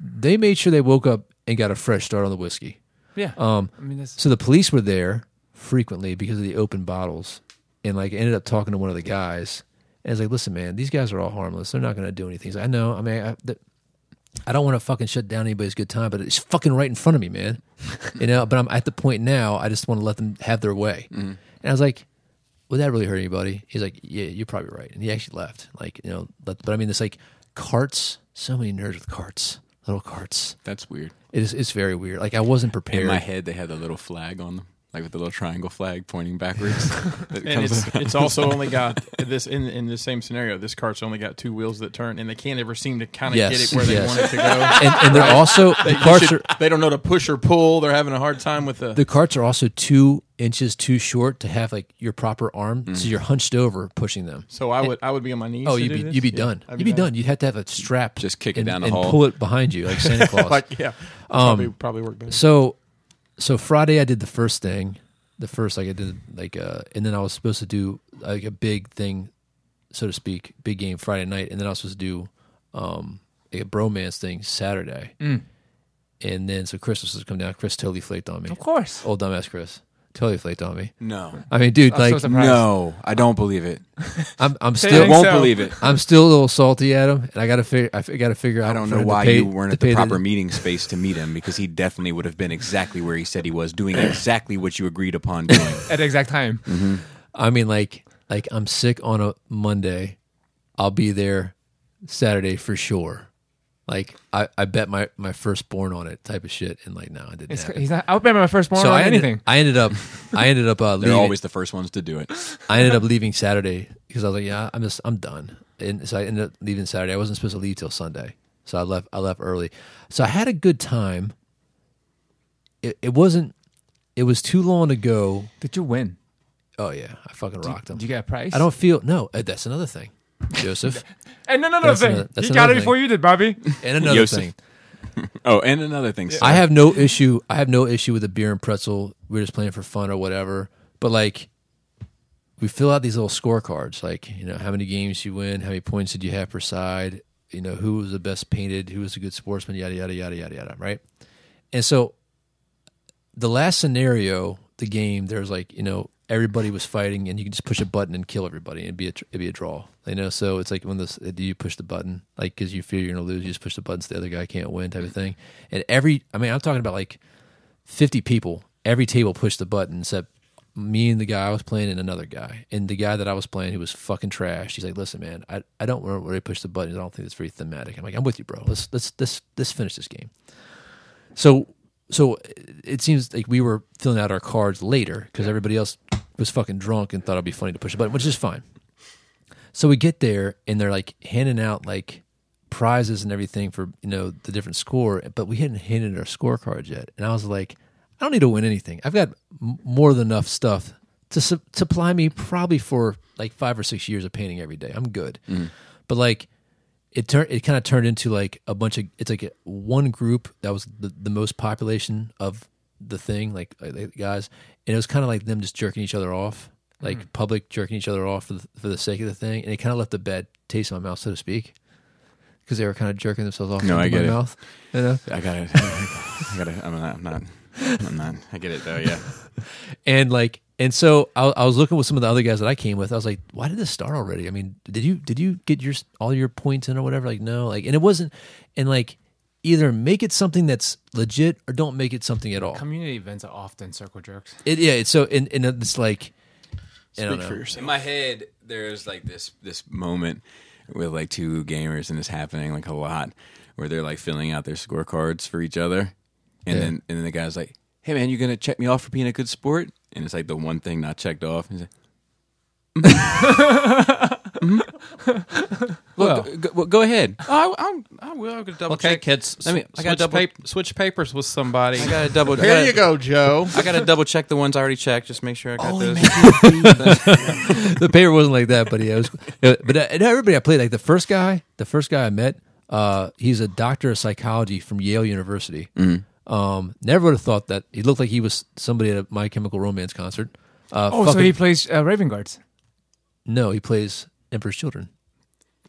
they made sure they woke up and got a fresh start on the whiskey.
yeah. Um, I mean, that's
So the police were there frequently because of the open bottles, and like ended up talking to one of the guys, and it's like, listen, man, these guys are all harmless. They're not going to do anything. He's like, I know. I mean, I, th- I don't want to fucking shut down anybody's good time, but it's fucking right in front of me, man. you know. But I'm at the point now. I just want to let them have their way. And I was like, would that really hurt anybody? He's like, yeah, you're probably right. And he actually left. Like, you know, but, but I mean, it's like carts. So many nerds with carts, little carts.
That's weird.
It is, it's very weird. Like I wasn't prepared.
In my head, they had the little flag on them. like with the little triangle flag pointing backwards. that
And
comes
it's
up.
it's also only got this in in the same scenario. This cart's only got two wheels that turn, and they can't ever seem to kind of get
Yes,
it where they
yes.
want it to go.
And, and they're also the
You
carts
should-
are
they don't know to push or pull. They're having a hard time with the.
the carts are also two inches too short to have like your proper arm, so
Mm.
you're hunched over pushing them.
so I would I would be on my knees.
Oh,
to
you'd
do
be
this?
you'd be
Yeah,
done.
I'd
you'd be done. You'd have to have a strap.
Just kick it
and,
down the
and
hall.
pull it behind you like Santa Claus.
Like yeah, probably probably work better.
Um, So, so Friday I did the first thing, the first like I did like uh, and then I was supposed to do like a big thing, so to speak, big game Friday night, and then I was supposed to do um like a bromance thing Saturday,
Mm.
and then so Chris was supposed to come down. Chris totally flaked on me.
Of course.
old dumbass Chris totally flaked on me.
no,
I mean, dude,
I'm Oh, so
like
surprised.
no, I don't believe it.
I'm I'm
Say
I
still
Think
won't
so.
believe it.
I'm still a little salty at him, and I gotta figure I gotta figure out.
I don't
for
know
him to
why
pay-
you weren't
to
at the
pay
proper meeting space to meet him because he definitely would have been exactly where he said he was, doing exactly what you agreed upon doing.
At the exact time.
I mean, like, like I'm sick on a Monday. I'll be there Saturday for sure. Like, I, I bet my my firstborn on it, type of shit. And like, no, I didn't.
It's,
happen.
he's not. I would remember my firstborn
so
or
I ended,
anything.
I ended up, I ended up uh,
They're
leaving.
always the first ones to do it.
I ended up leaving Saturday because I was like, yeah, I'm just, I'm done. And so I ended up leaving Saturday. I wasn't supposed to leave till Sunday, so I left. I left early. So I had a good time. It, it wasn't. It was too long to go.
Did you win?
Oh yeah, I fucking rocked them.
Did you get a prize?
I don't feel no. uh, That's another thing, Joseph,
And another
That's
thing,
another- that's
you got
another
it before
thing.
you did, Bobby.
and another
Joseph.
thing.
Oh, and another thing.
I have no issue. I have no issue with a beer and pretzel. We're just playing for fun or whatever. But like, we fill out these little scorecards. Like, you know, how many games you win, how many points did you have per side? You know, who was the best painted? Who was a good sportsman? Yada yada yada yada yada. Right. And so, the last scenario, the game, there's like you know everybody was fighting, and you can just push a button and kill everybody, and it'd be a, tr- it'd be a draw. You know, so it's like when this uh, do you push the button like because you fear you're gonna lose, you just push the buttons, the other guy can't win type of thing. And every, I mean, I'm talking about like 50 people, every table pushed the button except me and the guy I was playing and another guy. And the guy that I was playing, who was fucking trash, he's like, listen, man, I, I don't want to really push the buttons. I don't think it's very thematic. I'm like, I'm with you, bro. Let's, let's, let's, let's finish this game. So, so it seems like we were filling out our cards later because everybody else was fucking drunk and thought it'd be funny to push a button, which is fine. So we get there and they're like handing out like prizes and everything for you know the different score, but we hadn't handed our scorecards yet. And I was like, I don't need to win anything. I've got m- more than enough stuff to su- supply me probably for like five or six years of painting every day. I'm good. But like it turned it kind of turned into like a bunch of it's like a, one group that was the, the most population of the thing like uh, the guys and it was kind of like them just jerking each other off like public jerking each other off for the, for the sake of the thing and it kind of left a bad taste in my mouth so to speak because they were kind of jerking themselves off
No,
into
I get
my
it.
mouth you know
I got it. I got it. I'm not. I'm not. I'm not. I get it though. Yeah.
and like and so I, I was looking with some of the other guys that I came with. I was like, "Why did this start already? I mean, did you did you get your all your points in or whatever?" Like, no, like, and it wasn't, and like, either make it something that's legit or don't make it something at all.
Community events are often circle jerks.
It, yeah, it's so and, and it's like, I don't
Speak for
know.
yourself.
In my head, there's like this this moment with like two gamers, and it's happening like a lot, where they're like filling out their scorecards for each other,
Yeah.
and then and then the guy's like, "Hey man, you gonna check me off for being a good sport?" And it's like the one thing not checked off. And he's like, Mm-hmm. well, go, go, well, go ahead. Oh, I, I'm, I will. I'm gonna double
Okay,
check.
kids.
Let me-
sw-
I
switch,
gotta double-
pap- switch papers with somebody.
I gotta double. I
Here
gotta-
you go, Joe.
I gotta double check the ones I already checked. Just make sure I got those.
the paper wasn't like that, but yeah, it was. But uh, and everybody I played, like the first guy, the first guy I met, uh, he's a doctor of psychology from Yale University. Um, never would have thought that he looked like he was somebody at a My Chemical Romance concert. Uh,
Oh, so
fucking-
he plays uh, Raven Guards.
No, he plays Emperor's Children.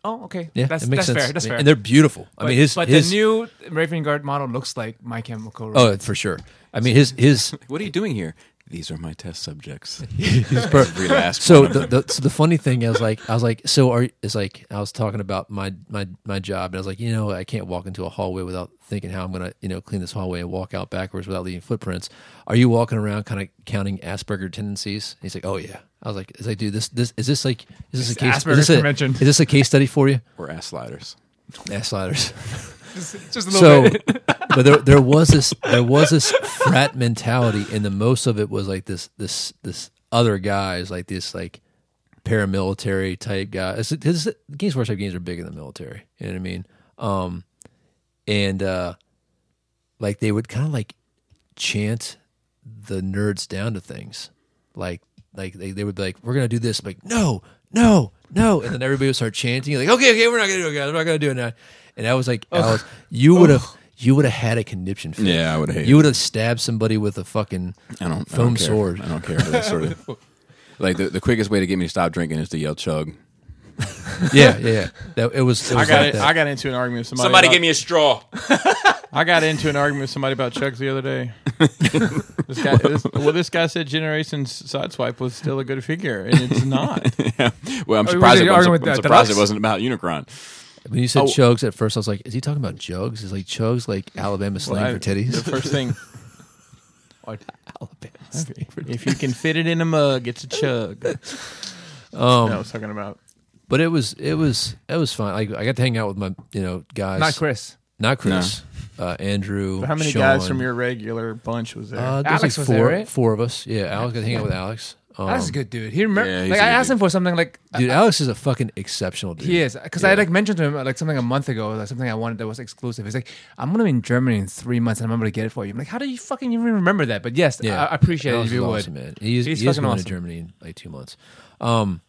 Oh, okay.
Yeah,
that's
it makes
that's
sense.
fair. That's
I mean,
fair.
And they're beautiful. I mean, his
but
his
the new Raven Guard model looks like My Chemical Romance.
oh for sure. I mean, his his
What are you doing here? These are my test subjects.
his per-
Every last
so
one of
the,
them.
the so the funny thing is like I was like so are it's like I was talking about my my my job and I was like you know I can't walk into a hallway without thinking how I'm gonna you know clean this hallway and walk out backwards without leaving footprints. Are you walking around kind of counting Asperger tendencies? And he's like, oh yeah. I was like, is like dude this this is this like is this a case
Asperger's
is this a,
convention.
is this a case study for you?
or ass sliders.
Ass sliders.
just, just a little
So
bit.
but there, there was this there was this frat mentality, and the most of it was like this this this other guys like this like paramilitary type guy. It's, it's, games workshop games are big in the military. You know what I mean? Um, and uh, like they would kind of like chant the nerds down to things, like like they, they would be like, "We're gonna do this," I'm like no, no, no, and then everybody would start chanting like, "Okay, okay, we're not gonna do it, guys. We're not gonna do it now." And I was like, Alice, you would have you would have had a condition. Fit.
Yeah, I would hate
You would have stabbed somebody with a fucking
I don't I
foam
don't care.
sword.
I don't care for that sort of. Like the, the quickest way to get me to stop drinking is to yell chug.
Yeah, yeah, yeah. That, it was. It
I
was
got
like
it.
that.
I got into an argument with somebody.
Somebody
about-
give me a straw.
I got into an argument with somebody about chugs the other day. this guy, this, well, this guy said Generations Sideswipe was still a good figure, and it's not.
Well, I'm
Oh, you
surprised.
were
It, I'm,
arguing
su-
with
I'm
that
surprised it
Deluxe?
wasn't about Unicron.
When you
Oh.
said chugs at first, I was like, "Is he talking about jugs?" Is like chugs like Alabama slang
I-
for
The
titties?
first thing,
Alabama.
if you can fit it in a mug, it's a chug.
Um,
I was talking about.
but it was it was it was fun. Like I got to hang out with my you know guys.
Not Chris.
Not Chris. Uh, Andrew.
How many
Sean.
guys from your regular bunch was there?
Uh, there's
Alex
like
was
four,
there, right?
four of us. Yeah, Alex got to hang out with Alex. Um,
That's a good dude. He remember.
Yeah, he's
like
a
I
good
asked him for something like
Dude, Alex is a fucking exceptional dude.
He is because I
Yeah.
like mentioned to him uh, like something a month ago, like something I wanted that was exclusive. He's like, "I'm gonna be in Germany in three months, and I'm gonna get it for you." I'm like, "How do you fucking even remember that?" But yes, I, I appreciate it
Alex is
if you
awesome,
would.
man. He's,
He's
he is
fucking
going to
awesome.
Germany in like two months. Um,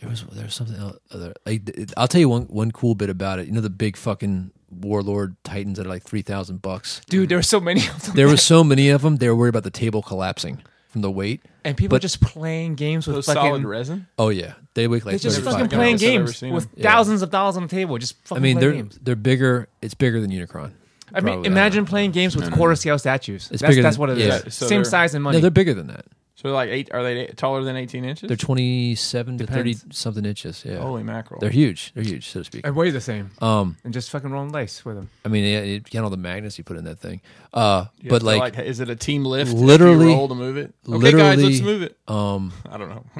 there was there was something el- other. Like, th- I'll tell you one one cool bit about it. You know the big fucking warlord titans that are like three thousand bucks.
Dude, there were so many of them,
There were so many of them. They were worried about the table collapsing from the weight.
and people
but-
just playing games with
Those solid
fucking.
resin.
Oh yeah, they weigh like
they're just
35
fucking
pounds.
playing
I've ever
games
seen
with
them.
thousands of dollars on the table. Just
I
fucking
mean,
play
they're
games.
they're bigger. It's bigger than Unicron.
I mean,
Probably,
imagine
don't know.
playing games with quarter scale statues.
It's
That's,
bigger
that's
than-
what it is.
yeah.
So
Same
they're-
size and money.
No, they're bigger than that.
So they're like eight. Are they eight, taller than eighteen inches?
They're twenty-seven to thirty
Depends.
something inches. Yeah,
Holy mackerel!
they're huge. They're huge, so to speak.
and weigh the same,
Um,
and just fucking rolling dice with them.
I mean, it, it, count all the magnets you put in that thing. Uh,
You have
but
to,
like,
is it a team lift? if you
literally-
roll to move it. Okay, guys,
literally-
let's move it.
um,
I don't know.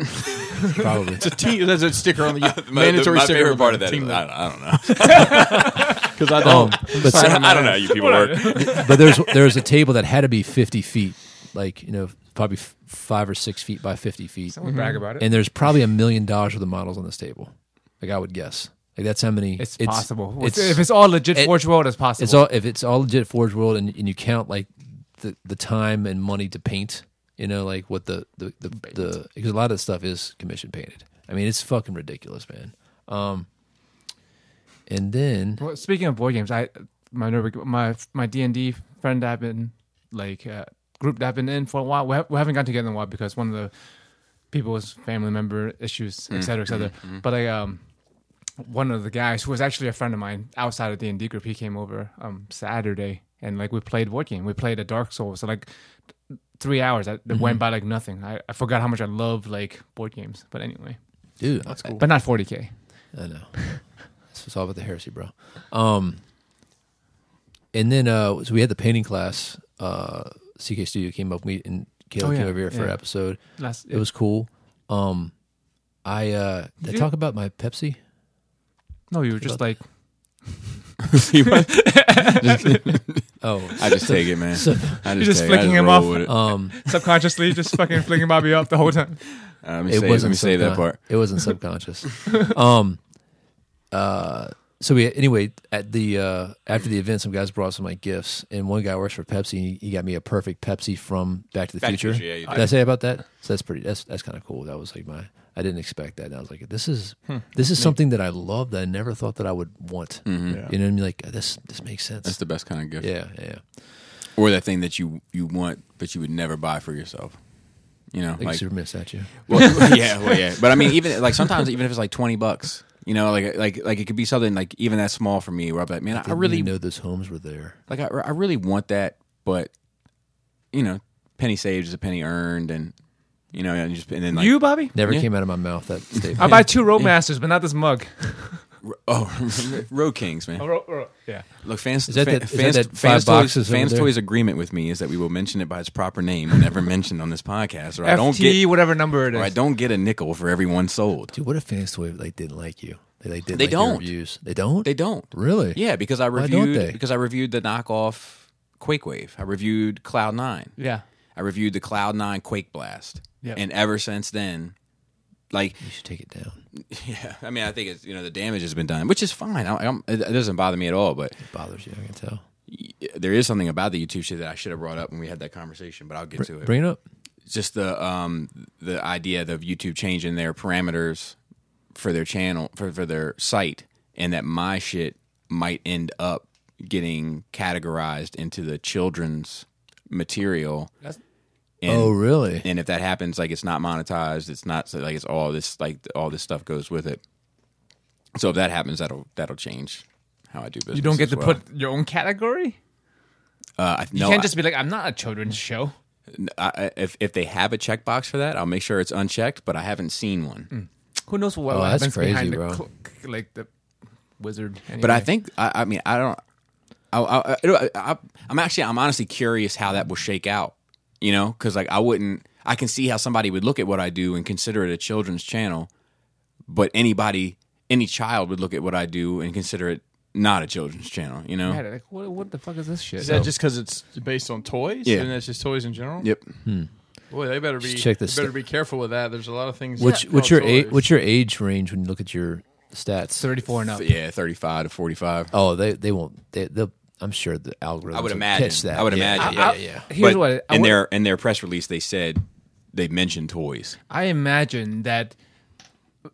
probably
It's a team. There's a sticker on the
My,
mandatory
my
sticker
favorite
on
part
the
of that
team
is,
lift.
I, I don't know.
because I
Um,
don't.
but
I,
some-
don't- I don't know how you people work.
but there's there's a table that had to be fifty feet, like you know, probably f- five or six feet by fifty feet,
Someone brag about it.
Mhm. and there's probably a million dollars worth of models on this table. Like I would guess, like that's how many.
It's, possible.
It's,
if it's all legit
it-
Forge World, it's possible.
it's all if it's all legit Forge World, and, and you count like the the time and money to paint. You know, like what the the the, the because a lot of this stuff is commission painted. I mean, it's fucking ridiculous, man. Um, and then
Well, speaking of board games, I my neighbor- my my D and D friend that I've been like uh, group that I've been in for a while. We, ha- we haven't gotten together in a while because one of the people's family member issues, et cetera, et cetera. But like um, one of the guys who was actually a friend of mine outside of D and D group, he came over um Saturday and like we played board game. We played a Dark Souls. So like three hours that, that went by like nothing. I, I forgot how much I love like board games. But anyway,
dude, that's cool.
but not 40k.
I know. It's it's all about the heresy, bro. Um, and then uh, so we had the painting class. Uh, CK Studio came up. We and Caleb
Oh,
came
yeah,
over here for an
yeah.
episode.
Last
It was cool. Um, I uh, did I talk about my Pepsi.
no, you were just like
Oh,
I just take it, man.
so,
I
just
take it. I
flicking him
roll
off.
with it.
um,
subconsciously just fucking flinging Bobby up the whole time.
Uh, let me
it
save, let
wasn't
me save that
subcon-
part.
It wasn't subconscious. um, uh, so we anyway at the uh, after the event, some guys brought some like gifts, and one guy works for Pepsi. He got me a perfect Pepsi from Back to the
Back to the
Future.
Future, yeah, you did.
did I say about that? So that's pretty. That's that's kind of cool. That was like my. I didn't expect that. And I was like, this is
Hmm.
this is something that I love that I never thought that I would want. You know what I mean? Like this this makes
Mm-hmm. That's
sense.
the best kind of gift,
yeah, yeah, yeah.
or that thing that you you want but you would never buy for yourself. You know,
Like, a
like
Superman statue.
Well, yeah, well, yeah. But I mean, even like sometimes, even if it's like twenty bucks, you know, like like like it could be something like even that small for me, where I'm like, man, I,
Didn't
really
even know those homes were there.
like I, I really want that, but you know, penny saved is a penny earned, and you know, and just and then like
you, Bobby?
Never
Yeah.
came out of my mouth that statement.
I buy two Roadmasters, but not this mug.
oh, Road Kings, man.
yeah.
Look, fans,
Is that
fan-
that- is
fans,
that that
fans,
five
toys,
boxes over
fans
there?
toys agreement with me is that we will mention it by its proper name, and never mentioned on this podcast, or I don't
FT,
get,
whatever number it
or I
is.
don't get a nickel for every one sold.
Dude, what if fans toy like didn't like you? They like, didn't
They
like your
don't.
reviews. They don't.
They don't
Really?
Yeah, because I
Why don't
reviewed
they?
because I reviewed the knockoff Quake Wave. I reviewed Cloud Nine.
Yeah.
I reviewed the Cloud Nine Quake Blast.
Yep.
And ever since then, like
You should take it down. It
yeah, I mean, I think it's you know the damage has been done, which is fine. I, I'm, it it doesn't bother me at all. But
bothers you. I can tell.
there is something about the YouTube shit that I should have brought up when we had that conversation. But I'll get to it.
Bring it up.
just the um the idea of YouTube changing their parameters for their channel for, for their site and that my shit might end up getting categorized into the children's material. and,
oh, really?
And if that happens, like it's not monetized, it's not so like it's all this like all this stuff goes with it. So if that happens, that'll that'll change how I do business.
You don't get
as
to
well.
put your own category.
Uh, I,
You
no,
can't
I-
just be like, I'm not a children's show.
I, I- if if they have a checkbox for that, I'll make sure it's unchecked. But I haven't seen one.
Who knows what
Oh, that's
happens behind
crazy, bro.
the cl- like the wizard.
But I
anyway.
think I, I mean I don't. I, I, I, I, I'm actually I'm honestly curious how that will shake out. You know, because like I wouldn't. I can see how somebody would look at what I do and consider it a children's channel, but anybody, any child would look at what I do and consider it not a children's channel. You know.
Yeah, like what, what the fuck is this shit?
Is that just because it's based on toys?
Yeah.
and that's just toys in general.
Yep.
Boy, they better be.
Just check this
they better
stu-
be careful with that. There's a lot of things.
What's
called
what's your age?
toys.
What's your age range when you look at your stats?
thirty-four and up?
Yeah, 35 to 45.
Oh, they they won't. They, they'll, I'm sure the algorithm.
I would
will
imagine.
Catch that.
I would
Yeah,
imagine.
Yeah,
I-
yeah, yeah.
Here's
But
what I,
in
would-
their in their press release they said they mentioned toys.
I imagine that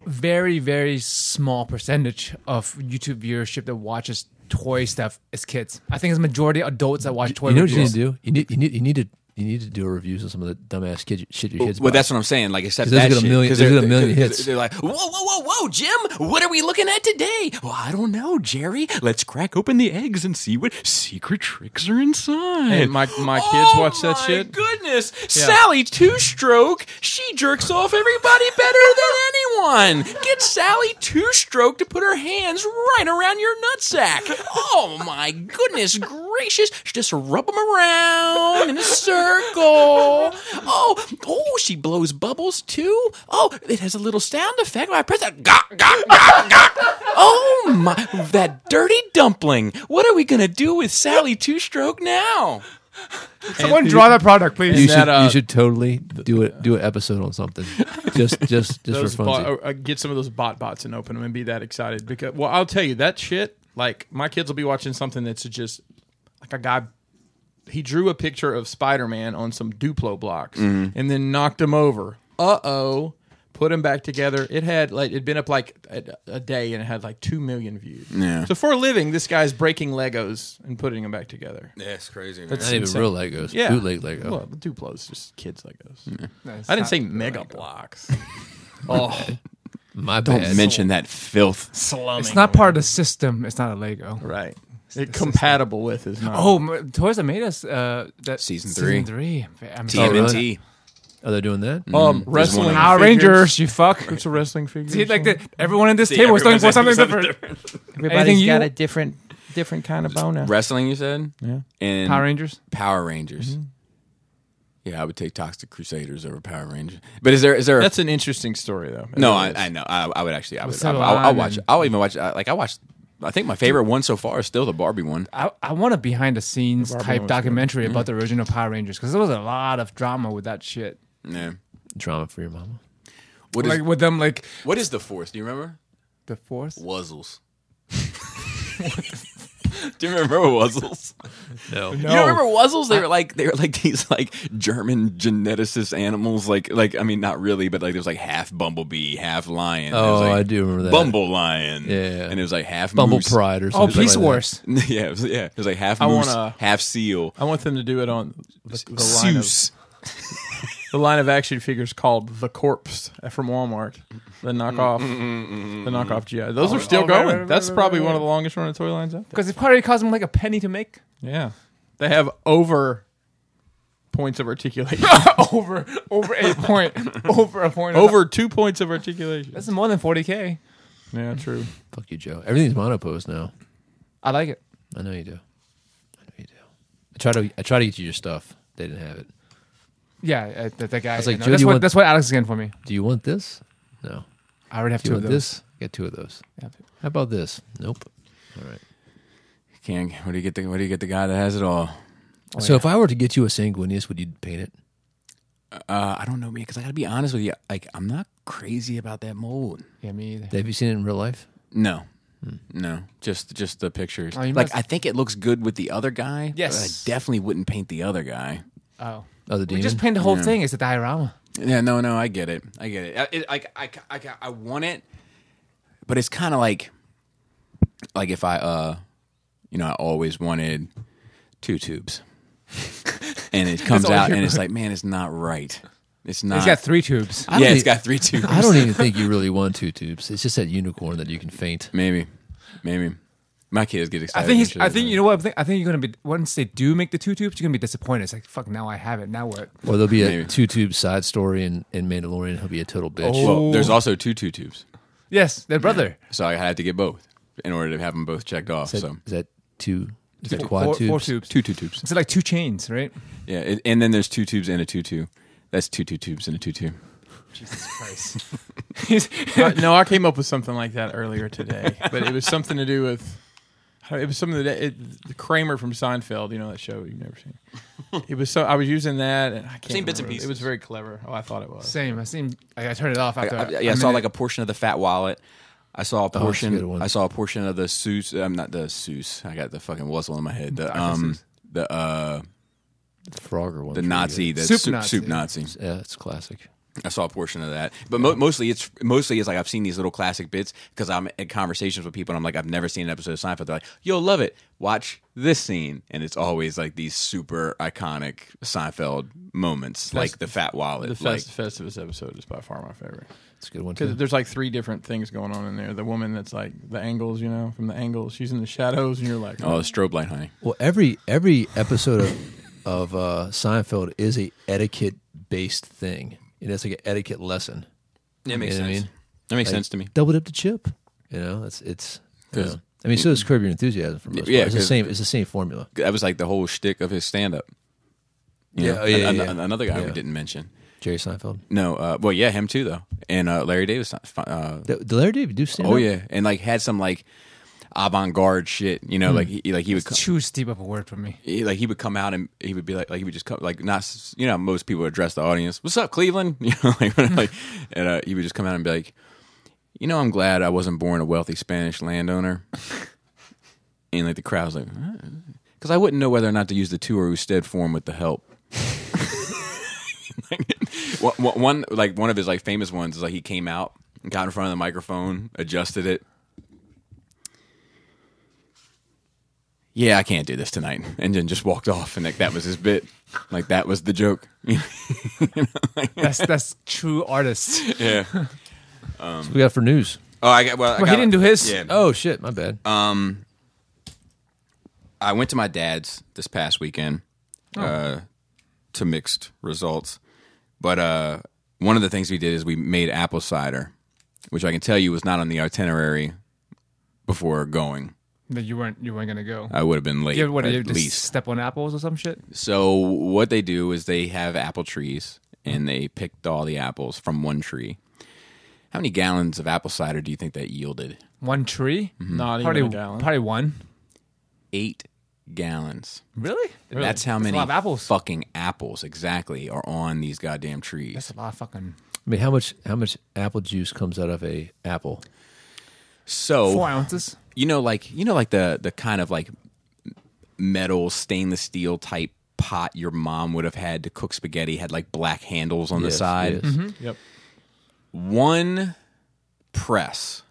very very small percentage of YouTube viewership that watches toy stuff is kids. I think it's majority adults that watch toy.
You know what you need
reviews.
to do? You need you need you need to you need to do a reviews on some of the dumbass kid shit your kids.
Well,
buy.
that's what I'm saying. Like, except
'Cause those
that
get a
shit,
million-
'cause
those
they're-
get a million
they're-
hits.
They're like, whoa, whoa, whoa, whoa, Jim, what are we looking at today? Well, I don't know, Jerry. Let's crack open the eggs and see what secret tricks are inside.
And my- my kids
Oh
watch that
my
shit?
Goodness, Sally Two Stroke. She jerks off everybody better than anyone. Get Sally Two Stroke to put her hands right around your nutsack. Oh my goodness gracious! Just rub them around in a circle. Oh, oh, she blows bubbles too. Oh, it has a little sound effect. When I press that, gawk, gawk, gawk, gawk. Oh my, that dirty dumpling. What are we gonna do with Sally Two Stroke now?
Someone draw that product, please.
you
that,
should you
uh,
should totally do it do an episode on something just just just
those
for
bot,
fun.
uh, uh, get some of those bot bots and open them and be that excited because well i'll tell you that shit like my kids will be watching something that's just like a guy he drew a picture of spider-man on some duplo blocks
Mm-hmm.
and then knocked him over uh-oh put him back together it had like it'd been up like a, a day and it had like 2 million views
Yeah.
so for a living this guy's breaking legos and putting them back together
That's crazy.
Not even real Legos.
yeah
Bootleg Lego.
well duplo's just kids legos
That's
i didn't
not
say
good
mega
Lego.
blocks oh
My
Don't
bad.
mention that filth.
slumming
It's not part of the system. It's not a Lego.
Right. It compatible with is not.
Oh, m- toys that made us uh, that
Season three.
Season three. I'm sorry.
really?
TMNT.
Are they Oh, doing that?
Mm.
um,
one
wrestling.
of
Power
figures.
Rangers, you fuck.
It's a wrestling figure.
See, like the, everyone in this table is looking for something different. Anything you-
different, different kind of boner.
Wrestling, you said? Yeah. And
Power Rangers.
Power Rangers. Yeah, I would take Toxic Crusaders over Power Rangers. But is there is there a
That's an interesting story, though.
No, I, I know. I, I would actually. I would.
so
I, I'll, I'll watch.
I-
it. I'll even watch. I, like I watched. I think my favorite one so far is still the Barbie one.
I, I want a behind the scenes
Barbie one's
type
good.
documentary
Mm-hmm.
about the original Power Rangers because there was a lot of drama with that shit.
Yeah.
Drama for your mama.
What is
Like with them, like
what is the fourth? Do you remember?
the fourth.
Wuzzles. Do you remember Wuzzles?
No.
You don't remember Wuzzles? They were like they were like these like German geneticist animals. Like like I mean not really, but like there was like half bumblebee, half lion. There was,
Oh,
like,
I do remember that.
Bumble lion.
Yeah.
and it was like half
Bumble
moose.
Pride or
Oh,
something.
Peace
like
Wars.
yeah, it was, yeah. It was like half
I
moose,
wanna-
half seal.
I want them to do it on the, the line of
Seuss.
the line of action figures called the Corpse from Walmart. The knockoff, the knockoff GI. Those are still
oh, right,
going.
right, right,
That's
right,
probably
right,
one
right.
of the longest running toy lines out there.
Because it probably cost them like a penny to make.
Yeah, they have over points of articulation.
over over a point. over a point.
over two points of articulation.
That's more than 40K.
Yeah, true.
That. Fuck you, Joe. Everything's monopose now.
I like it.
I know you do. I know you do. I try to I try to get you your stuff. They didn't have it.
Yeah, uh, that, that guy.
was like,
you
Joe,
know,
do
that's,
you
what,
want-
that's what Alex is getting for me.
Do you want this? No.
I already have
Do
two
you
of
want
those.
this? Get two of those.
Yeah.
How about this? Nope. All right.
Can where do you get the where do you get the guy that has it all?
Oh,
so if I were to get you a sanguineous, would you paint it?
Uh, I don't know, man. Because I gotta be honest with you, like I'm not crazy about that mold.
Yeah, me either.
Have you seen it in real life?
No, no, just just the pictures.
Oh, you
like
must-
I think it looks good with the other guy. but
Yes.
I definitely wouldn't paint the other guy.
Oh.
Oh, the
We
demon.
just paint the whole thing. It's a diorama.
Yeah, no, no, I get it. I get it. I, it, I, I, I, I want it, but it's kind of like, like if I, uh, you know, I always wanted two tubes, and it comes
all
out
you
and it's like, man, it's not right. It's not.
He's got three tubes.
yeah,
e
it's got three tubes.
I don't even think you really want two tubes. It's just that unicorn that you can faint.
Maybe, maybe my kids get
I
excited.
think
and
he's,
shit,
I think
man.
you know what I think. I think you're gonna be once they do make the two tubes, you're gonna be disappointed. It's like fuck. Now I have it. Now what?
Or there'll be a
Maybe.
two tube side story in, in Mandalorian. He'll be a total bitch.
Oh,
Well, there's also two two tubes,
Yes, their brother.
so I had to get both in order to have them both checked off.
is, that,
so
is that two? Is that
Four-
quad tubes?
Four tubes.
two two tubes.
It's like two chains, right?
Yeah, it, and then there's two tubes and a tutu. That's two two tubes and a tutu.
Uh, no, I came up with something like that earlier today, but it was something to do with. It was something that it, the Kramer from Seinfeld, you know that show you've never seen. It was so I was using that, and I can't
Seen bits and
remember.
pieces.
It was very clever. Oh, I thought it was.
Same. I seem. uh, I, I turned it off
I,
after.
I-
a
yeah, I saw
minute.
like a portion of the fat wallet. I saw a
good
portion.
one.
I saw a portion of the Seuss. I'm not the Seuss. I got the fucking wuzzle in my head. The um, the uh,
Frogger one.
the Nazi, the
Soup
soup, soup Nazi.
Nazi.
Yeah, it's classic.
I saw a portion of that, but mo- mostly it's mostly it's like I've seen these little classic bits because I'm in conversations with people and I'm like I've never seen an episode of Seinfeld. They're like, "You'll love it. Watch this scene," and it's always like these super iconic Seinfeld moments, like the fat wallet,
The
like
Fest, Festivus episode is by far my favorite
It's a good one
because
too.
there's like three different things going on in there. The woman that's like the angles, you know, from the angles, she's in the shadows, and you're like,
oh, strobe light, honey.
Well, every every episode of of uh, Seinfeld is a etiquette based thing. It is like an etiquette lesson.
That
makes You know
makes
what I sense.
sense.
mean?
That makes
Like,
sense to me.
Doubled up the chip. You know, it's it's. you know. I mean, so does Curb Your Enthusiasm for most
Yeah,
part. It's the
'cause-
same. It's the same formula.
That was like the whole shtick of his stand up.
Yeah, oh, yeah, yeah, yeah.
Another guy
Yeah.
we didn't mention.
Jerry Seinfeld.
No, uh, well, yeah, him too though, and uh, Larry Davis. Uh,
Did Larry David do stand
oh yeah, and like had some like avant garde shit. You know, like he like he would. co-
too steep of a word for me.
he, like he would come out and he would be like, like he would just come, like not, s- you know, how most people address the audience. What's up, Cleveland? You know, like, like and uh, he would just come out and be like, you know, I'm glad I wasn't born a wealthy Spanish landowner. and like the crowd's like, because I wouldn't know whether or not to use the two or usted form with the help. One- one, one- like one of his like famous ones is like he came out, got in front of the microphone, adjusted it, yeah, I can't do this tonight, and then just walked off, and like that was his bit, like that was the joke.
That's that's true artist.
yeah.
What we got for news?
Oh, I got. Well, I
Well, he
got-
didn't do his.
Yeah.
Oh shit, my bad.
Um, I went to my dad's this past weekend
Oh.
uh, to mixed results, but uh, one of the things we did is we made apple cider, which I can tell you was not on the itinerary before going.
That you weren't you weren't gonna go.
I would have been late
you what?
Uh, at
You just
least.
step on apples or some shit.
So what they do is they have apple trees and they picked all the apples from one tree. How many gallons of apple cider do you think that yielded?
One tree.
Mm-hmm.
not
Probably
even a gallon.
probably one.
Eight gallons.
Really?
That's how many
a lot of apples.
fucking apples exactly are on these goddamn trees.
That's a lot of fucking.
I mean, how much how much apple juice comes out of a apple?
so
Four ounces.
you know like you know like the the kind of like metal stainless steel type pot your mom would have had to cook spaghetti had like black handles on the
Yes,
side.
yes.
Mm-hmm.
Yep.
one press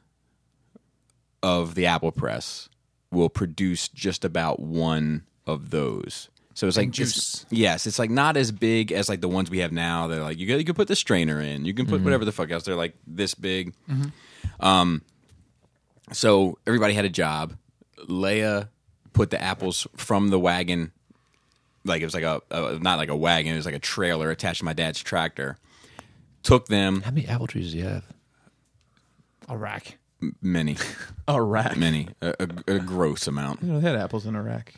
of the apple press will produce just about one of those. So it's like it's-
juice.
yes, it's like not as big as like the ones we have now. They're like you got you can put the strainer in, you can put whatever the fuck else. They're like this big. Um, so everybody had a job. Leia put the apples from the wagon, like it was like a, a not like a wagon, it was like a trailer attached to my dad's tractor. Took them
How many apple trees do you have?
A rack.
Many,
A rack.
many, a, a, a gross amount.
You know, they had apples in Iraq.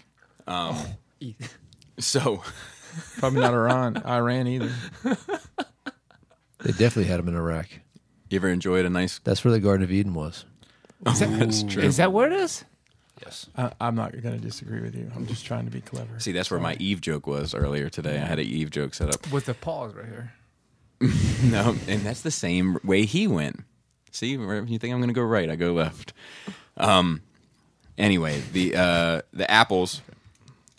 So,
Probably not Iran, Iran either.
They definitely had them in Iraq.
You ever enjoyed a nice?
That's where the Garden of Eden was.
Is that,
That's true.
is that where it is?
Yes.
I, I'm not going to disagree with you. I'm just trying to be clever.
See, that's where my Eve joke was earlier today. I had an Eve joke set up.
With the paws right here.
No, and that's the same way he went. See, where you think I'm going to go right, I go left. Um. Anyway, the uh, the apples.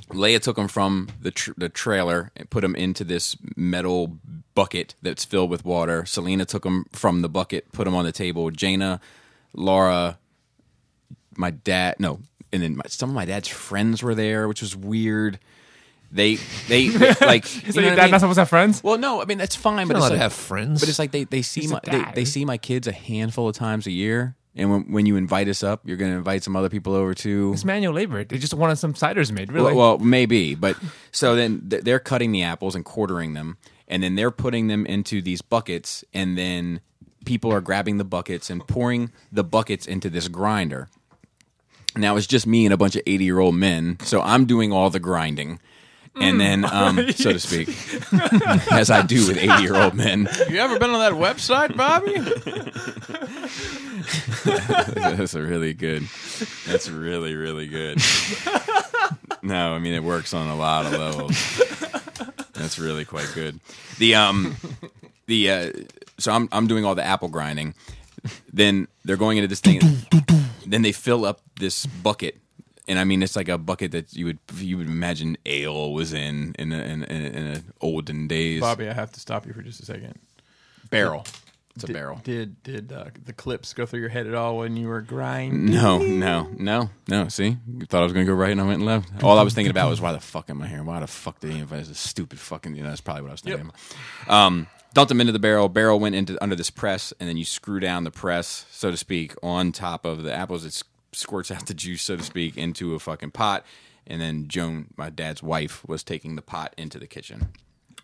Leia took them from the tr- the trailer and put them into this metal bucket that's filled with water. Selena took them from the bucket, put them on the table. Jaina, Laura, my dad, no, and then my, some of my dad's friends were there, which was weird. They they like you
So
know
your
what I
dad
mean?
not supposed to have friends?
Well, no, I mean that's fine,
You're not
but it's
allowed
like,
to have friends.
But it's like they, they see
He's
my
a
they,
guy.
they see my kids a handful of times a year, and when when you invite us up, you're going to invite some other people over too.
It's manual labor. They just wanted some ciders made, really.
Well, well, maybe, but so then th- they're cutting the apples and quartering them, and then they're putting them into these buckets, and then people are grabbing the buckets and pouring the buckets into this grinder. Now it's just me and a bunch of eighty year old men, so I'm doing all the grinding.
Mm.
And then, um, so to speak, as I do with eighty-year-old men,
You ever been on that website, Bobby?
that's a really good. That's really really good. no, I mean it works on a lot of levels. That's really quite good. The um the uh so I'm I'm doing all the apple grinding. Then they're going into this thing. then they fill up this bucket. And I mean, it's like a bucket that you would you would imagine ale was in in a, in, a, in a olden days.
Bobby, I have to stop you for just a second.
barrel, it's a
Did-
barrel.
Did did uh, the clips go through your head at all when you were grinding?
No, no, no, no. See, you thought I was gonna go right and I went left. All I was thinking about was why the fuck am I here? Why the fuck did he invite this stupid fucking? You know, that's probably what I was thinking. About. Um, dumped him into the barrel. Barrel went into under this press, and then you screw down the press, so to speak, on top of the apples. It s- squirts out the juice, so to speak, into a fucking pot. And then Joan, my dad's wife, was taking the pot into the kitchen.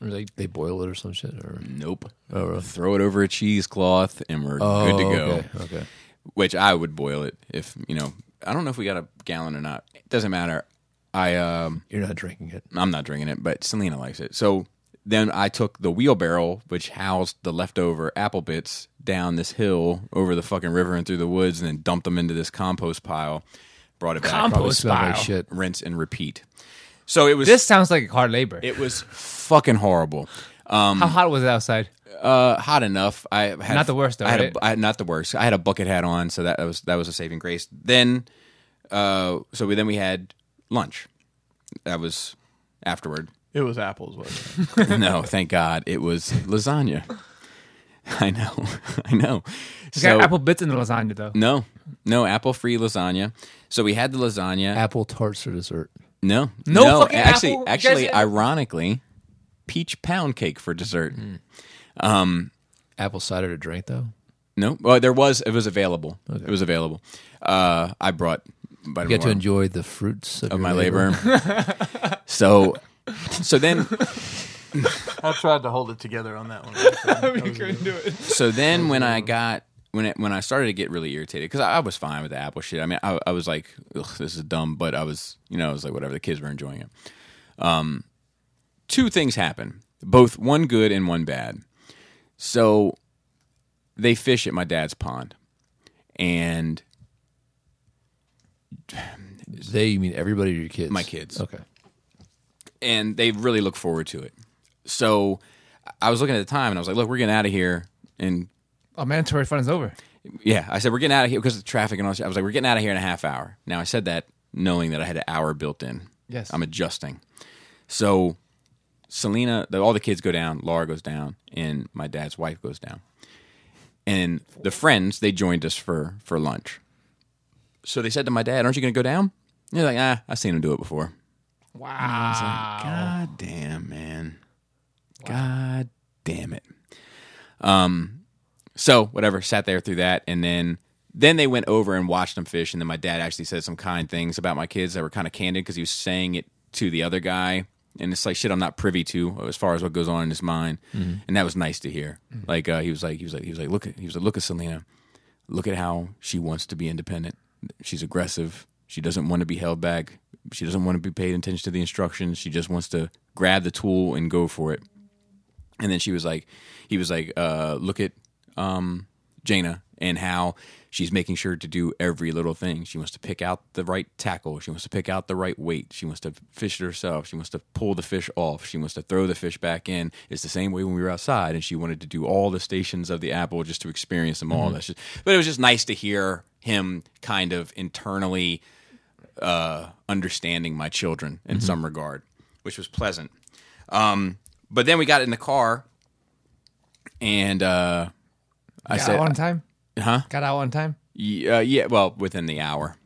Or they, they boil it or some shit. Or
Nope.
Oh, really?
Throw it over a cheesecloth, and we're good to
Oh,
go
Okay. okay.
which I would boil it if you know. I don't know if we got a gallon or not. It doesn't matter. I um,
You're not drinking it.
I'm not drinking it, but Selena likes it. So then I took the wheelbarrow, which housed the leftover apple bits, down this hill over the fucking river and through the woods, and then dumped them into this compost pile. Brought it back,
Probably
Compost
smelled like
pile.
shit.
rinse and repeat. So it was
This sounds like hard labor.
It was fucking horrible. Um,
How hot was it outside?
Uh, hot enough. I had
Not the worst, though,
I had a-
right?
I had- not the worst. I had a bucket hat on, so that was that was a saving grace. Then, uh, so we then we had lunch. That was afterward.
It was apples, wasn't it?
no, thank God, it was lasagna. I know, I know.
It's
So-
got apple bits in the lasagna, though.
No, no apple free lasagna. So we had the lasagna.
Apple tarts are dessert.
no,
No fucking
actually,
apple. You guys-
actually, ironically, peach pound cake for dessert.
Apple cider to drink though.
No, well, there was. It was available. It was available. Uh, I brought.
You get to enjoy the fruits of, your
of my labor. so, so then,
I tried to hold it together on that one.
so then, when I got when it, when I started to get really irritated because I, I was fine with the apple shit. I mean, I, I was like, Ugh, this is dumb, but I was you know I was like whatever. The kids were enjoying it. Um, two things happen, both one good and one bad. So, they fish at my dad's pond, and
They, you mean everybody or your kids?
My kids.
Okay.
and they really look forward to it. So, I was looking at the time and I was like, look, we're getting out of here and
Oh, mandatory fun is over.
Yeah, I said we're getting out of here because of the traffic and all. That. shit. I was like, we're getting out of here in a half hour. Now I said that knowing that I had an hour built in.
Yes.
I'm adjusting. So, Selena, the, all the kids go down. Laura goes down, and my dad's wife goes down. And the friends they joined us for for lunch. So they said to my dad, "Aren't you going to go down?" And he's like, "Ah, I've seen him do it before."
Wow.
God damn, man. God damn it. Um so whatever, sat there through that and then then they went over and watched them fish and then my dad actually said some kind things about my kids that were kind of candid cuz he was saying it to the other guy and it's like shit I'm not privy to as far as what goes on in his mind. And that was nice to hear. Like uh, he was like he was like he was like look at he was like look at Selena look at how she wants to be independent. She's aggressive. She doesn't want to be held back. She doesn't want to be paid attention to the instructions. She just wants to grab the tool and go for it. And then she was like, he was like, uh, look at um, Jaina and how she's making sure to do every little thing. She wants to pick out the right tackle. She wants to pick out the right weight. She wants to fish it herself. She wants to pull the fish off. She wants to throw the fish back in. It's the same way when we were outside, and she wanted to do all the stations of the apple just to experience them all. That's just, but it was just nice to hear him kind of internally uh, understanding my children in some regard, which was pleasant. Um, but then we got in the car, and uh, I
Got
said,
out on time.
"Huh?
Got out on time.
Yeah, uh, yeah, well, within the hour."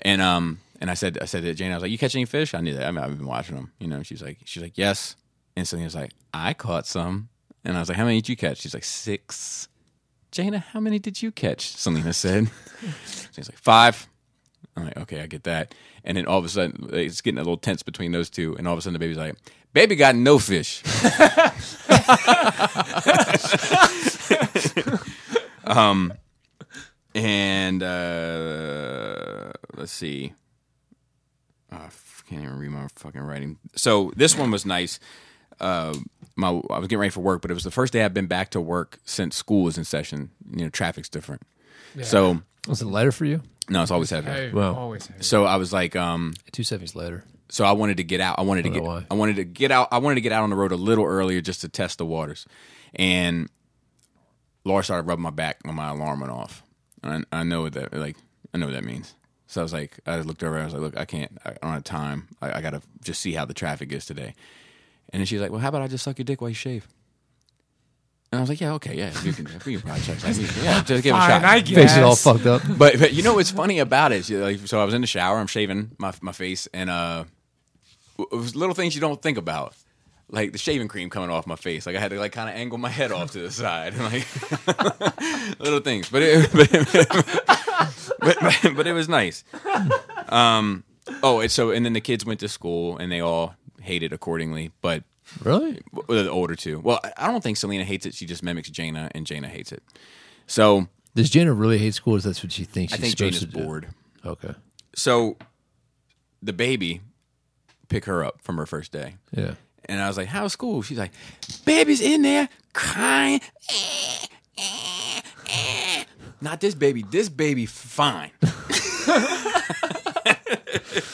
And um, and I said, I said to Jane, I was like, "You catch any fish?" I knew that. I mean, I've been watching them, you know. And she's like, she's like, "Yes." Instantly, I was like, "I caught some," and I was like, "How many did you catch?" She's like, six. Jana, how many did you catch? Selena said. She's like, five. I'm like, okay, I get that. And then all of a sudden, it's getting a little tense between those two. And all of a sudden, the baby's like, baby got no fish. um, and uh, let's see. Oh, I f- can't even read my fucking writing. So this one was nice. Uh, my I was getting ready for work, but it was the first day I've been back to work since school was in session. You know, traffic's different. So
Was it lighter for you?
no, it's always heavy.
Hey,
Well.
always. Have
So I was like, um,
Two seventies later.
so I wanted to get out. I wanted to
Don't
get.
know why.
I wanted to get out. I wanted to get out on the road a little earlier just to test the waters. And Laura started rubbing my back when my alarm went off. And I, I know what that like. I know what that means. So I was like, I looked over. and I was like, look, I can't. I, I don't have time. I, I gotta just see how the traffic is today. And then she's like, well, how about I just suck your dick while you shave? And I was like, yeah, okay, yeah, you can, we can probably check that. Yeah, just give it a
Fine,
shot.
I guess.
Face is all fucked up.
But, but you know what's funny about it? is, you know, Like, so I was in the shower, I'm shaving my my face, and uh, it was little things you don't think about, like the shaving cream coming off my face. Like I had to like kind of angle my head off to the side, and like little things. But it, but, it, but, but, but it was nice. Um, oh, and so and then the kids went to school, and they all hated accordingly. But
Really?
well, the older two, well, I- I don't think Selena hates it. She just mimics Jaina, and Jaina hates it. So
Does Jenna really hate school? Is that what she thinks?
I
She's
think
supposed
Jaina's
to do?
bored.
Okay.
so the baby pick her up from her first day
Yeah.
and i was like how's school she's like baby's in there crying eh, eh, eh." not this baby this baby fine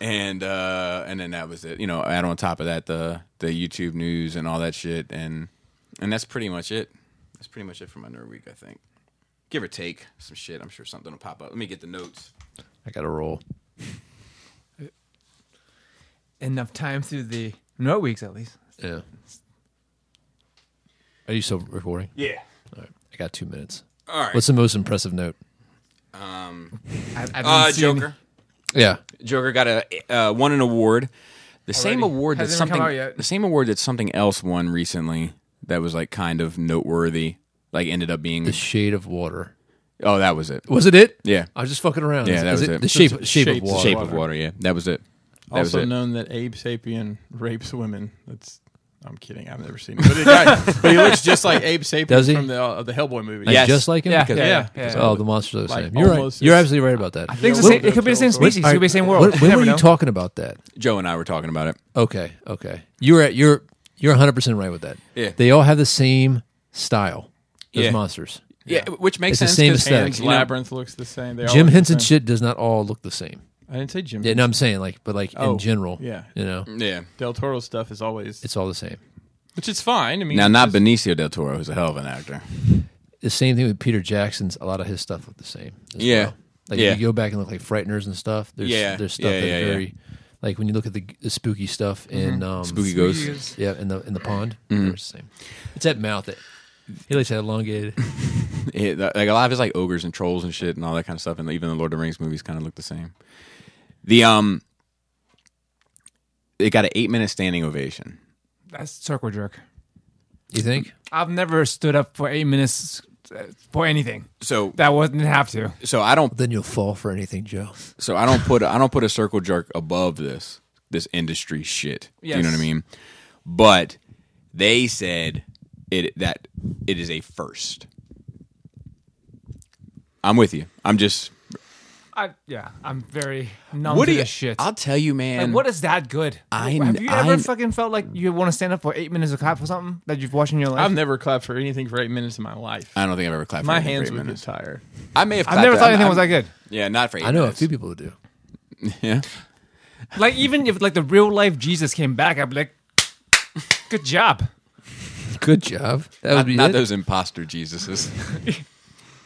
and uh and then that was it you know add on top of that the the youtube news and all that shit and and that's pretty much it that's pretty much it for my nerd week i think give or take some shit i'm sure something will pop up let me get the notes
I got to roll.
Enough time through the no weeks at least.
Yeah. Are you still recording?
Yeah.
All right. I got two minutes.
All right.
What's the most impressive note?
I, I've
uh,
been seeing-
Joker?
Yeah.
Joker got a uh, won an award. The same
Already?
award that
Hasn't even come
something
out yet.
the same award that something else won recently that was like kind of noteworthy. Like ended up being
The shade of water.
oh that was it
Was it it?
Yeah.
I was just fucking around.
Yeah,
Is-
that
is
was it.
The shape, shape,
It's
of
shaped
The
water.
Shape of Water yeah that was it that was
also
it
known that Abe Sapien rapes women. That's I'm kidding. I've never seen it, but, the guy, but he looks just like Abe Sapien
Does he?
from the uh, the Hellboy movie.
Like
Yes.
just like him?
Yeah,
Because-
yeah,
Yeah.
yeah.
Oh, the monsters are the
Like,
same. You're right.
almost
You're
is-
absolutely right about that.
I think it's the
Yeah,
same, it could be the same
Joker.
species. It could be the same world.
When, when
never
were you
know.
talking about that?
Joe and I were talking about it
Okay, okay. You're at you're you're 100 percent right with that.
Yeah.
They all have the same style. Those
Yeah.
monsters.
yeah, which makes
It's the
sense
same
'cause-
aesthetic.
Pan's
you know-
Labyrinth looks the same. They all
Jim
look the
Henson
same.
shit does not all look the same.
I didn't say Jim.
Yeah,
Henson.
no, I'm saying like, but like
Oh,
in general,
yeah.
you know,
yeah
Del Toro stuff is always,
it's all the same.
which is fine. I mean,
now not Benicio del Toro who's a hell of an actor
The same thing with Peter Jackson's. A lot of his stuff look the same. as
Yeah.
well. like
Yeah.
if you go back and look like Frighteners and stuff. There's
Yeah.
there's stuff
Yeah,
that's
yeah, yeah.
very like when you look at the, the spooky stuff in um,
Spooky Mm-hmm. Ghost
Yeah, in the in the pond. They're the same. It's that mouth that he likes that elongated.
Yeah, that- like a lot of it's like ogres and trolls and shit and all that kind of stuff, and even the Lord of the Rings movies kind of look the same. The um, it got an eight minute standing ovation.
That's circle jerk.
You think?
I've never stood up for eight minutes uh, for anything.
So
That wasn't have to.
so I don't
Then you'll fall for anything, Joe.
so I don't put I don't put a circle jerk above this this industry shit. Do You know what I
Yes.
mean? But they said it that it is a first. I'm with you. I'm just
I yeah, I'm very numb
What do
to
you?
this shit.
I'll tell you, man.
like, what is that good?
I-
Have you ever
I-
fucking felt like you want to stand up for eight minutes of clap for something that you've watched in your life?
I've never clapped for anything for eight minutes in my life.
I don't think I've ever clapped.
my
for anything
hands
for eight
would get
minutes.
tired.
I may have.
I've never
clapped.
thought
I'm-
anything was that
I'm-
good.
Yeah, not for eight.
I know a
minutes.
few people who do.
Yeah.
Like even if like the real life Jesus came back, I'd be like, good job.
Good job. That would
Not,
be
not
it.
those imposter Jesuses.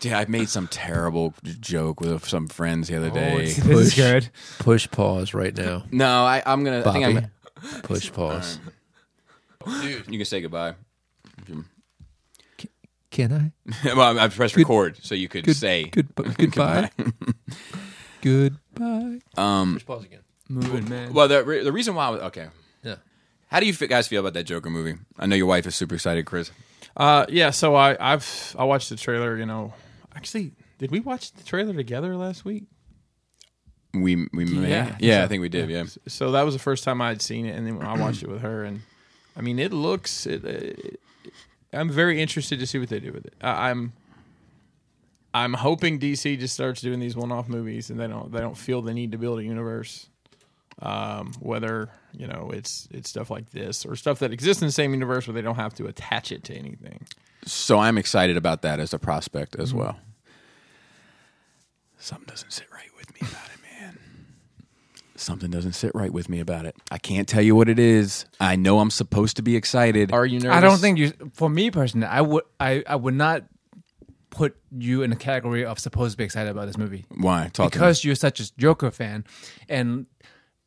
Dude, I made some terrible j- joke with some friends the other
Oh,
day.
this is
Push.
good.
Push pause right now,
no, I, I'm gonna. I
Bobby.
think I'm.
Push pause.
You can say goodbye.
Can I?
well, I pressed record, so you could say
Good, goodbye. goodbye. Um, Push pause again.
Moving man.
Well, the re- the reason why I was okay.
Yeah.
How do you fe- guys feel about that Joker movie? I know your wife is super excited, Chris.
Uh, yeah. So I, I've I watched the trailer. You know, actually, did we watch the trailer together last week?
We we may.
Yeah.
yeah, I think we did. Yeah,
So that was the first time I'd seen it, and then I watched it with her. And I mean, it looks. It, it, I'm very interested to see what they do with it. I, I'm. I'm hoping DC just starts doing these one-off movies, and they don't they don't feel the need to build a universe. Um, whether you know it's it's stuff like this or stuff that exists in the same universe where they don't have to attach it to anything.
So I'm excited about that as a prospect as well. Something doesn't sit right with me about it, man. Something doesn't sit right with me about it. I can't tell you what it is. I know I'm supposed to be excited.
Are you nervous?
I don't think you. For me personally, I would I, I would not put you in the category of supposed to be excited about this movie
Why? Talk
because you're such a Joker fan, and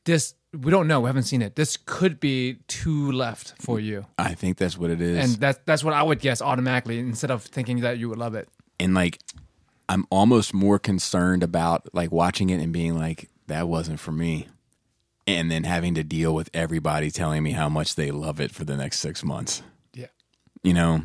this we don't know. We haven't seen it. This could be two left for you,
to me. I think that's what it is.
and that's that's what I would guess automatically instead of thinking that you would love it.
and like I'm almost more concerned about like watching it and being like that wasn't for me and then having to deal with everybody telling me how much they love it for the next 6 months.
Yeah.
You know.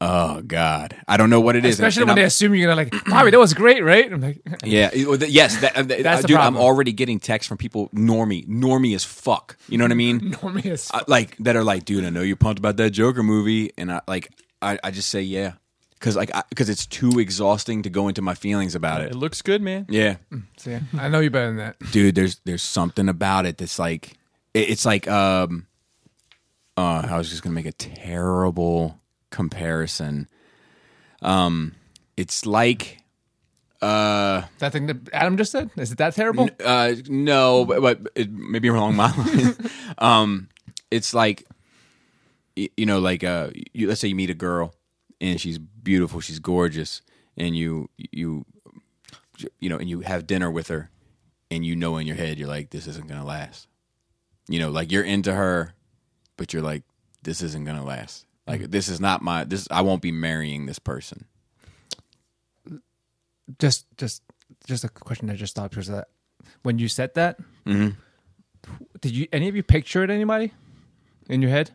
Oh god. I don't know what it is.
Especially
And
when they
I'm-
assume you're gonna like, Bobby, that was great, right? I'm like,
Yeah, it- well, th- yes, that, uh, th-
That's
uh,
the
dude, I'm
problem.
already getting texts from people normie, normie as fuck. You know what I mean?
normally it's
I- like that are like, dude, I know you're pumped about that Joker movie, and I like, I, I just say yeah, because like, because it's too exhausting to go into my feelings about
it
it.
looks good, man.
Yeah,
So, yeah, I know you better than that.
dude, there's there's something about it that's like, it- it's like, um, uh, I was just gonna make a terrible comparison. Um, it's like, uh.
That thing that Adam just said is it that terrible?
Uh, no, but, but it, maybe along my lines. um, it's like y- you know, like uh, you, let's say you meet a girl and she's beautiful, she's gorgeous, and you you you know, and you have dinner with her, and you know in your head you're like, this isn't gonna last. You know, like you're into her, but you're like, this isn't gonna last.
Mm-hmm.
Like this is not my this. I won't be marrying this person.
Just, just, just a question that just stopped because of that when you said that, Mm-hmm. did you any of you picture it? Anybody in your head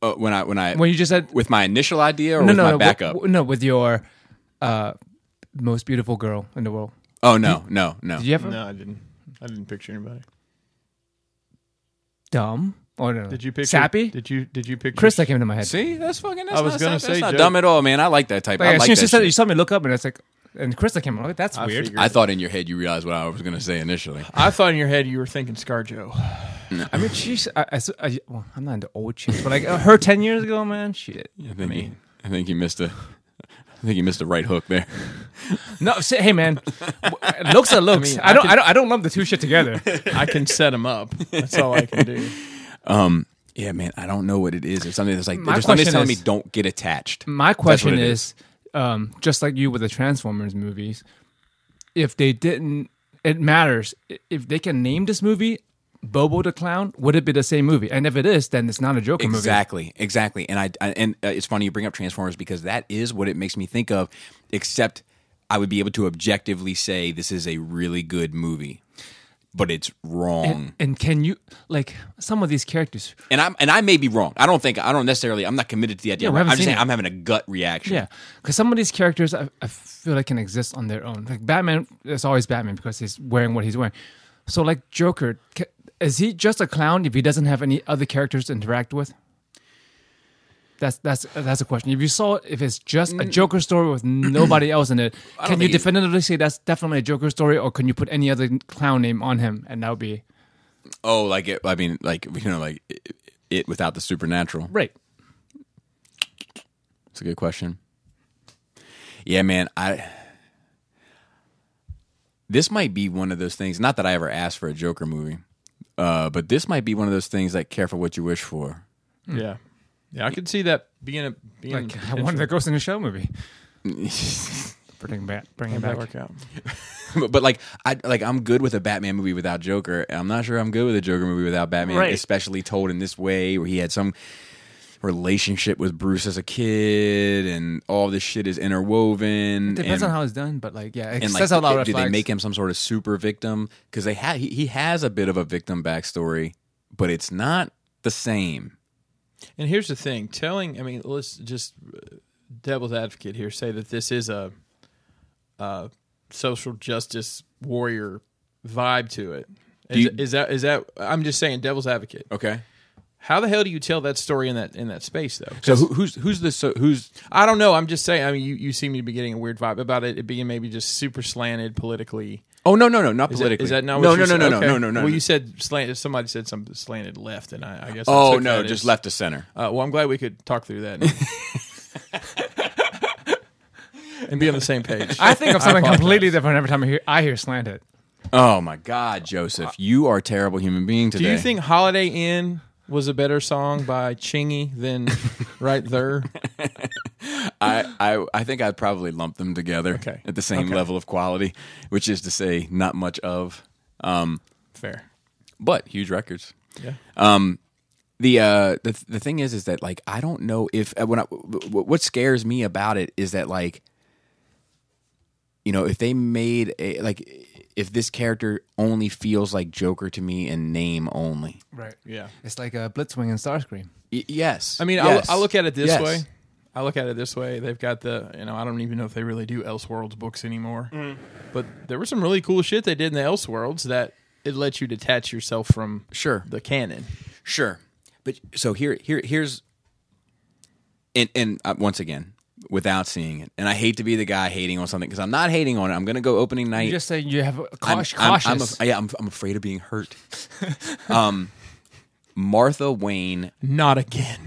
Uh, when I when I
when you just said
with my initial idea or
no,
with
no,
my
no,
backup?
w- no, with your uh, most beautiful girl in the world?
oh no, no, no.
Did you ever
No, I didn't. I didn't picture anybody.
dumb or no?
Did you picture
sappy?
Did you did you picture
Chris that came into my head.
See, that's fucking. That's
I was
not,
gonna
that's
say
not
Joe.
dumb at all, man. I like that type.
Like,
I
as
like
soon
that
as you said, you
shit.
saw me look up, and it's like, and Chris that came. I'm like, that's
I
weird.
figured-
I thought in your head you realized what I was gonna say initially.
I thought in your head you were thinking ScarJo.
I mean, she's. I, I, I, well, I'm not into old chicks, but like uh, her ten years ago, man, shit.
I think he, I think he missed a. I think he missed a right hook there.
No, say, hey man, w- looks are looks. I,
mean, I
don't,
could-
I don't, I don't lump the two shit together.
I can set him up. That's all I can do.
Yeah, man. I don't know what it is. There's something that's like.
My
there's something that's
question
telling me
is-
don't get attached.
My
That's what
question
it
is, um, just like you with the Transformers movies, if they didn't, it matters. I- If they can name this movie Bobo the Clown, would it be the same movie? And if it is, then it's not a Joker movie.
Exactly, exactly. And I, I and uh, it's funny you bring up Transformers because that is what it makes me think of. Except I would be able to objectively say this is a really good movie, but it's wrong.
And, and can you like some of these characters?
and I'm and I may be wrong. I don't think I don't necessarily. I'm not committed to the idea.
Yeah, we
I'm
haven't
just
seen
saying
it.
I'm having a gut reaction.
Yeah, because some of these characters I, I feel like can exist on their own. Like Batman, it's always Batman because he's wearing what he's wearing. So like Joker, ca- is he just a clown if he doesn't have any other characters to interact with? That's that's that's a question. If you saw it, if it's just a Joker story with nobody else in it, can you
think it-
definitively say that's definitely a Joker story, or can you put any other clown name on him and that would be
Oh, like it, I mean, like you know, like it, it without the supernatural.
right?
It's a good question. Yeah, man, I this might be one of those things. Not that I ever asked for a Joker movie, uh, but this might be one of those things like careful what you wish for.
Yeah, yeah, I could see that being a being
Hmm. Like I
potential-
wanted the Ghost in the Shell movie. Bring back, bring it
How'd that
back.
work out.
but, but, like I like I'm good with a Batman movie without Joker. and I'm not sure I'm good with a Joker movie without Batman,
Right.
especially told in this way where he had some relationship with Bruce as a kid and all this shit is interwoven.
Depends
and-
on how it's done, but like yeah, it
and like,
says out loud.
did
red
they
flags.
make him some sort of super victim? Because they ha- he, he has a bit of a victim backstory, but it's not the same.
And here's the thing: telling, I mean, let's just uh, devil's advocate here say that this is a, uh social justice warrior vibe to it. Is,
Do you-
is that is that? I'm just saying, devil's advocate.
Okay.
How the hell do you tell that story in that in that space though?
So who, who's who's the so who's
I don't know. I'm just saying. I mean, you, you seem to be getting a weird vibe about it. It being maybe just super slanted politically.
oh no no no not
Is that-
politically
is that not
no
what
no
you're
no no,
saying?
no
Okay.
no no no
Well,
no.
you said slanted. Somebody said something slanted left, and I, I guess. I
oh
took
no
that
just
as-
left to center
Uh, well, I'm glad we could talk through that and, and be on the same page.
I think of something completely different every time I hear I hear slanted.
oh my god Joseph you are a terrible human being
Uh, Do
today
you think "Holiday Inn" was a better song by Chingy than "Right There"?
I I I think I'd probably lump them together
Okay.
at the same level of quality which is to say not much of um
Fair.
but huge records
Yeah.
Um, the uh, the the thing is, is that like I don't know if uh, when I, w- w- what scares me about it is that like, you know, if they made a like, if this character only feels like Joker to me in name only.
Right.
Yeah.
It's like a Blitzwing and Starscream.
Y- yes,
I mean,
yes.
I, I look at it this
Yes.
way. I look at it this way. They've got the, you know, I don't even know if they really do Elseworlds books anymore. But there was some really cool shit they did in the Elseworlds that it lets you detach yourself from
Sure.
the canon.
Sure, but so here, here, here's, and and uh, once again, without seeing it, and I hate to be the guy hating on something because I'm not hating on it. I'm gonna go opening night.
You just saying you have a
I'm-
cautious.
I'm, I'm,
cautious.
af- yeah, I'm, I'm afraid of being hurt. um, Martha Wayne,
Not again.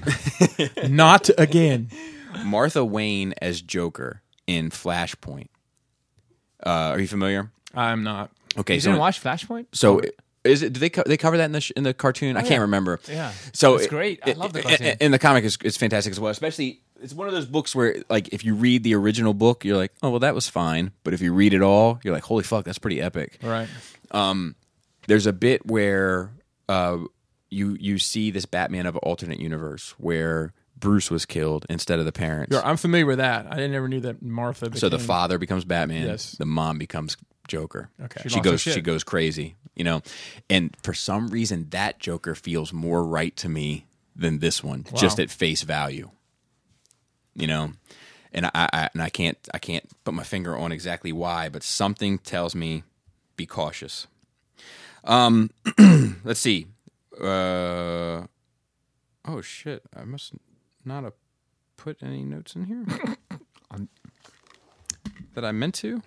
Not again.
Martha Wayne as Joker in Flashpoint. Uh, are you familiar?
I'm not.
Okay,
you
so
didn't watch Flashpoint?
so is it? Do they co- they cover that in the sh- in the cartoon? I can't remember.
Oh, Yeah.
so
It's great. I love the cartoon.
And, the comic is it's fantastic as well. Especially it's one of those books where like if you read the original book, you're like, oh well, that was fine. But if you read it all, you're like, holy fuck, that's pretty epic.
Right.
there's a bit where uh, you you see this Batman of an alternate universe where Bruce was killed instead of the parents.
Sure, I'm familiar with that. I never knew that Martha. Became,
so the father becomes Batman.
Yes.
The mom becomes Joker.
Okay. She
She,
lost her
goes
shit.
she goes crazy, you know. And for some reason that Joker feels more right to me than this one, just at face value. You know? And I, I and I can't I can't put my finger on exactly why, but something tells me be cautious. Um let's see. Uh oh shit. I must not have put any notes in here Um, that I meant to.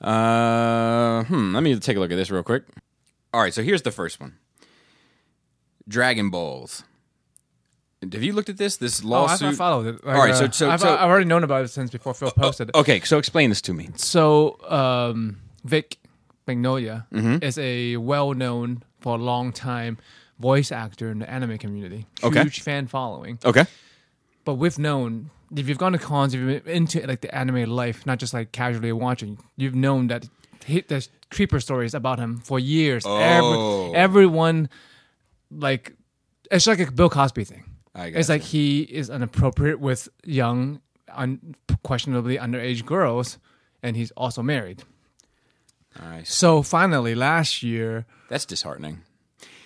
Uh, hmm. Let me take a look at this real quick. All right, so here's the first one. Dragon Balls. Have you looked at this? This
Oh, I,
lawsuit.
I followed it. Like,
All right, so-
uh,
so-
I've,
so- Oh,
I've already known about it since before Phil posted it.
okay, so explain this to me.
So, um, Vic Magnolia
Mm-hmm.
is a well-known for a long time voice actor in the anime community. Huge
Okay.
fan following.
Okay.
But we've known if you've gone to cons, if you've been into like the anime life, not just like casually watching, you've known that he, there's creeper stories about him for years.
Oh.
Every, everyone like it's like a Bill Cosby thing.
I
It's like he is inappropriate with young, un- questionably underage girls, and he's also married.
All right.
So finally, last year,
That's disheartening.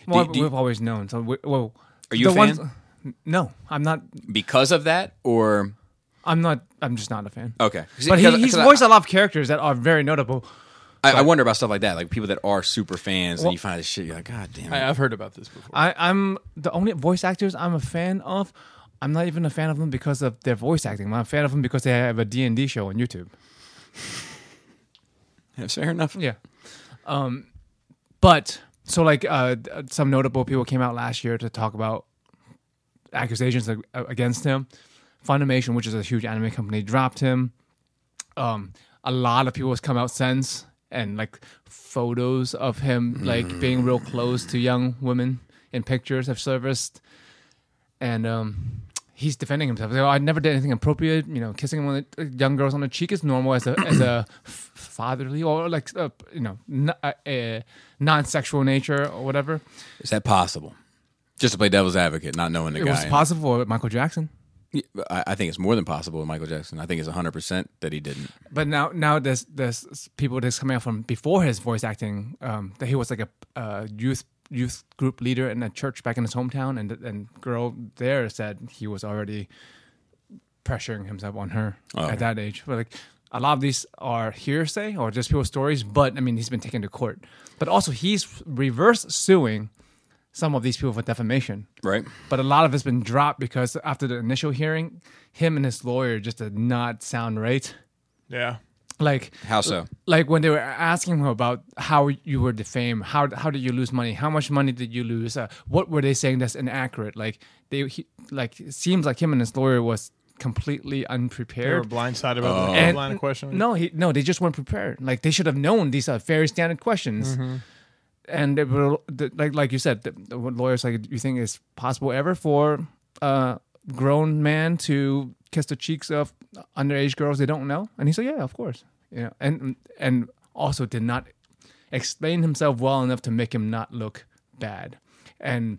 well,
do-
we've always known. So, we, well,
Are you a
the
fan?
No, I'm not.
Because of that, or
I'm not. I'm just not a fan.
okay.
But he,
Because-
he's
because I-
voiced a lot of characters that are very notable.
I, I wonder about stuff like that, like people that are super fans, and you find this shit. You're like, God damn.
I,
It.
I've heard about this before.
I, I'm the only voice actors I'm a fan of I'm not even a fan of them because of their voice acting. I'm a fan of them because they have a D&D show on YouTube.
Yeah, fair enough.
Yeah. Um, but so like uh, d- some notable people came out last year to talk about accusations ag- against him. Funimation, which is a huge anime company, dropped him. Um, a lot of people has come out since and like photos of him like being real close to young women in pictures have surfaced, and um, he's defending himself. Like, "Oh, I never did anything appropriate. You know, kissing one of the uh, young girls on the cheek is normal as a as a f- fatherly or like uh, you know n- uh, uh, non sexual nature or whatever.
Is that possible? Just to play devil's advocate, not knowing the
It
guy.
was possible with Michael Jackson,
Yeah, but I, I think it's more than possible with Michael Jackson. I think it's 100% that he didn't.
but now now there's there's people that's coming out from before his voice acting um, that he was like a uh, youth youth group leader in a church back in his hometown, and and girl there said he was already pressuring himself on her
Oh.
at that age. But like a lot of these are hearsay or just people's stories, but I mean he's been taken to court. But also he's reverse suing some of these people for defamation.
Right.
But a lot of it's been dropped because after the initial hearing, him and his lawyer just did not sound right.
Yeah.
Like
How so?
like when they were asking him about how you were defamed, how how did you lose money? How much money did you lose? Uh, what were they saying that's inaccurate? Like they he, like it seems like him and his lawyer was completely
They were
unprepared.
blindsided
Oh.
about the
And-
line of questioning.
No, he no, they just weren't prepared. Like they should have known these are very standard questions. And they were the, like like you said, the, the lawyers like you think it's possible ever for a grown man to kiss the cheeks of underage girls they don't know? And he said, yeah, of course. You know, and and also did not explain himself well enough to make him not look bad. And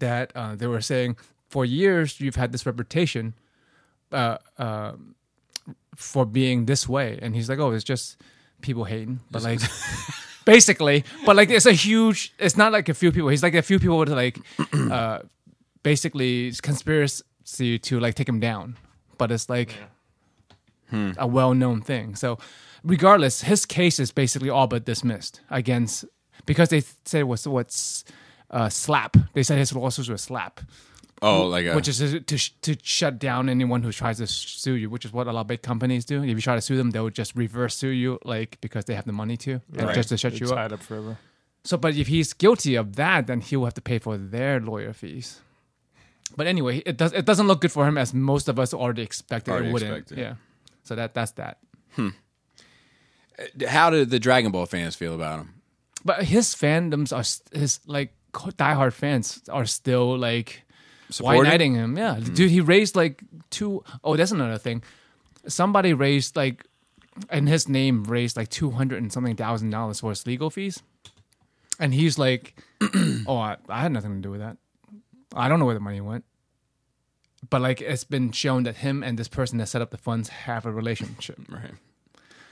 that uh, they were saying for years you've had this reputation uh, uh, for being this way, and he's like, "Oh, it's just people hating," but like, basically, but like, it's a huge. It's not like a few people. He's like a few people would like, uh, basically, it's conspiracy to like take him down, but it's like a well-known thing. So, regardless, his case is basically all but dismissed against because they said it was what's uh, slap. They said his lawsuits were slap
Oh, like a,
which is to, to sh- to shut down anyone who tries to sue you, which is what a lot of big companies do. If you try to sue them, they will just reverse sue you, like because they have the money to, and just to shut
They're
you up.
tied up forever.
So, but if he's guilty of that, then he will have to pay for their lawyer fees. But anyway, it does it doesn't look good for him, as most of us already expected
Already
it wouldn't.
expected.
Yeah. So that that's that.
how did the Dragon Ball fans feel about him?
But his fandoms are st- his like co- diehard fans are still like
Supportive?
white knighting him. Yeah, dude, he raised like two oh that's another thing. Somebody raised like, and his name raised like two hundred and something thousand dollars for his legal fees, and he's like, "Oh, I, I had nothing to do with that. I don't know where the money went." But like, it's been shown that him and this person that set up the funds have a relationship.
Right.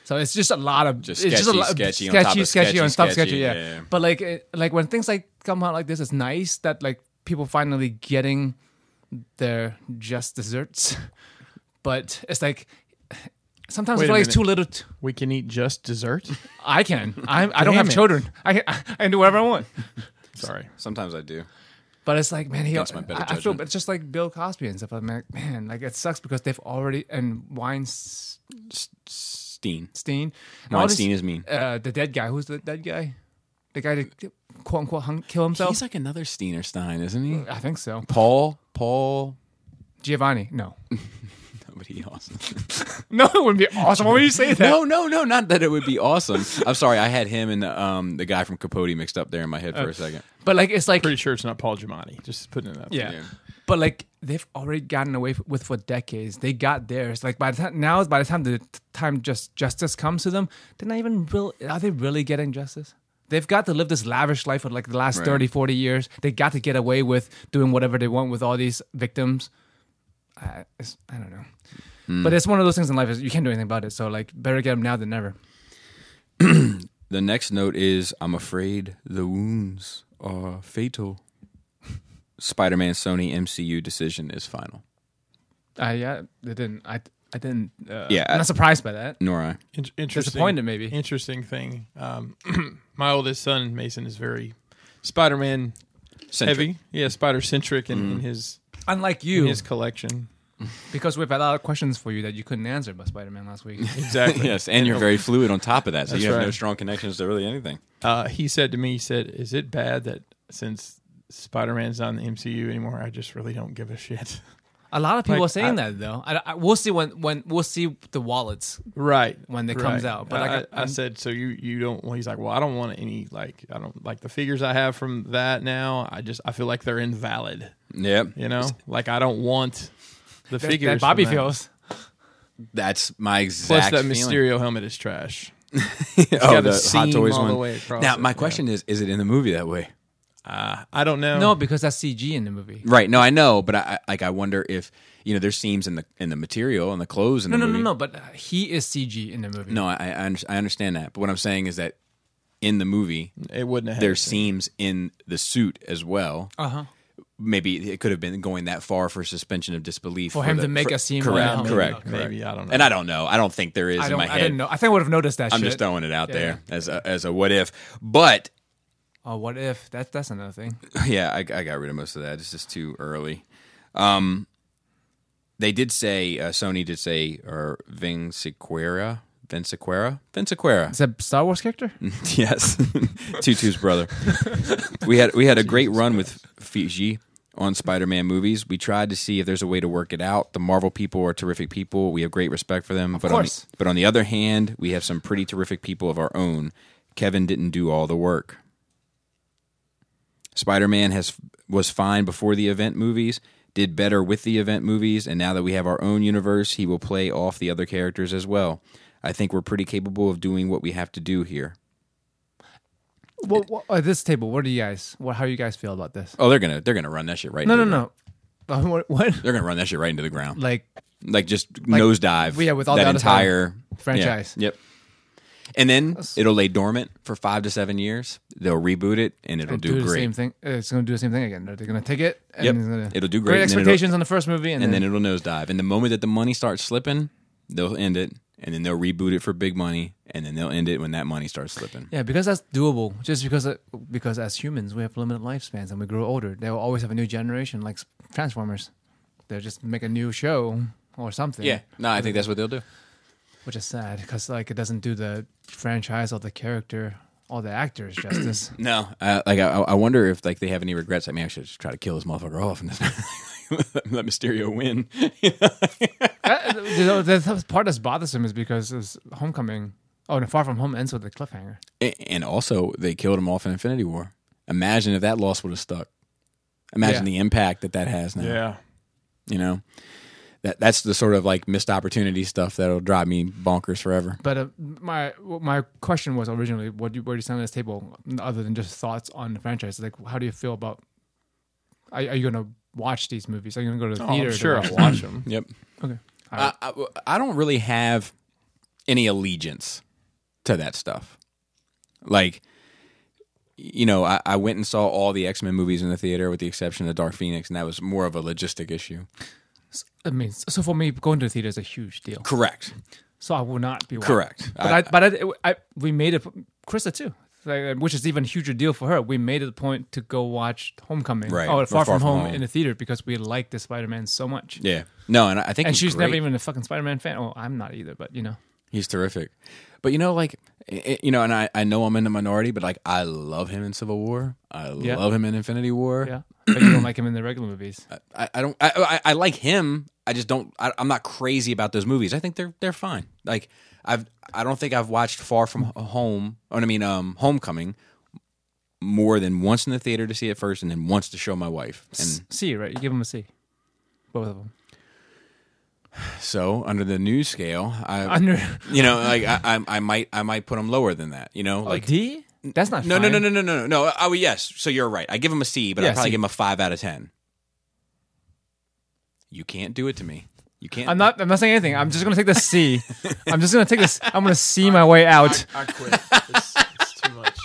So it's just a lot of
Just
it's just
sketchy,
a lot of
sketchy on
sketchy,
top of
sketchy,
sketchy,
on top of
sketchy,
sketchy. Yeah.
yeah, yeah.
But like, it, like when things like come out like this, it's nice that like people finally getting their just desserts. But it's like sometimes
Wait
I
a
feel like it's
minute.
too little. T-
We can eat just dessert.
I can. I I don't
Damn
have
it.
children. I can, I can do whatever I want.
Sorry.
Sometimes I do.
But it's like, man, he. I,
Against my better
I feel,
judgment.
but it's just like Bill Cosby and stuff. I'm like, man, like it sucks because they've already and Weinstein.
Steen.
and all
Weinstein
these-
is mean.
uh, the dead guy. Who's the dead guy? The guy that quote unquote hung, kill himself.
He's like another Steiner Stein, isn't he?
I think so.
Paul. Paul.
Giovanni. No.
Nobody awesome.
No, it would be awesome. Why would you say that?
no, no, no. Not that it would be awesome. I'm sorry. I had him and the, um, the guy from Capote mixed up there in my head
Oh.
for a second.
But like, it's like,
Pretty sure it's not Paul Giamatti. Just putting it up.
yeah.
Yeah.
But like, they've already gotten away f- with for decades. They got theirs. Like by the time now, by the time the t- time just justice comes to them, they're not even real. Are they really getting justice? They've got to live this lavish life for like the last
Right.
thirty, forty 30, 40 years. They got to get away with doing whatever they want with all these victims. I, it's, I don't know. But it's one of those things in life is you can't do anything about it. So like, better get them now than never.
The next note is I'm afraid the wounds are fatal. Spider Man Sony MCU decision is final.
I Uh, yeah, they didn't. I I didn't. Uh,
Yeah, I-
I'm not surprised by that.
Nor I.
In- interesting.
Disappointed, maybe.
Interesting thing. Um, my oldest son Mason is very Spider-Man
Centric.
Mm.
heavy. Yeah, Spider-centric in, in his
unlike you,
in his collection.
because we've had a lot of questions for you that you couldn't answer about Spider-Man last week.
Exactly.
yes, and you're very fluid on top of that, so you
That's
have
right.
no strong connections to really anything.
uh, he said to me, he said, "Is it bad that since Spider-Man's not in the MCU anymore, I just really don't give a shit?"
a lot of people
Like,
are saying
I-
that though. I, I- we'll see when when we'll see the wallets.
Right
When it comes out, but
But I,
like,
I, said, "So you you don't?" Well, he's like, "Well, I don't want any like I don't like the figures I have from that now. I just I feel like they're invalid.
Yep.
You know, like I don't want the
That,
figures."
that Bobby
from
feels.
That's my exact.
Plus, that
feeling.
Mysterio helmet is trash.
oh,
got a
the Hot
seam
Toys
all the
one.
way across
now,
it,
my
yeah.
question is: Is it in the movie that way?
Uh, I don't know.
No, because that's CG in the movie.
Right. No, I know, but I I- like I wonder if you know there's seams in the in the material and the clothes in
No,
the
no, no,
movie.
no. But uh, he is CG in the movie.
No, I I, under- I understand that, but what I'm saying is that in the movie
it wouldn't have.
there's seams in the suit as well.
Uh huh.
Maybe it could have been going that far for suspension of disbelief
For him
the-
to make
for-
a seam on
Correct.
the helmet.
correct.
Maybe,
correct.
maybe, I don't know.
And I don't know. I don't think there is
I
in
don't.
my
I
head.
didn't know. I think I would have noticed that.
I'm
shit.
just throwing it out
Yeah.
there as a, as a what if. But
Oh, what if? That that's another thing.
yeah, I, I got rid of most of that. It's just too early. Um, they did say uh, Sony did say or Ving Sequera, Vin Sequera, Vin Sequera.
Is that Star Wars character?
Mm-hmm. yes, Tutu's brother. we had we had a great run with Fiji on Spider-Man movies. We tried to see if there's a way to work it out. The Marvel people are terrific people. We have great respect for them. but
course.
on the, but on the other hand, we have some pretty terrific people of our own. Kevin didn't do all the work. Spider-Man has was fine before the event movies, did better with the event movies, and now that we have our own universe, he will play off the other characters as well. I think we're pretty capable of doing what we have to do here.
What, what, at this table, what do you guys? What? How you guys feel about this?
Oh, they're gonna they're gonna run that shit right.
No, no,
into
no.
the-
Uh, What? what?
They're gonna run that shit right into the ground,
Like
like just nosedive.
yeah, with all
that
the other
entire
franchise.
Yeah, yep. And then it'll lay dormant for five to seven years. They'll reboot it, and it'll
the
do, great.
same thing. uh, It's going to do the same thing again. They're going to take it. And
Yep.
it's gonna-
It'll do great, and then it'll-
expectations on the first movie, and,
and
then,
then it'll nosedive. And the moment that the money starts slipping, they'll end it, and then they'll reboot it for big money, and then they'll end it when that money starts slipping.
yeah, because that's doable. Just because uh, because as humans we have limited lifespans and we grow older, they will always have a new generation like Transformers. They'll just make a new show or something.
Yeah, no, I think that's what they'll do.
which is sad because like it doesn't do the franchise or the character or the actors justice.
No, uh, like I, I wonder if like they have any regrets. I mean, I should just try to kill this motherfucker off and let Mysterio win.
Uh, the, the, the part that's bothersome is because it's Homecoming. Oh, and Far From Home ends with a cliffhanger.
A- And also, they killed him off in Infinity War. Imagine if that loss would have stuck. Imagine
Yeah.
the impact that that has now.
Yeah.
You know, that that's the sort of like missed opportunity stuff that'll drive me bonkers forever.
But uh, my my question was originally, what do you, where do you stand on this table, other than just thoughts on the franchise? Like, how do you feel about? Are, are you gonna watch these movies? Are you gonna go to the
Oh,
theater?
I'm
to
sure
watch
I'll
them?
watch them.
Yep.
Okay.
I, I, I don't really have any allegiance to that stuff. Like, you know, I, I went and saw all the X Men movies in the theater with the exception of Dark Phoenix, and that was more of a logistic issue.
I mean, so for me, going to the theater is a huge deal.
Correct.
So I will not be watching.
Correct.
But I, but I, I, we made it, Krista too, like, which is even huger deal for her. We made it a point to go watch Homecoming
Right.
or
Or
Far,
Far
From,
From
home,
Home.
in the theater because we liked the Spider Man so much.
yeah. No, and I I think
And
he's
she's
great.
never even a fucking Spider Man fan. Oh, I'm not either, but you know.
He's terrific. But you know, like, i- i- you know, and I, I know I'm in the minority, but like, I love him in Civil War. I
Yeah.
love him in Infinity War.
Yeah. But you don't like him in the regular movies.
I, I don't. I, I I like him. I just don't. I, I'm not crazy about those movies. I think they're they're fine. Like I've. I don't think I've watched Far From Home. Or I mean, um, Homecoming more than once in the theater to see it first, and then once to show my wife. And
C, right? You give him a C. Both of them.
so, under the news scale, I.
Under
You know, like I, I, I might, I might put him lower than that. You know,
like
like
D? That's not
no, no,
fine.
no, no, no, no, no, no. Oh, yes. So you're right. I give him a C, but I
Yeah,
probably
C.
give him a five out of ten. You can't do it to me. You can't.
I'm not. I'm not saying anything. I'm just gonna take the C. I'm just gonna take this. I'm gonna see my way out.
I quit. It's, it's too much.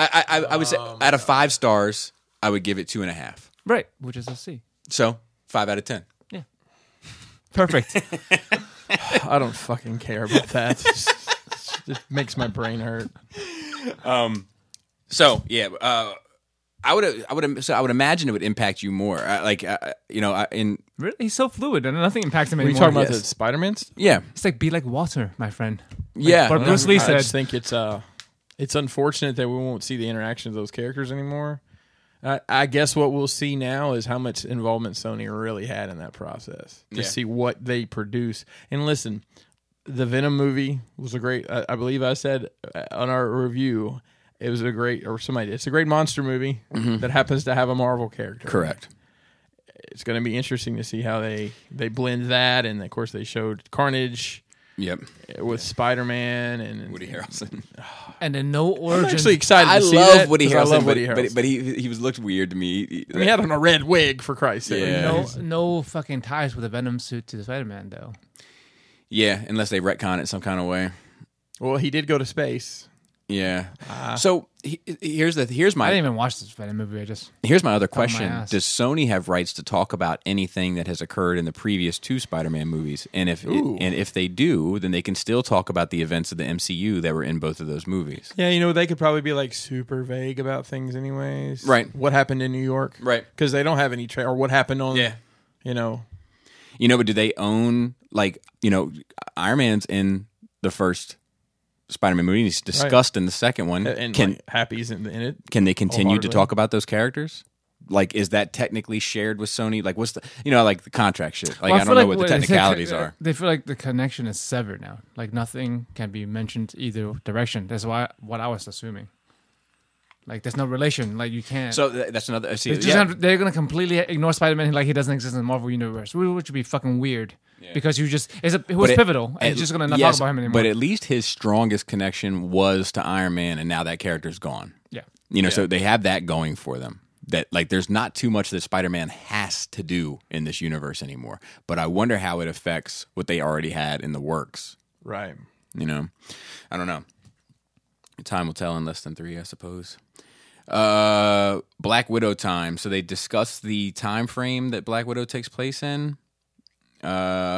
I, I, I would say out of five stars, I would give it two and a half.
Right, which is a C.
So five out of ten.
Perfect.
I don't fucking care about that. It makes my brain hurt.
So yeah, uh, I would I would so I would imagine it would impact you more. I, like I, you know, I, in
Really, he's so fluid, and nothing impacts him
Are you
anymore.
talking about
yes.
the Spider Man stuff?
yeah,
It's like be like water, my friend.
yeah.
But Bruce Lee
I
said,
just think it's uh, it's unfortunate that we won't see the interaction of those characters anymore. I, I guess what we'll see now is how much involvement Sony really had in that process to
Yeah.
see what they produce. And listen, the Venom movie was a great. I, I believe I said uh, on our review. It was a great, or somebody. It's a great monster movie that happens to have a Marvel character.
Mm-hmm. correct.
It's going to be interesting to see how they they blend that, and of course they showed Carnage uh,
Yep.
with Spider Man and
Woody Harrelson.
and in no
I'm
origin.
actually excited.
I
to see
love
that,
Woody
'cause
Harrelson.
I love
but,
Woody Harrelson.
but, but he he was looked weird to me. He-
And he had on a red wig for Christ's sake.
Yeah.
no, no fucking ties with a Venom suit to the Spider-Man though.
yeah, unless they retcon it some kind of way.
Well, he did go to space.
Yeah. so he, here's the here's
Uh, I
my
didn't even watch this Venom movie. I just
Here's my other
my
question:
ass.
Does Sony have rights to talk about anything that has occurred in the previous two Spider-Man movies? And if
Ooh.
and if they do, then they can still talk about the events of the MCU that were in both of those movies.
Yeah, you know they could probably be like super vague about things, anyways.
Right.
What happened in New York?
Right.
Because they don't have any tra- or what happened on.
Yeah.
You know.
You know, but do they own like you know Iron Man's in the first Spider-Man movie? and He's discussed in the second one.
And
can
like, Happy's in, the, in it.
can they continue to
wholeheartedly.
talk about those characters? Like, is that technically shared with Sony? Like, what's the you know like the contract shit? Like,
Well,
I, don't
feel
know what the
they said-
technicalities are.
They feel like the connection is severed now. Like nothing can be mentioned either direction. That's why what I was assuming. Like there's no relation. Like you can't.
So th- that's another. See,
They just
yeah.
have- they're gonna completely ignore Spider-Man like he doesn't exist in the Marvel universe, wh- which would be fucking weird. Because you just it's a, it was
But it-
pivotal, and
at-
you're just gonna not
yes,
talk about him anymore.
But at least his strongest connection was to Iron Man, and now that character's gone.
yeah,
You know, so they have that going for them. That like, there's not too much that Spider-Man has to do in this universe anymore. But I wonder how it affects what they already had in the works.
Right.
You know, I don't know. Time will tell in less than three, I suppose. Uh, Black Widow time. So they discuss the time frame that Black Widow takes place in.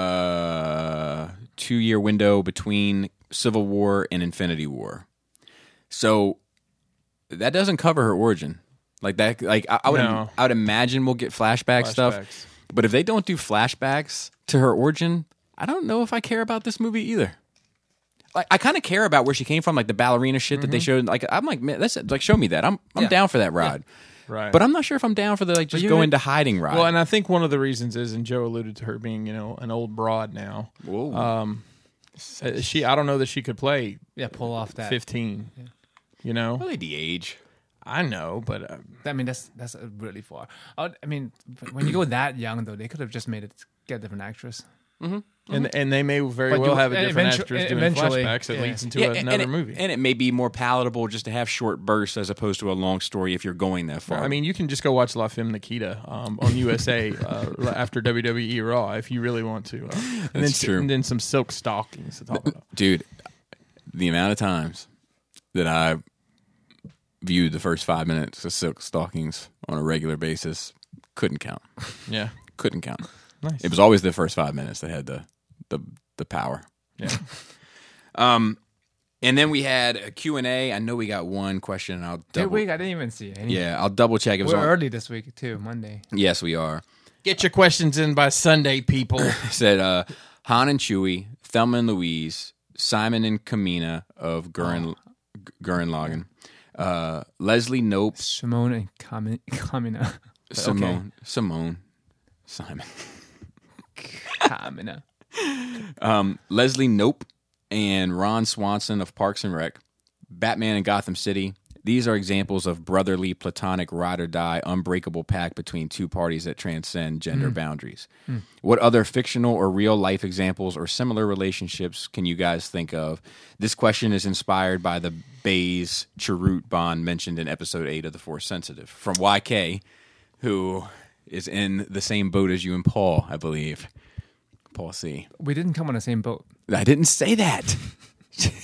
Uh, two year window between Civil War and Infinity War. So that doesn't cover her origin. Like that. Like I, I would.
No.
I would imagine we'll get flashback
Flashbacks.
stuff. But if they don't do flashbacks to her origin, I don't know if I care about this movie either like I kind of care about where she came from, like the ballerina shit that they
Mm-hmm.
showed. Like I'm like, man, that's like show me that. I'm I'm down for that ride,
Right.
but I'm not sure if I'm down for the like just
you
go
would-
into hiding ride.
well, and I think one of the reasons is, and Joe alluded to her being, you know, an old broad now.
Whoa.
Uh, She, I don't know that she could play
yeah, pull off that.
fifteen. You know.
really de age.
I know, but uh,
I mean, that's that's uh, really far. I, would- I mean, when you go that young though, they could have just made it get a different actress.
and and they may very
But you-
well have a
and
different
eventu-
actress
and
doing
eventually,
flashbacks that
yeah.
leads into
and-
another
and it,
movie.
and it may be more palatable just to have short bursts as opposed to a long story if you're going that far.
I mean, you can just go watch La Femme Nikita um, on USA uh, after WWE Raw if you really want to. Uh, and then,
That's true.
And then some silk stockings to talk about.
dude, the amount of times that I viewed the first five minutes of Silk Stockings on a regular basis couldn't count.
Yeah,
Couldn't count.
Nice.
It was always the first five minutes that had the the the power.
yeah.
Um, and then we had a Q and A. I know we got one question. And I'll
That
double.
week I didn't even see any.
yeah, I'll double check. It was
we're
on,
early this week too, Monday.
yes, we are.
Get your questions in by Sunday, people.
It said uh, Han and Chewie, Thelma and Louise, Simon and Kamina of Gurren Gurren Lagann, uh, Leslie Nope,
Simone and Kami- Kamina,
Simone, Simone, Simon,
Kamina.
um, Leslie Nope, and Ron Swanson of Parks and Rec, Batman and Gotham City. These are examples of brotherly, platonic, ride or die, unbreakable pact between two parties that transcend gender boundaries. What other fictional or real life examples or similar relationships can you guys think of? This question is inspired by the Bayes Chirrut bond mentioned in episode eight of The Force Sensitive from YK, who is in the same boat as you and Paul, I believe. Paul C.
We didn't come on the same boat.
I didn't say that.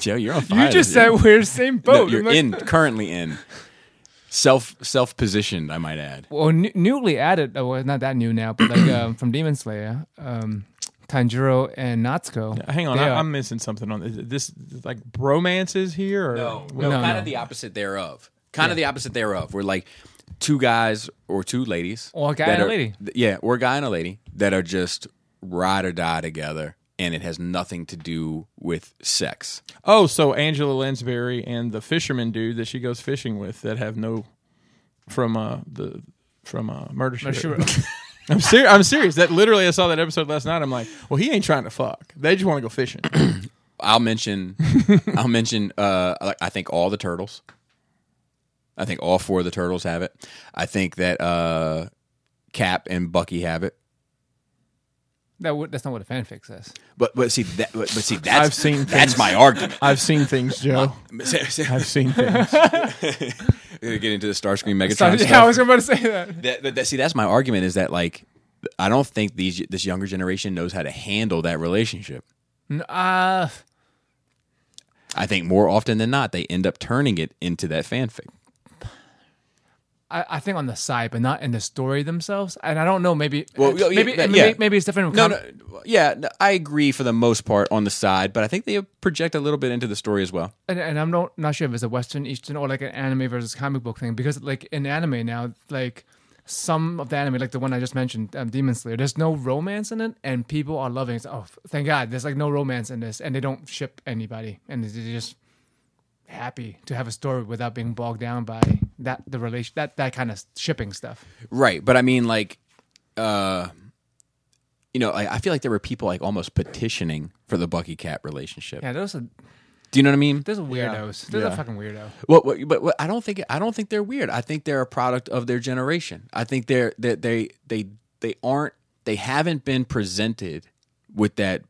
Joe, you're on fire.
You just
this
said
year.
we're the same
No,
boat.
you're
I'm like-
in currently in self self positioned. I might add.
well, new, newly added, oh, well, not that new now, but like um, from Demon Slayer, um, Tanjiro and Natsuko.
Hang on,
they
I,
are-
I'm missing something on this. This like bromances here, or
No,
no,
kind
Oh, no.
of the opposite thereof. Kind of the opposite thereof. We're like two guys or two ladies,
Or a guy
that
and a
are-
lady.
th- yeah, or a guy and a lady that are just ride or die together, and it has nothing to do with sex.
Oh, so Angela Lansbury and the fisherman dude that she goes fishing with that have no from uh the from uh murder she
Sure.
Wrote. I'm serious. I'm serious. That literally, I saw that episode last night. I'm like, well, he ain't trying to fuck. They just want to go fishing.
I'll mention, I'll mention. Uh, I- I think all the turtles. I think all four of the turtles have it. I think that uh, Cap and Bucky have it.
That would, that's not what a fanfic says.
But but see that but, but see that's
I've seen
that's
things.
my argument.
I've seen things, Joe. I've seen things.
Get into the Starscream Megatron
So,
stuff.
yeah, I was about to say that.
that, that- that- see, that's my argument is that like I don't think these this younger generation knows how to handle that relationship.
N- Uh,
I think more often than not they end up turning it into that fanfic.
I, I think on the side, but not in the story themselves. And I don't know, maybe uh,
Well, yeah,
maybe,
yeah,
maybe,
yeah.
maybe it's different. with
No,
com-
no, yeah, no, I agree for the most part on the side, but I think they project a little bit into the story as well.
and, and I'm not not sure if it's a Western Eastern or like an anime versus comic book thing because like in anime now, like some of the anime, like the one I just mentioned, um, Demon Slayer, there's no romance in it, and people are loving it. Oh, thank God, there's like no romance in this, and they don't ship anybody, and they're just happy to have a story without being bogged down by that the relation that that kind of shipping stuff.
Right, but I mean, like, uh, you know, I, I feel like there were people like almost petitioning for the Bucky Cat relationship.
Yeah, those are
Do you know what I mean?
those are weirdos. Those are fucking weirdo.
Well, what, but what, I don't think I don't think they're weird. I think they're a product of their generation. I think they're that they they they aren't they haven't been presented with that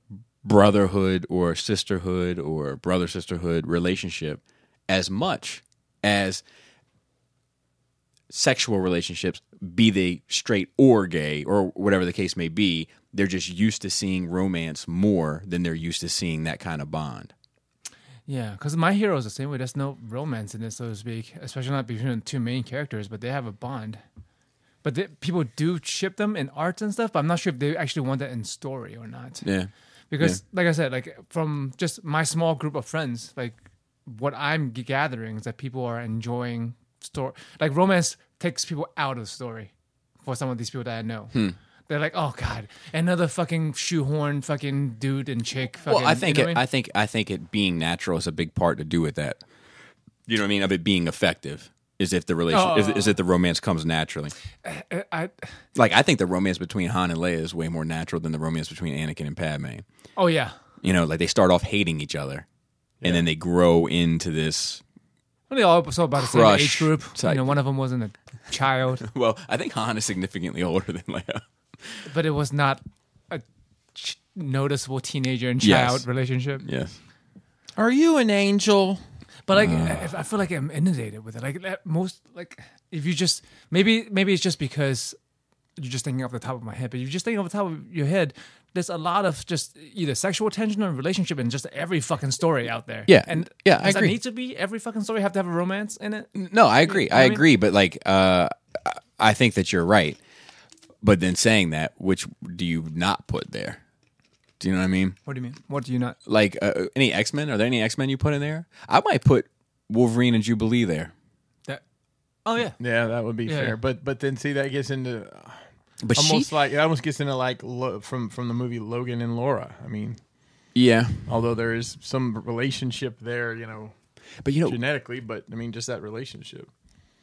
brotherhood or sisterhood or brother sisterhood relationship as much as sexual relationships, be they straight or gay or whatever the case may be. They're just used to seeing romance more than they're used to seeing that kind of bond.
Yeah, because my hero is the same way. There's no romance in it, so to speak, especially not between the two main characters, but they have a bond. But they, people do ship them in arts and stuff, but I'm not sure if they actually want that in story or not.
Yeah.
Because, like I said, like from just my small group of friends, like what I'm g- gathering is that people are enjoying story. Like romance takes people out of the story for some of these people that I know.
Hmm.
They're like, oh god, another fucking shoehorn, fucking dude and chick. Fucking,
Well, I think
you
it,
know what
I,
I mean?
think I think it being natural is a big part to do with that. You know what I mean? Of it being effective is if the relation is, is if the romance comes naturally.
I,
Like I think the romance between Han and Leia is way more natural than the romance between Anakin and Padme.
oh yeah.
You know, like they start off hating each other, and then they grow into this.
Well, they all saw about the same
Crush
age group.
type.
You know, one of them wasn't a child,
Well, I think Han is significantly older than Leia.
but it was not a ch- noticeable teenager and
Yes.
child relationship.
Yes.
Are you an angel?
But like, I I feel like I'm inundated with it. Like that most, like if you just maybe maybe it's just because you're just thinking off the top of my head, but you're just thinking off the top of your head. There's a lot of just either sexual tension or relationship in just every fucking story out there.
Yeah.
and
Yeah, I
does that
agree.
need to be every fucking story have to have a romance in it?
No, I agree.
what
I
I mean?
agree, but like, uh, I- I think that you're right. But then saying that, which do you not put there? Do you know what I mean?
What do you mean? What do you not?
like uh, any X Men? Are there any X Men you put in there? I might put Wolverine and Jubilee there,
That? Oh yeah,
Yeah, that would be
Yeah.
fair. But but then see that gets into
but
almost like it almost gets into like lo, from from the movie Logan and Laura. I mean,
yeah,
although there is some relationship there, you know,
but you know,
genetically, but I mean, just that relationship.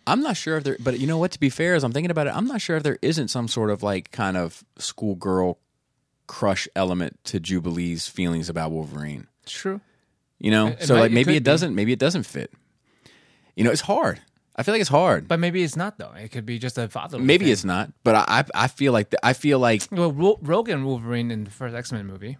I'm not sure if there. But you know what? To be fair, as I'm thinking about it, I'm not sure if there isn't some sort of like kind of schoolgirl crush element to Jubilee's feelings about Wolverine.
true.
You know,
It- it
so
might-
like
it
maybe
could
it,
be.
doesn't. Maybe it doesn't fit. You know, it's hard. I feel like it's hard.
But maybe it's not though. It could be just a father.
maybe it's not. But I, I, I feel like the, I feel like
well, Ro- Rogue and Wolverine in the first X Men movie.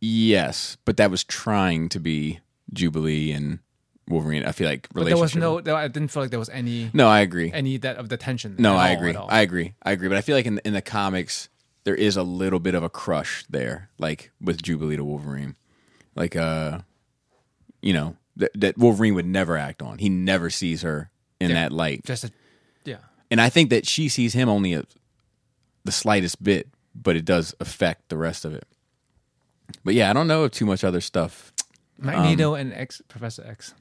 Yes, but that was trying to be Jubilee and Wolverine. I feel like
But there was
relationship.
no. There, I didn't feel like there was any
No, I agree.
any that of the tension.
no,
at
I
all,
agree.
at all.
I agree. I agree. But I feel like in in the comics there is a little bit of a crush there, like with Jubilee to Wolverine, like uh, you know that that Wolverine would never act on. He never sees her in that light,
just a, yeah.
and I think that she sees him only a, the slightest bit, but it does affect the rest of it. But yeah, I don't know of too much other stuff
Magneto and X Professor X.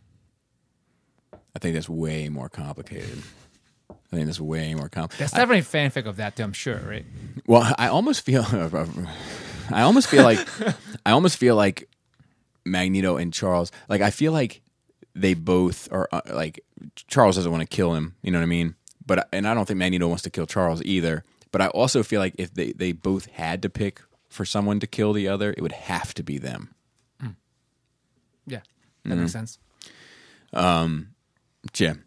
I think that's way more complicated. I think that's way more complicated.
That's definitely fanfic of that, too, I'm sure, right?
Well, I almost feel, I almost feel like, I almost feel like Magneto and Charles. Like I feel like they both are uh, like Charles doesn't want to kill him. You know what I mean? But I- and I don't think Magneto wants to kill Charles either. But I also feel like if they they both had to pick for someone to kill the other, it would have to be them.
Yeah, that
Mm-hmm.
makes sense.
Jim.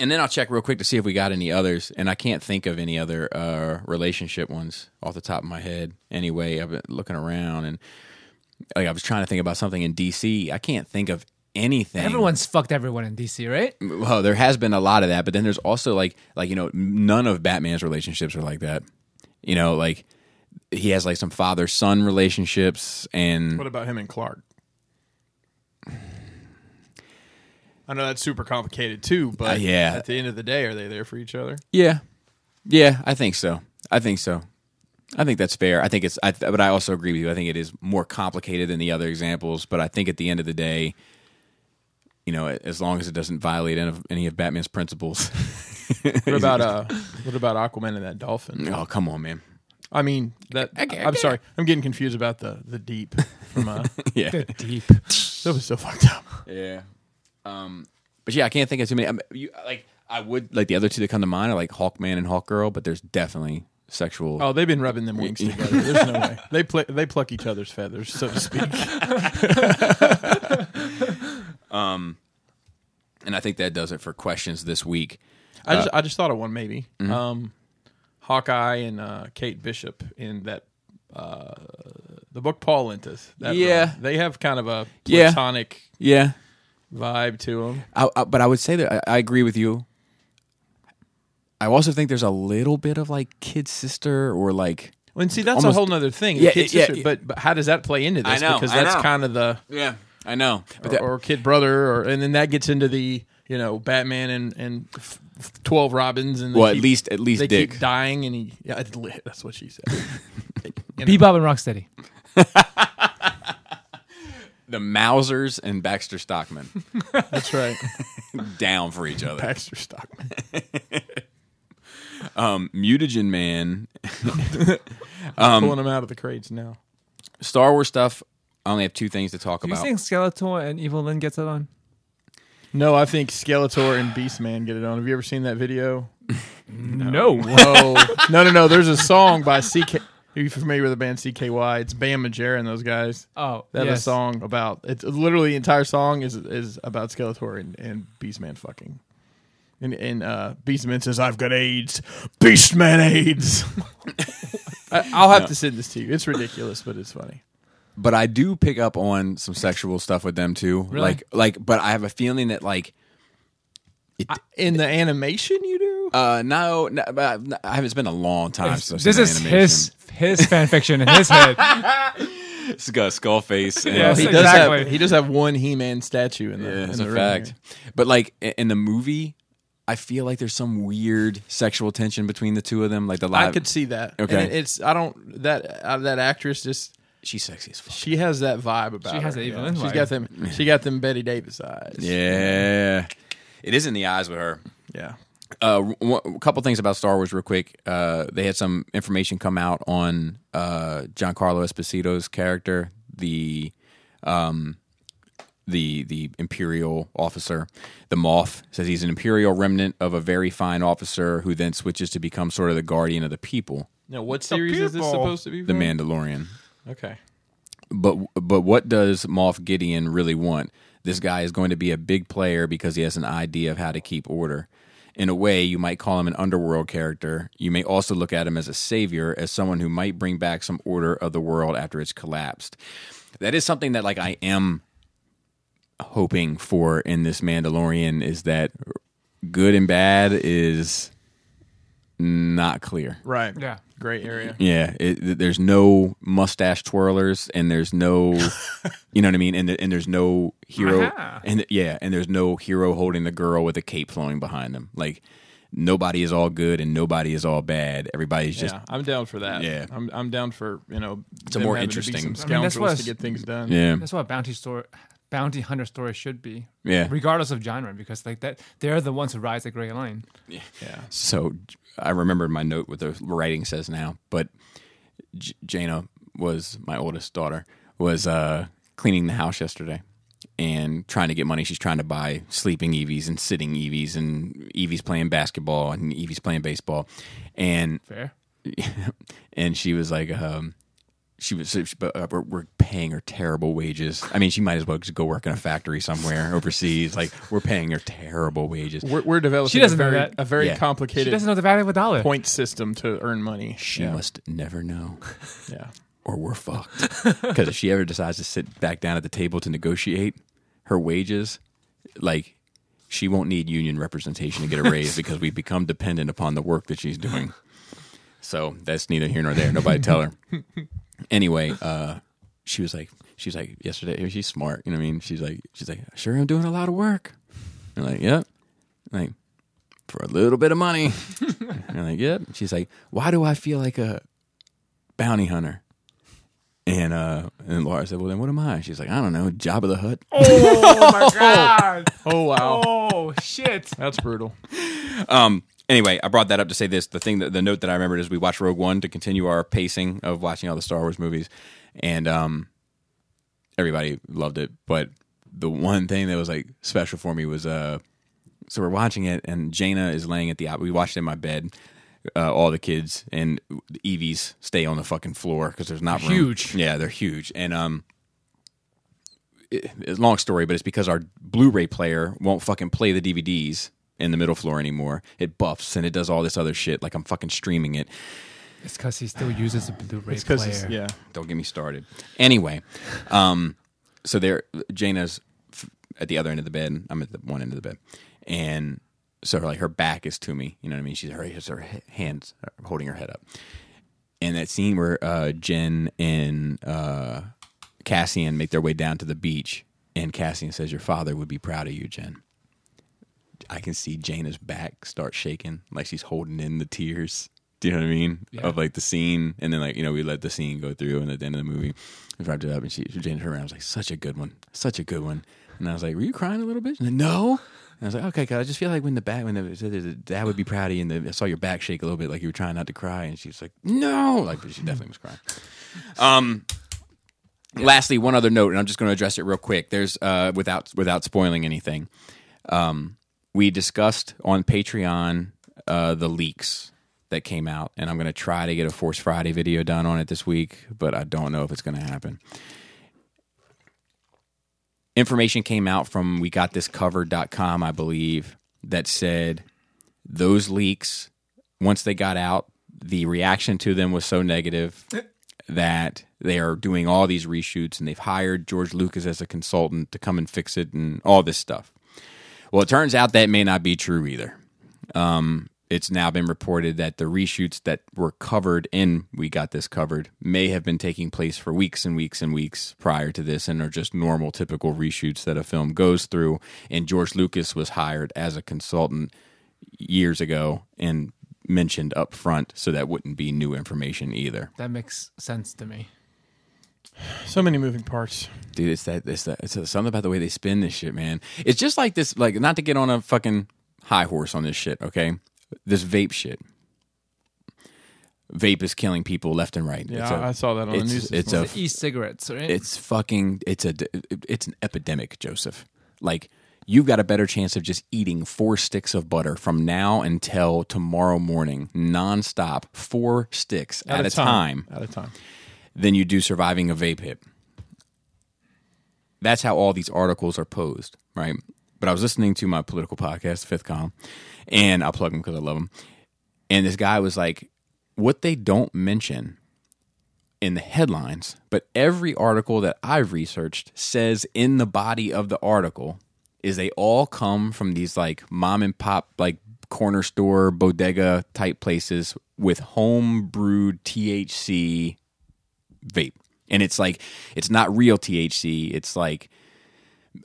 And then I'll check real quick to see if we got any others, and I can't think of any other uh, relationship ones off the top of my head. Anyway, I've been looking around, and like I was trying to think about something in DC. I can't think of anything.
Everyone's fucked everyone in DC, right?
well, there has been a lot of that, but then there's also like like you know none of Batman's relationships are like that. You know, like he has like some father son relationships, and
What about him and Clark? I know that's super complicated too, but
Uh, yeah.
at the end of the day, are they there for each other?
Yeah, yeah, I think so. I think so. I think that's fair. I think it's, I, th- but I also agree with you. I think it is more complicated than the other examples. But I think at the end of the day, you know, as long as it doesn't violate any of, any of Batman's principles.
What about uh, what about Aquaman and that dolphin?
oh, come on, man.
I mean, that I'm sorry, I'm getting confused about the the deep. From, uh,
Yeah,
Deep.
that was so fucked up.
yeah. Um, but yeah, I can't think of too many. I you, like, I would like the other two that come to mind are like Hawkman and Hawkgirl, but there's definitely sexual.
Oh, they've been rubbing them wings together. There's no way they play, they pluck each other's feathers, so to speak.
And I think that does it for questions this week.
I
Uh,
just I just thought of one maybe.
mm-hmm.
Um, Hawkeye and uh, Kate Bishop in that uh, the book Paul lent us. That
Yeah.
run. they have kind of a
Yeah.
platonic
Yeah.
vibe to them.
I, I, but I would say that I, I agree with you. I also think there's a little bit of like kid sister or like
Well, and see, that's
Almost-
a whole other thing.
Yeah,
kid
it- yeah,
sister,
it-
but but how does that play into this?
I know,
because
I
that's
know.
kind of the
yeah, I know. But that,
or, or kid brother, or and then that gets into the you know Batman and and f- f- twelve Robins and they
well, at
keep-
least at least
they
Dick.
keep dying and he yeah it's lit. that's what she said.
Bebop and Rocksteady.
the Mausers and Baxter Stockman
That's right,
down for each other.
Baxter Stockman.
Um, Mutagen Man, Um,
Pulling him out of the crates now.
Star Wars stuff. I only have two things to talk
Do you
about.
think Skeletor and Evil Lynn gets it on?
No, I think Skeletor and Beastman get it on. Have you ever seen that video?
No.
Whoa. no, no, no. There's a song by CK. Are you familiar with the band CKY? It's Bam Majera and those guys.
Oh,
They have a
yes.
song about it's literally the entire song is is about Skeletor and, and Beastman fucking. And and uh, Beastman says, I've got AIDS. Beastman AIDS. I, I'll have to send this to you. It's ridiculous, but it's funny.
but I do pick up on some sexual stuff with them too. Like like, but I have a feeling that like
In the animation you do?
uh no, no but I- I haven't. It's been a long time since
This
I've
is
seen
his his fan fiction in his head.
animation. It's got Skullface. and-
Yes,
he does have
exactly.
he does have one He Man statue in the,
Yeah,
in
that's
the
a
room
fact.
here.
But like i- in the movie, I feel like there's some weird sexual tension between the two of them. Like the live,
I could see that.
Okay.
And it's I don't that uh, that actress just
she's sexy as fuck.
she has that vibe about.
She has
her,
that
you know?
Evelyn
She's
vibe.
got them. She got them Betty Davis eyes.
Yeah, it is in the eyes with her.
Yeah.
Uh, w- a couple things about Star Wars, real quick. Uh, they had some information come out on uh, Giancarlo Esposito's character, the um, the the imperial officer the moth says he's an imperial remnant of a very fine officer who then switches to become sort of the guardian of the people
Now, what series is this
people-
supposed to be?
the
from?
mandalorian
Okay.
but but what does Moff Gideon really want? This guy is going to be a big player because he has an idea of how to keep order. In a way, you might call him an underworld character. You may also look at him as a savior, as someone who might bring back some order of the world after it's collapsed. That is something that like I am hoping for in this Mandalorian is that good and bad is not clear.
Right.
Yeah.
Great area.
Yeah, it, th- there's no mustache twirlers, and there's no, you know what I mean, and the, and there's no hero,
Aha.
and th- yeah, and there's no hero holding the girl with a cape flowing behind them. Like nobody is all good, and nobody is all bad. Everybody's just
yeah, I'm down for that.
Yeah.
I'm I'm down for you know. It's
a more interesting-
Some
I
mean, that's
scoundrels
what I
to
s-
get things done.
yeah.
That's why bounty store bounty hunter stories should be.
Yeah.
Regardless of genre, because like that, they're the ones who rise the gray line.
So I remembered my note what the writing says now, but J- Jana was my oldest daughter was uh, cleaning the house yesterday and trying to get money. She's trying to buy sleeping Eevees and sitting Eevees and Eevees playing basketball and Eevees playing baseball, and
Fair.
and she was like, um, she was, she- but uh, we're, we're paying her terrible wages. I mean, she might as well just go work in a factory somewhere overseas. Like we're paying her terrible wages.
We're, we're developing
She doesn't
a
know
very,
that.
a very
She
Yeah.
doesn't
complicated
know the value of a dollar.
point system to earn money.
She
yeah.
must never know.
yeah.
or we're fucked. Because if she ever decides to sit back down at the table to negotiate her wages, like she won't need union representation to get a raise because we've become dependent upon the work that she's doing. So that's neither here nor there. Nobody tell her. Anyway, uh, she was like, she's like yesterday. She's smart, you know what I mean. She's like, she's like, sure, I'm doing a lot of work. And I'm like, yep. I'm like for a little bit of money. and I'm like, yep. She's like, why do I feel like a bounty hunter? And uh, and Laura said, well, then what am I? She's like, I don't know, Job of the Hut.
Oh my god!
Oh wow,
Oh shit!
that's brutal.
Um. Anyway, I brought that up to say this. The thing that the note that I remembered is we watched Rogue One to continue our pacing of watching all the Star Wars movies, and um, everybody loved it. But the one thing that was like special for me was uh, so we're watching it, and Jaina is laying at the op- we watched it in my bed. Uh, all the kids and the Eevees stay on the fucking floor because there's not room.
Huge.
Yeah, they're huge, and um, it's a long story, but it's because our Blu-ray player won't fucking play the DVDs in the middle floor anymore. It buffs and it does all this other shit. Like I'm fucking streaming it.
It's because he still uses a Blu-ray
It's because
player.
yeah,
Don't get me started. Anyway, um, so there, Jana's f- at the other end of the bed. and I'm at the one end of the bed, and so like her back is to me. You know what I mean? She's her, has her h- hands holding her head up. And that scene where uh, Jen and uh, Cassian make their way down to the beach, and Cassian says, "Your father would be proud of you, Jen." I can see Jana's back start shaking, like she's holding in the tears. Do you know what I mean? Of like the scene, and then like you know we let the scene go through, and at the end of the movie, we wrapped it up, and she Jana turned around, I was like, "Such a good one, such a good one," and I was like, "Were you crying a little bit?" She's like, no. And I was like, "Okay, cause I just feel like when the back, when the, the, the- the dad would be proud of you, and the, I saw your back shake a little bit, like you were trying not to cry," and she was like, "No," like but she definitely was crying. Um, Lastly, one other note, and I'm just going to address it real quick. There's uh, without without spoiling anything. Um, we discussed on Patreon uh, the leaks that came out, and I'm going to try to get a Force Friday video done on it this week, but I don't know if it's going to happen. Information came out from we got this covered.com, I believe, that said those leaks once they got out, the reaction to them was so negative that they are doing all these reshoots and they've hired George Lucas as a consultant to come and fix it and all this stuff. Well, it turns out that may not be true either. Um, it's now been reported that the reshoots that were covered in We Got This Covered may have been taking place for weeks and weeks and weeks prior to this and are just normal, typical reshoots that a film goes through. And George Lucas was hired as a consultant years ago and mentioned up front, so that wouldn't be new information either.
That makes sense to me.
so many moving parts.
dude it's that it's that it's something about the way they spin this shit man it's just like this like not to get on a fucking high horse on this shit okay this vape shit vape is killing people left and right
Yeah,
it's a-
I I saw that on
it's,
the news. this
it's
morning.
a
The e-cigarettes, right?
it's fucking it's a it's an epidemic joseph like you've got a better chance of just eating four sticks of butter from now until tomorrow morning nonstop four sticks at, a time
At a time.
than you do surviving a vape hit. That's how all these articles are posed, right? But I was listening to my political podcast, Fifth Column, and I'll plug them because I love them. And this guy was like, what they don't mention in the headlines, but every article that I've researched says in the body of the article is they all come from these like mom and pop like corner store bodega type places with home brewed THC vape. And it's like it's not real THC, it's like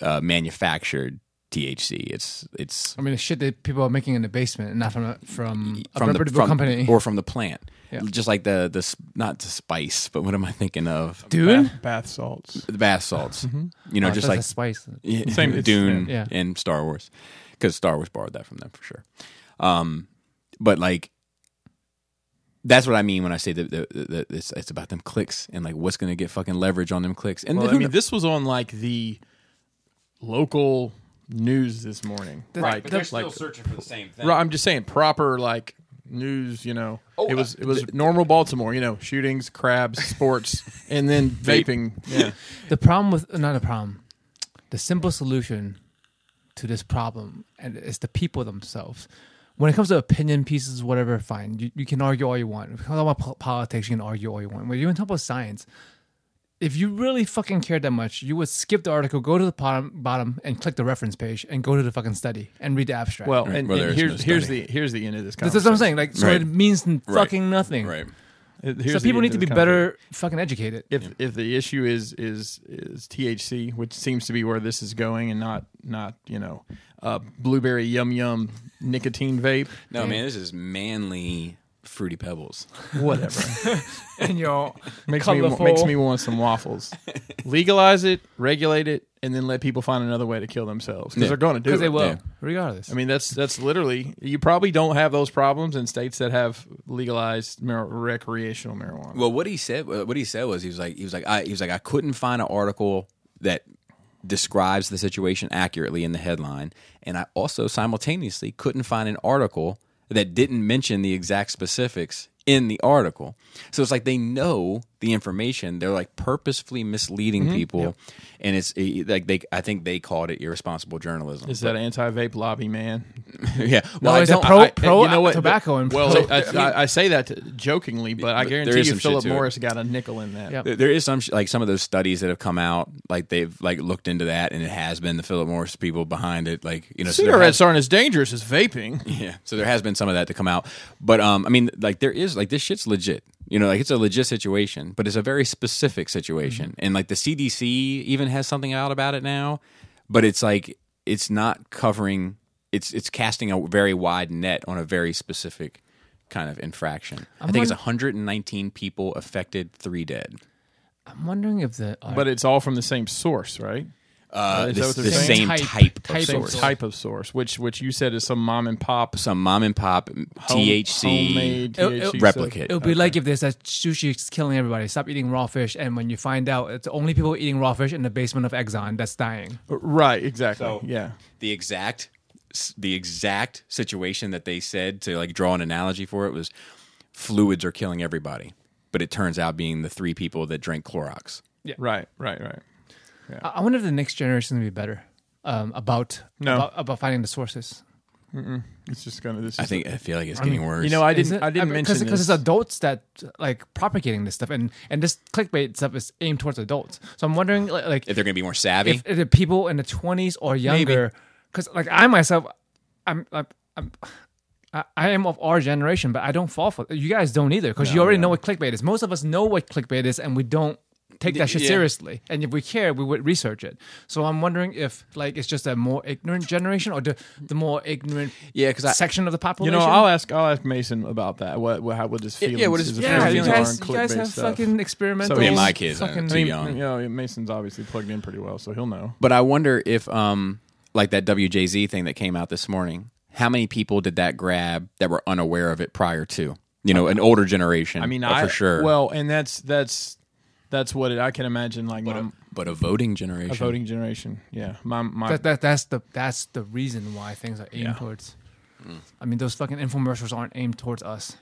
uh, manufactured THC. It's it's
I mean, the shit that people are making in the basement, and not from a, from a
E, from the
reputable
from,
company.
or from the plant.
Yeah.
Just like the the s- not the spice, but what am I thinking of?
Dune.
Bath, bath salts.
The bath salts. You know,
Oh, that's
just like
a spice.
Yeah,
Same- it's-
Dune
yeah. Yeah.
and Star Wars, because Star Wars borrowed that from them for sure. Um, but like, that's what I mean when I say that, that, that it's, it's about them clicks and like what's going to get fucking leverage on them clicks. And
Well,
who
I mean,
kn-
this was on like the local news this morning. like, like-
searching for the same thing.
Right, I'm just saying proper like news. You know, it was it was normal Baltimore. You know, shootings, crabs, sports, and then vaping. Yeah,
The problem with not a problem. The simple solution to this problem and is the people themselves. When it comes to opinion pieces, whatever, fine. You, you can argue all you want. When it comes about po- politics, you can argue all you want. When you talk about science, if you really fucking cared that much, you would skip the article, go to the bottom, bottom, and click the reference page, and go to the fucking study and read the abstract.
well, and,
Well,
and
there is
here's
no
here's
study.
the here's the end of this.
that's what I'm saying. Like, so
Right.
it means fucking nothing.
Right.
So people need to be better fucking educated.
If if the issue is is is THC, which seems to be where this is going, and not not you know uh, blueberry yum yum nicotine vape,
No, man, this is manly fruity pebbles.
whatever.
and your
makes
colorful-
me makes me want some waffles. Legalize it, regulate it, and then let people find another way to kill themselves because
Yeah.
they're going to do it.
because they will,
Yeah.
regardless.
I mean, that's that's literally you probably don't have those problems in states that have legalized mar- recreational marijuana.
Well, what he said, uh, what he said was he was like he was like I he was like I couldn't find an article that describes the situation accurately in the headline, and I also simultaneously couldn't find an article that didn't mention the exact specifics in the article. So it's like they know the information; they're like purposefully misleading
Mm-hmm.
people, and it's eh, like they I think they called it irresponsible journalism.
is that anti-vape lobby, man?
yeah,
No,
well, I
it's a
don't.
Oh, pro
I-
pro
you know what?
tobacco and
Well,
pro-
I, I, I say that to- jokingly, but I
There
guarantee
is
you,
some shit
Philip
to it.
Morris got a nickel in that.
Yep.
There- There is some sh- like some of those studies that have come out, like they've like looked into that, and it has been the Philip Morris people behind it, like you know, so there
Cigarettes
has-
aren't as dangerous as vaping.
yeah, so there has been some of that to come out, but um, I mean, like there is like this shit's legit, you know, like it's a legit situation, but it's a very specific situation, and like the CDC even has something out about it now, but it's like it's not covering, it's it's casting a very wide net on a very specific kind of infraction. i think it's
won-
119 people affected, three dead.
I'm wondering if the
But it's all from the same source, right?
Uh,
Is that
this,
what they're
the
saying?
same
Type-
type, of
type of
Same
source.
type of source, which which you said is some mom and pop
Some mom and pop
home-
THC
homemade
It'll-
THC
it'll-
stuff.
replicate.
It'll be like if there's that sushi is killing everybody. Stop eating raw fish, and when you find out, it's only people eating raw fish in the basement of Exxon that's dying.
Right, exactly.
So-
yeah.
The exact the exact situation that they said to like draw an analogy for it was fluids are killing everybody. But it turns out being the three people that drank Clorox.
Right, right, right.
I, I wonder if the next generation will be better um, about,
No.
about about finding the sources.
It's just gonna this
I
is-
think I feel like it's getting worse.
you know, I
Is
didn't
it?
I didn't
mean,
mention
because
this.
it's adults that like propagating this stuff, and and this clickbait stuff is aimed towards adults. So I'm wondering li- like
if they're gonna be more savvy.
if, if the people in the 20s or younger because like i myself i'm i'm, I'm I- I am of our generation, but I don't fall for it. You guys don't either, because you already know what clickbait is. Most of us know what clickbait is, and we don't take that shit
yeah.
seriously. And if we care, we would research it. So I'm wondering if, like, it's just a more ignorant generation, or the, the more ignorant
Yeah, 'cause I-
section of the
you
population.
know, I'll ask I'll ask Mason about that. What what, how, what his feelings
yeah, what his
his
feelings
yeah, you
feelings are
guys,
on
you guys
clickbait
have
stuff.
fucking experimental.
Me and
Oh, my kids aren't
fucking-
too
I mean,
young.
you know, Mason's obviously plugged in pretty well, so he'll know.
But I wonder if, um, like that WJZ thing that came out this morning, how many people did that grab that were unaware of it prior to? You know, an older generation.
I mean,
uh,
I
for sure.
Well, and that's that's that's what it, I can imagine. Like my, Um, a,
but a voting generation.
voting generation. Yeah, my my
that, that that's the that's the reason why things are aimed towards. I mean, those fucking infomercials aren't aimed towards us.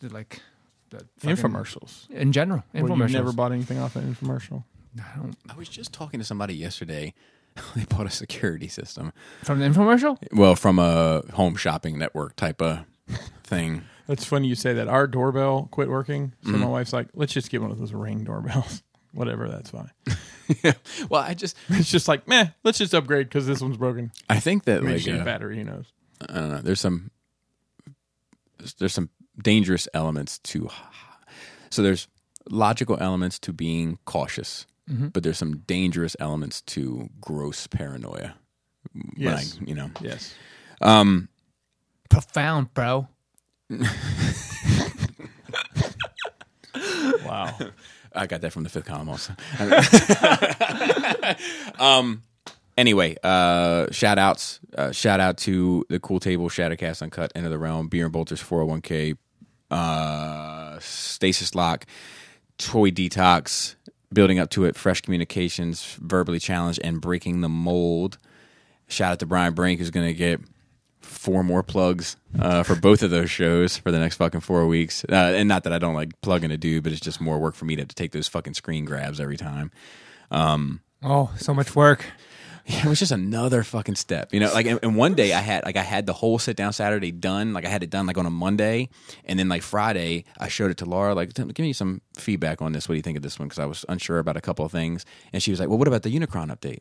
They're like the fucking-
infomercials.
in general.
Well, you
Infomercials.
never bought anything off an infomercial.
I don't-
I was just talking to somebody yesterday. they bought a security system.
from the infomercial.
Well, from a home shopping network type of thing.
That's funny you say that. Our doorbell quit working, so
Mm-hmm.
my wife's like, "Let's just get one of those ring doorbells, whatever. That's fine."
well, I just
It's just like, meh, let's just upgrade because this one's broken.
I think that
Maybe
like
she had
uh,
a battery, who knows?
I don't know. There's some there's some dangerous elements to so there's logical elements to
Mm-hmm.
being cautious, but there's some dangerous elements to gross paranoia. when I,
Yes.
you know.
Yes.
Um,
Profound, bro.
Wow.
I got that from the fifth column also. um, anyway, uh, shout outs. Uh, shout out to the Cool Table, Shattercast Uncut, End of the Realm, Beer and Bolters 401k, uh, Stasis Lock, Toy Detox, Building Up to It, Fresh Communications, Verbally Challenged, and Breaking the Mold. Shout out to Brian Brink, who's going to get four more plugs uh, for both of those shows for the next fucking four weeks. Uh, and not that I don't like plugging a dude, but it's just more work for me to, have to take those fucking screen grabs every time.
Oh, so much work.
Yeah, it was just another fucking step, you know. Like, and, and one day I had like I had the whole sit down Saturday done. Like I had it done like on a Monday, and then like Friday I showed it to Laura. Like, "Tim, give me some feedback on this. What do you think of this one? Because I was unsure about a couple of things, and she was like, "Well, what about the Unicron update?"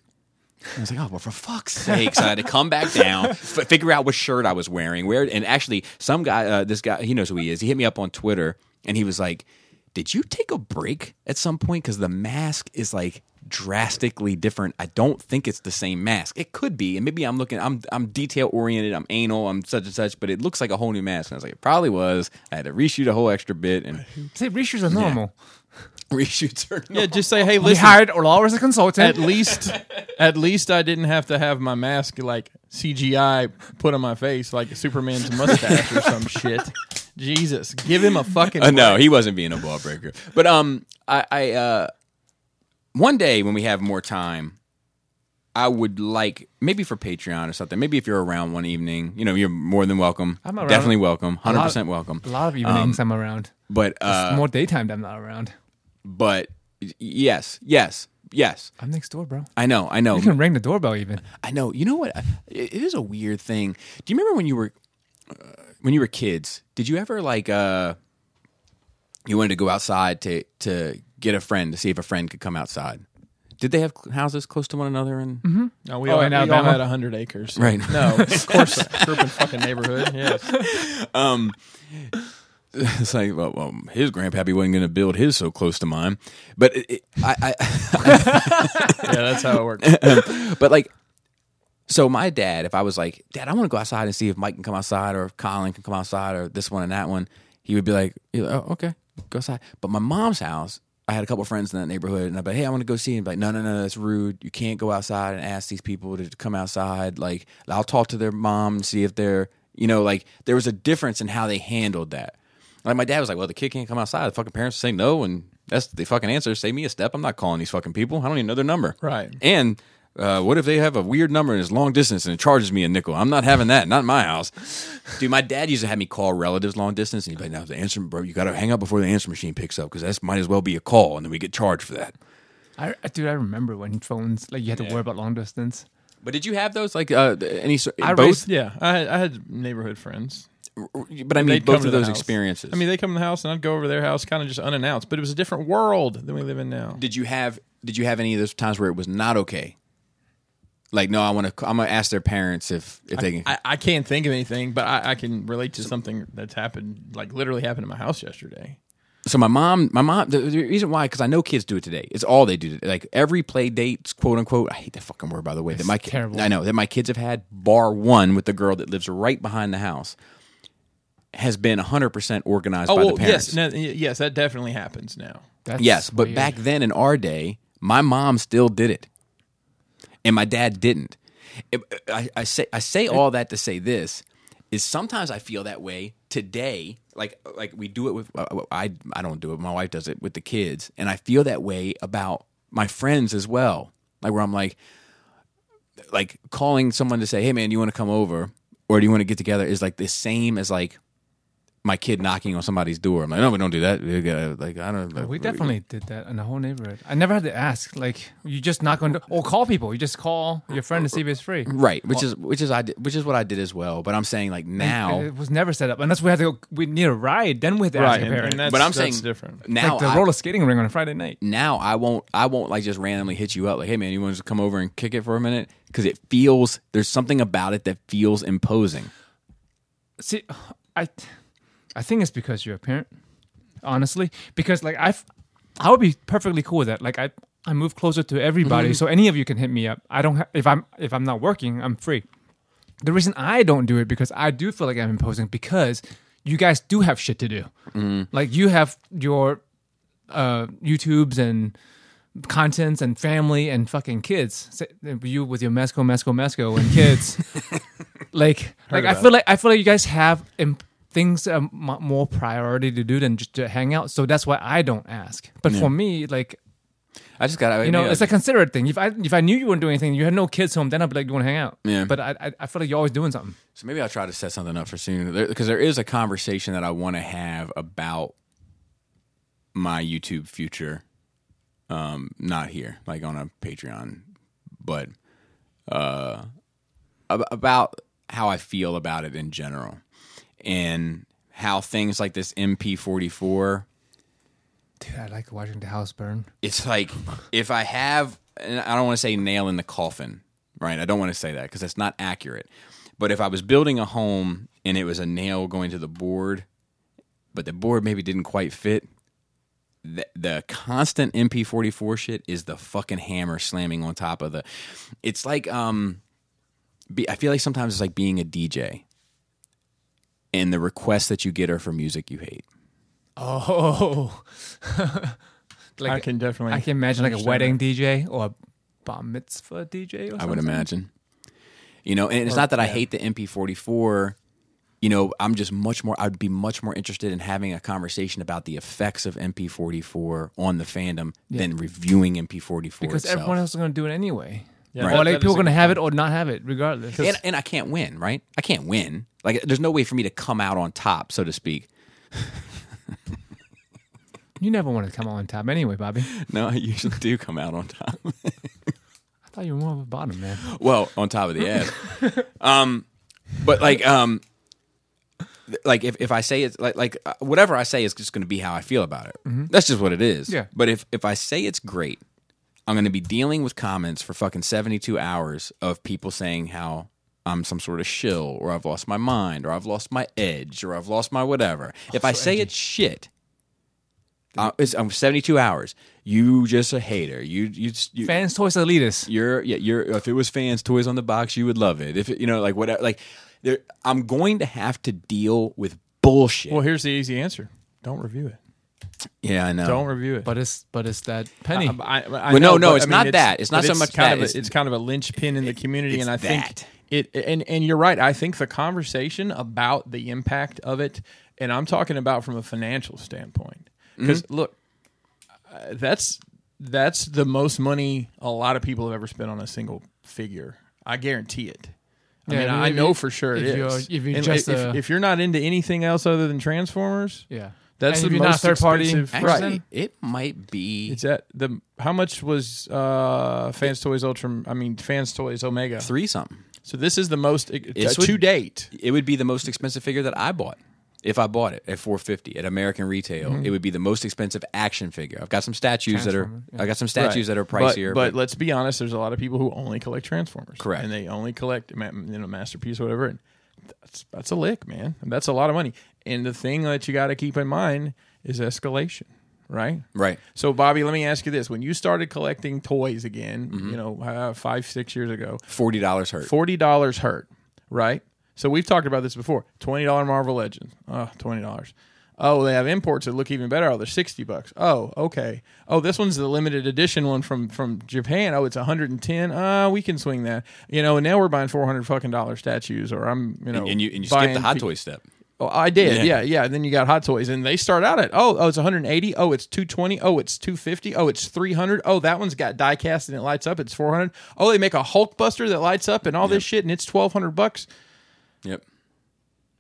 I was like, oh, well, for fuck's sake. So I had to come back down, f- figure out what shirt I was wearing. Where And actually, some guy, uh, this guy, he knows who he is. He hit me up on Twitter and he was like, did you take a break at some point? Because the mask is like drastically different. I don't think it's the same mask. It could be. And maybe I'm looking, I'm, I'm detail oriented, I'm anal, I'm such and such, but it looks like a whole new mask. And I was like, it probably was. I had to reshoot a whole extra bit and
See, reshoots are normal.
reshoots are
Yeah, just say, hey,
We
listen.
hired Olar as a
At
consultant.
least, at least I didn't have to have my mask like CGI put on my face like Superman's mustache or some shit. Jesus, give him a fucking.
Uh, no, he wasn't being a ball breaker. But um, I, I uh, one day when we have more time, I would like maybe for Patreon or something. Maybe if you're around one evening, you know, you're more than welcome.
I'm around.
Definitely welcome, hundred percent welcome.
A lot of evenings I'm around.
But
It's
uh,
more daytime that I'm not around.
but y- yes, yes, yes.
I'm next door, bro.
I know, I know.
You can ring the doorbell even.
I know. You know what? I- It it is a weird thing. Do you remember when you were uh, when you were kids? Did you ever like uh you wanted to go outside to to get a friend to see if a friend could come outside? Did they have cl- houses close to one another? And
No, we,
Oh,
all,
in
we all
Alabama?
had hundred acres.
Right.
No, of course, I grew up in fucking neighborhood. Yes.
um, it's like well, well, his grandpappy wasn't going to build his so close to mine, but it, it, I, I
Yeah, that's how it works.
but like so my dad if i was like dad i want to go outside and see if mike can come outside or if colin can come outside or this one and that one he would be like he'd be like, oh okay go outside but my mom's house i had a couple friends in that neighborhood and i'd be like hey i want to go see him like no no no that's rude you can't go outside and ask these people to come outside like i'll talk to their mom and see if they're you know like there was a difference in how they handled that like my dad was like, "Well, the kid can't come outside. The fucking parents say no, and that's the fucking answer. Save me a step. I'm not calling these fucking people. I don't even know their number.
Right.
And uh, what if they have a weird number and it's long distance and it charges me a nickel? I'm not having that. Not in my house, dude. My dad used to have me call relatives long distance, and he'd be like, "No, the answer, bro. You got to hang up before the answer machine picks up because that might as well be a call, and then we get charged for that."
I, I- dude, I remember when phones like you had to worry about long distance.
But did you have those like uh, any sort?
I
both?
Yeah, I had, I had neighborhood friends.
but I mean,
They'd come
both
to the
of those
house.
experiences.
I mean, they come in the house and I'd go over to their house, kind of just unannounced. But it was a different world than we live in now.
did you have did you have any of those times where it was not okay? Like, no, I want to. I'm gonna ask their parents if if they can.
I, I can't think of anything, but I, I can relate to something that's happened, like literally happened in my house yesterday.
so my mom, my mom. The, the reason why, because I know kids do it today. It's all they do. Today. Like every play date, quote unquote. I hate that fucking word, by the way. that my ki-
terrible.
I know that my kids have had bar one with the girl that lives right behind the house has been 100 percent organized
Oh,
by
well,
the parents.
yes, no, y- yes, that definitely happens now.
That's
yes, but
weird.
back then in our day, my mom still did it, and my dad didn't. It- I, I say I say all that to say this is sometimes I feel that way today. Like like we do it with uh, I I don't do it. My wife does it with the kids, and I feel that way about my friends as well. Like where I'm like, like calling someone to say, "Hey, man, do you want to come over or do you want to get together?" is like the same as like my kid knocking on somebody's door. I'm like, "No, we don't do that." We gotta- Like, I don't. uh,
We definitely did that in the whole neighborhood. I never had to ask. Like, you just knock on the or call people. You just call your friend to see if it's free.
right, which is which is I did, which is what I did as well. But I'm saying like
It,
now,
it was never set up unless we had to go. We need a ride. Then we had to ask
and,
your parent.
and that's,
but I'm
that's
saying
different.
now.
like the
I-
roller skating ring on a Friday night.
now I won't I won't like just randomly hit you up like hey man you want to come over and kick it for a minute because it feels there's something about it that feels imposing
See, I, I think it's because you're a parent. Honestly, because like I, I would be perfectly cool with that. Like I,
I move closer to everybody, so any of you can hit me up. I don't ha- if I'm if I'm not working, I'm free. The reason I don't do it because I do feel like I'm imposing because you guys do have shit to do. Like you have your uh YouTubes and contents and family and fucking kids. Say- You with your mesco mesco mesco and kids. like like I feel like I feel like you guys have im- things um, m- more priority to do than just to hang out. So that's why I don't ask. But for me, like
I just got.
you know, it's a considerate thing. If I if I knew you weren't doing anything, you had no kids home, then I'd be like, you want to hang out?
Yeah.
But I I, I feel like you're always doing something.
So maybe I'll try to set something up for soon because there is a conversation that I want to have about my YouTube future, um, not here, like on a Patreon, but uh, ab- about how I feel about it in general and how things like this MP44
Dude, I like watching the house burn.
it's like if I have, and I don't want to say nail in the coffin, right? I don't want to say that because that's not accurate. But if I was building a home and it was a nail going to the board, but the board maybe didn't quite fit, the, the constant MP44 shit is the fucking hammer slamming on top of the. It's like, um, be, I feel like sometimes it's like being a DJ and the requests that you get are for music you hate.
Oh, like
I can definitely.
I can imagine like a
understand
wedding DJ or a bar mitzvah DJ. Or
I
something.
would imagine. You know, and it's not that I hate the MP44. You know, I'm just much more. I'd be much more interested in having a conversation about the effects of MP44 on the fandom than reviewing MP44
because
itself.
everyone else is going to do it anyway.
Yeah,
Right.
that-
Or like
that
people
is
are
a-
going to have it or not have it, regardless.
and, and I can't win, right? I can't win. Like, there's no way for me to come out on top, so to speak.
You never want to come on top anyway, Bobby.
No, I usually do come out on top.
I thought you were more of a bottom man.
well, on top of the ass. um, but like, um, th- like if, if I say it's like like uh, whatever I say is just going to be how I feel about it. That's just what it is.
Yeah.
But if if I say it's great, I'm going to be dealing with comments for fucking 72 hours of people saying how I'm some sort of shill or I've lost my mind or I've lost my edge or I've lost my whatever. if I say it's shit. Uh, it's um, 72 hours. You just a hater. You you, you
Fans towards elitists.
you're yeah, you're if it was fans toys on the box you would love it if it, you know like whatever like there i'm going to have to deal with bullshit
Well, here's the easy answer. Don't review it.
yeah i know
Don't review it.
But it's but it's that penny.
I, I, I
Well, no,
know,
no,
but, I
it's
mean,
not that. It's not
but
so much
kind
that.
Of a,
It's-
it's, kind of a linchpin in the community,
it's
and I
that.
think it. And and you're right. I think the conversation about the impact of it, and I'm talking about from a financial standpoint, because look,
Mm-hmm.
uh, that's that's the most money a lot of people have ever spent on a single figure. I guarantee it. I
Yeah,
mean,
I mean,
I
if
know
you-
for sure it
if you're-
is.
if you're
And
just
if,
a-
if you're not into anything else other than Transformers,
yeah.
that's
And if
the
you're not
most
a third party
expensive-
person,
Actually, it might be
it's at the how much was uh Fans Toys Ultra? I mean Fans Toys Omega.
three something
So this is the most it,
This
to
would-
date.
it would be the most expensive figure that i bought if i bought it at 450 at american retail
Mm-hmm.
it would be the most expensive action figure i've got some statues that are i got some statues that are
Right.
pricier
But, but let's be honest, there's a lot of people who only collect Transformers.
Correct.
And they only collect ma- you know masterpiece or whatever. And that's that's a lick, man. And that's a lot of money. And the thing that you got to keep in mind is escalation, right?
right
So Bobby, let me ask you this: When you started collecting toys again,
Mm-hmm.
you know, uh, five six years ago,
$40 hurt
Forty dollars hurt, right? So we've talked about this before. Twenty dollar Marvel Legends. Oh, twenty dollars. Oh, they have imports that look even better. Oh, they're sixty bucks. Oh, okay. Oh, this one's the limited edition one from from Japan. Oh, it's one hundred and ten. Uh, we can swing that. You know, and now we're buying four hundred fucking dollar statues, or I'm you know,
and you and you skip
buying
the hot
pe-
toy step
Oh, I did.
Yeah.
Yeah. yeah, And then you got Hot Toys, and they start out at oh, oh, it's 180. Oh, it's 220. Oh, it's 250. Oh, it's 300. Oh, that one's got die cast and it lights up. It's 400. Oh, they make a Hulkbuster that lights up and all this shit, and it's 1200 bucks.
yep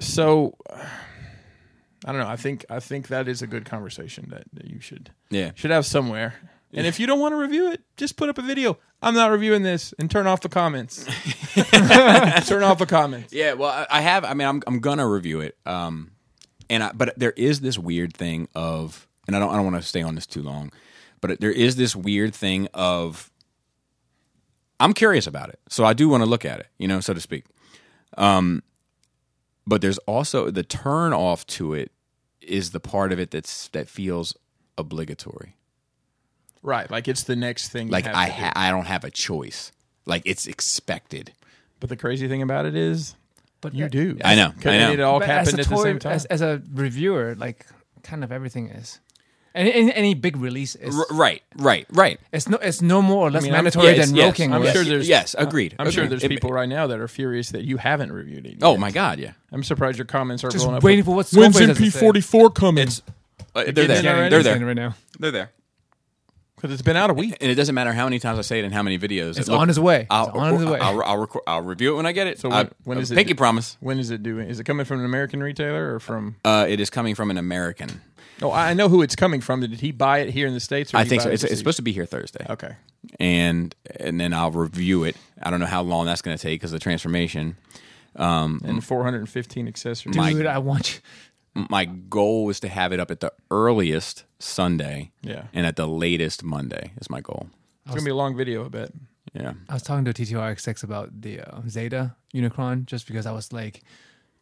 So, I don't know. I think I think that is a good conversation that, that you should
Yeah.
should have somewhere. And if you don't want to review it, just put up a video. I'm not reviewing this, and turn off the comments. turn off the comments.
Yeah, well, I- I have. I mean, I'm I'm gonna review it. Um, and I, but there is this weird thing of, and I don't I don't want to stay on this too long, but there is this weird thing of, I'm curious about it, so I do want to look at it, you know, so to speak. Um, but there's also the turn off to it is the part of it that's that feels obligatory.
Right, like it's the next thing. you
Like
have
I
to do.
ha- I don't have a choice. Like it's expected.
But the crazy thing about it is,
But
you
that-
do.
I know,
Could-
I know.
It all
But as
happened
a
at the
toy-
same time.
As, as a reviewer, like kind of everything is, and any, any big release is
R- right, right, right.
It's no, it's no more or less
mean, I'm-
mandatory
yes,
than
yes,
Roking
I'm
was.
sure there's- yes, agreed,
I'm sure
agreed.
there's
It-
people right now that are furious that you haven't reviewed it.
Oh
yet.
my god, yeah.
I'm surprised your comments are
Just
blowing up.
waiting
with,
for what
When's
Scorsese has to say."
MP44 coming?
Uh, they're
getting
there.
it already?
They're there.
right now.
They're there.
Because it's been out a week.
And it doesn't matter how many times I say it and how many videos.
It's
Look,
on its way. It's
I'll,
on its way.
I'll, I'll, record, I'll review it when I get it.
So
So
when-
I,
when is it-
Pinky promise.
When is it doing? Is it coming from an American retailer or from?
Uh, it is coming from an American.
Oh, I I know who it's coming from. Did he buy it here in the states? Or
I
he
think
buy
so.
it
It's, it's
overseas?
supposed to be here Thursday.
Okay.
and and then I'll review it. I don't know how long that's going to take because the transformation.
And 415 accessories.
Mm. My-
Dude, I want you.
My goal is to have it up at the earliest Sunday,
Yeah.
and at the latest Monday is my goal.
It's gonna be a long video, I bet.
Yeah,
I was talking to TTRX6 about the uh, Zeta Unicron just because I was like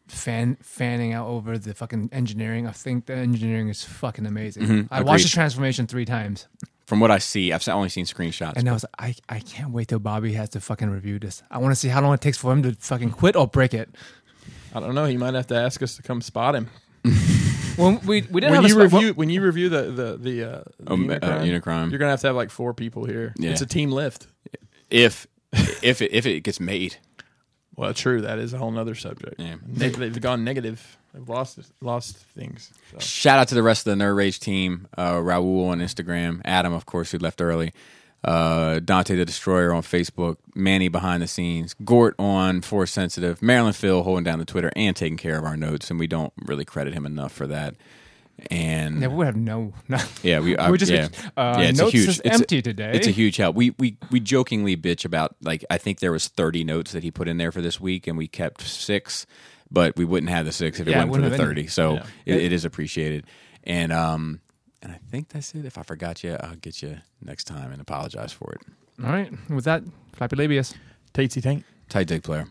fan fanning out over the fucking engineering. I think the engineering is fucking amazing. I watched the
Mm-hmm. agreed.
transformation three times,
from what I see, I've only seen screenshots.
and I was like, I I can't wait till Bobby has to fucking review this. I want to see how long it takes for him to fucking quit or break it.
I don't know. He might have to ask us to come spot him
When we we
when
didn't have a
you
spe-
review when you review the the the, uh, the
Um, uh,
Unicron,
Unicron.
You're gonna have to have like four people here.
Yeah.
It's a team lift.
if if it, if it gets made,
Well, true. That is a whole nother subject.
Yeah.
They, they've gone negative. They've lost lost things. So.
shout out to the rest of the Nerd Rage team. Uh, Raul on Instagram, Adam, of course, who left early. Uh, Dante the Destroyer on Facebook, Manny behind the scenes, Gort on Force Sensitive, Marilyn Phil holding down the Twitter and taking care of our notes, and we don't really credit him enough for that. And
Yeah, we would have no. no.
mm. yeah, we I,
We're just-
yeah.
uh,
yeah, it's
notes
a huge.
is
it's a-
empty today.
It's a huge help. We we we jokingly bitch about like I think there was thirty notes that he put in there for this week, and we kept six, but we wouldn't have the six if
Yeah, it
it wasn't for
wouldn't
the
have been-
thirty. So it, it is appreciated, and um and I think that's it. If I forgot you, I'll get you next time and apologize for it.
All right, with that, flappy labius.
Tatesy Tank.
Tight dick player.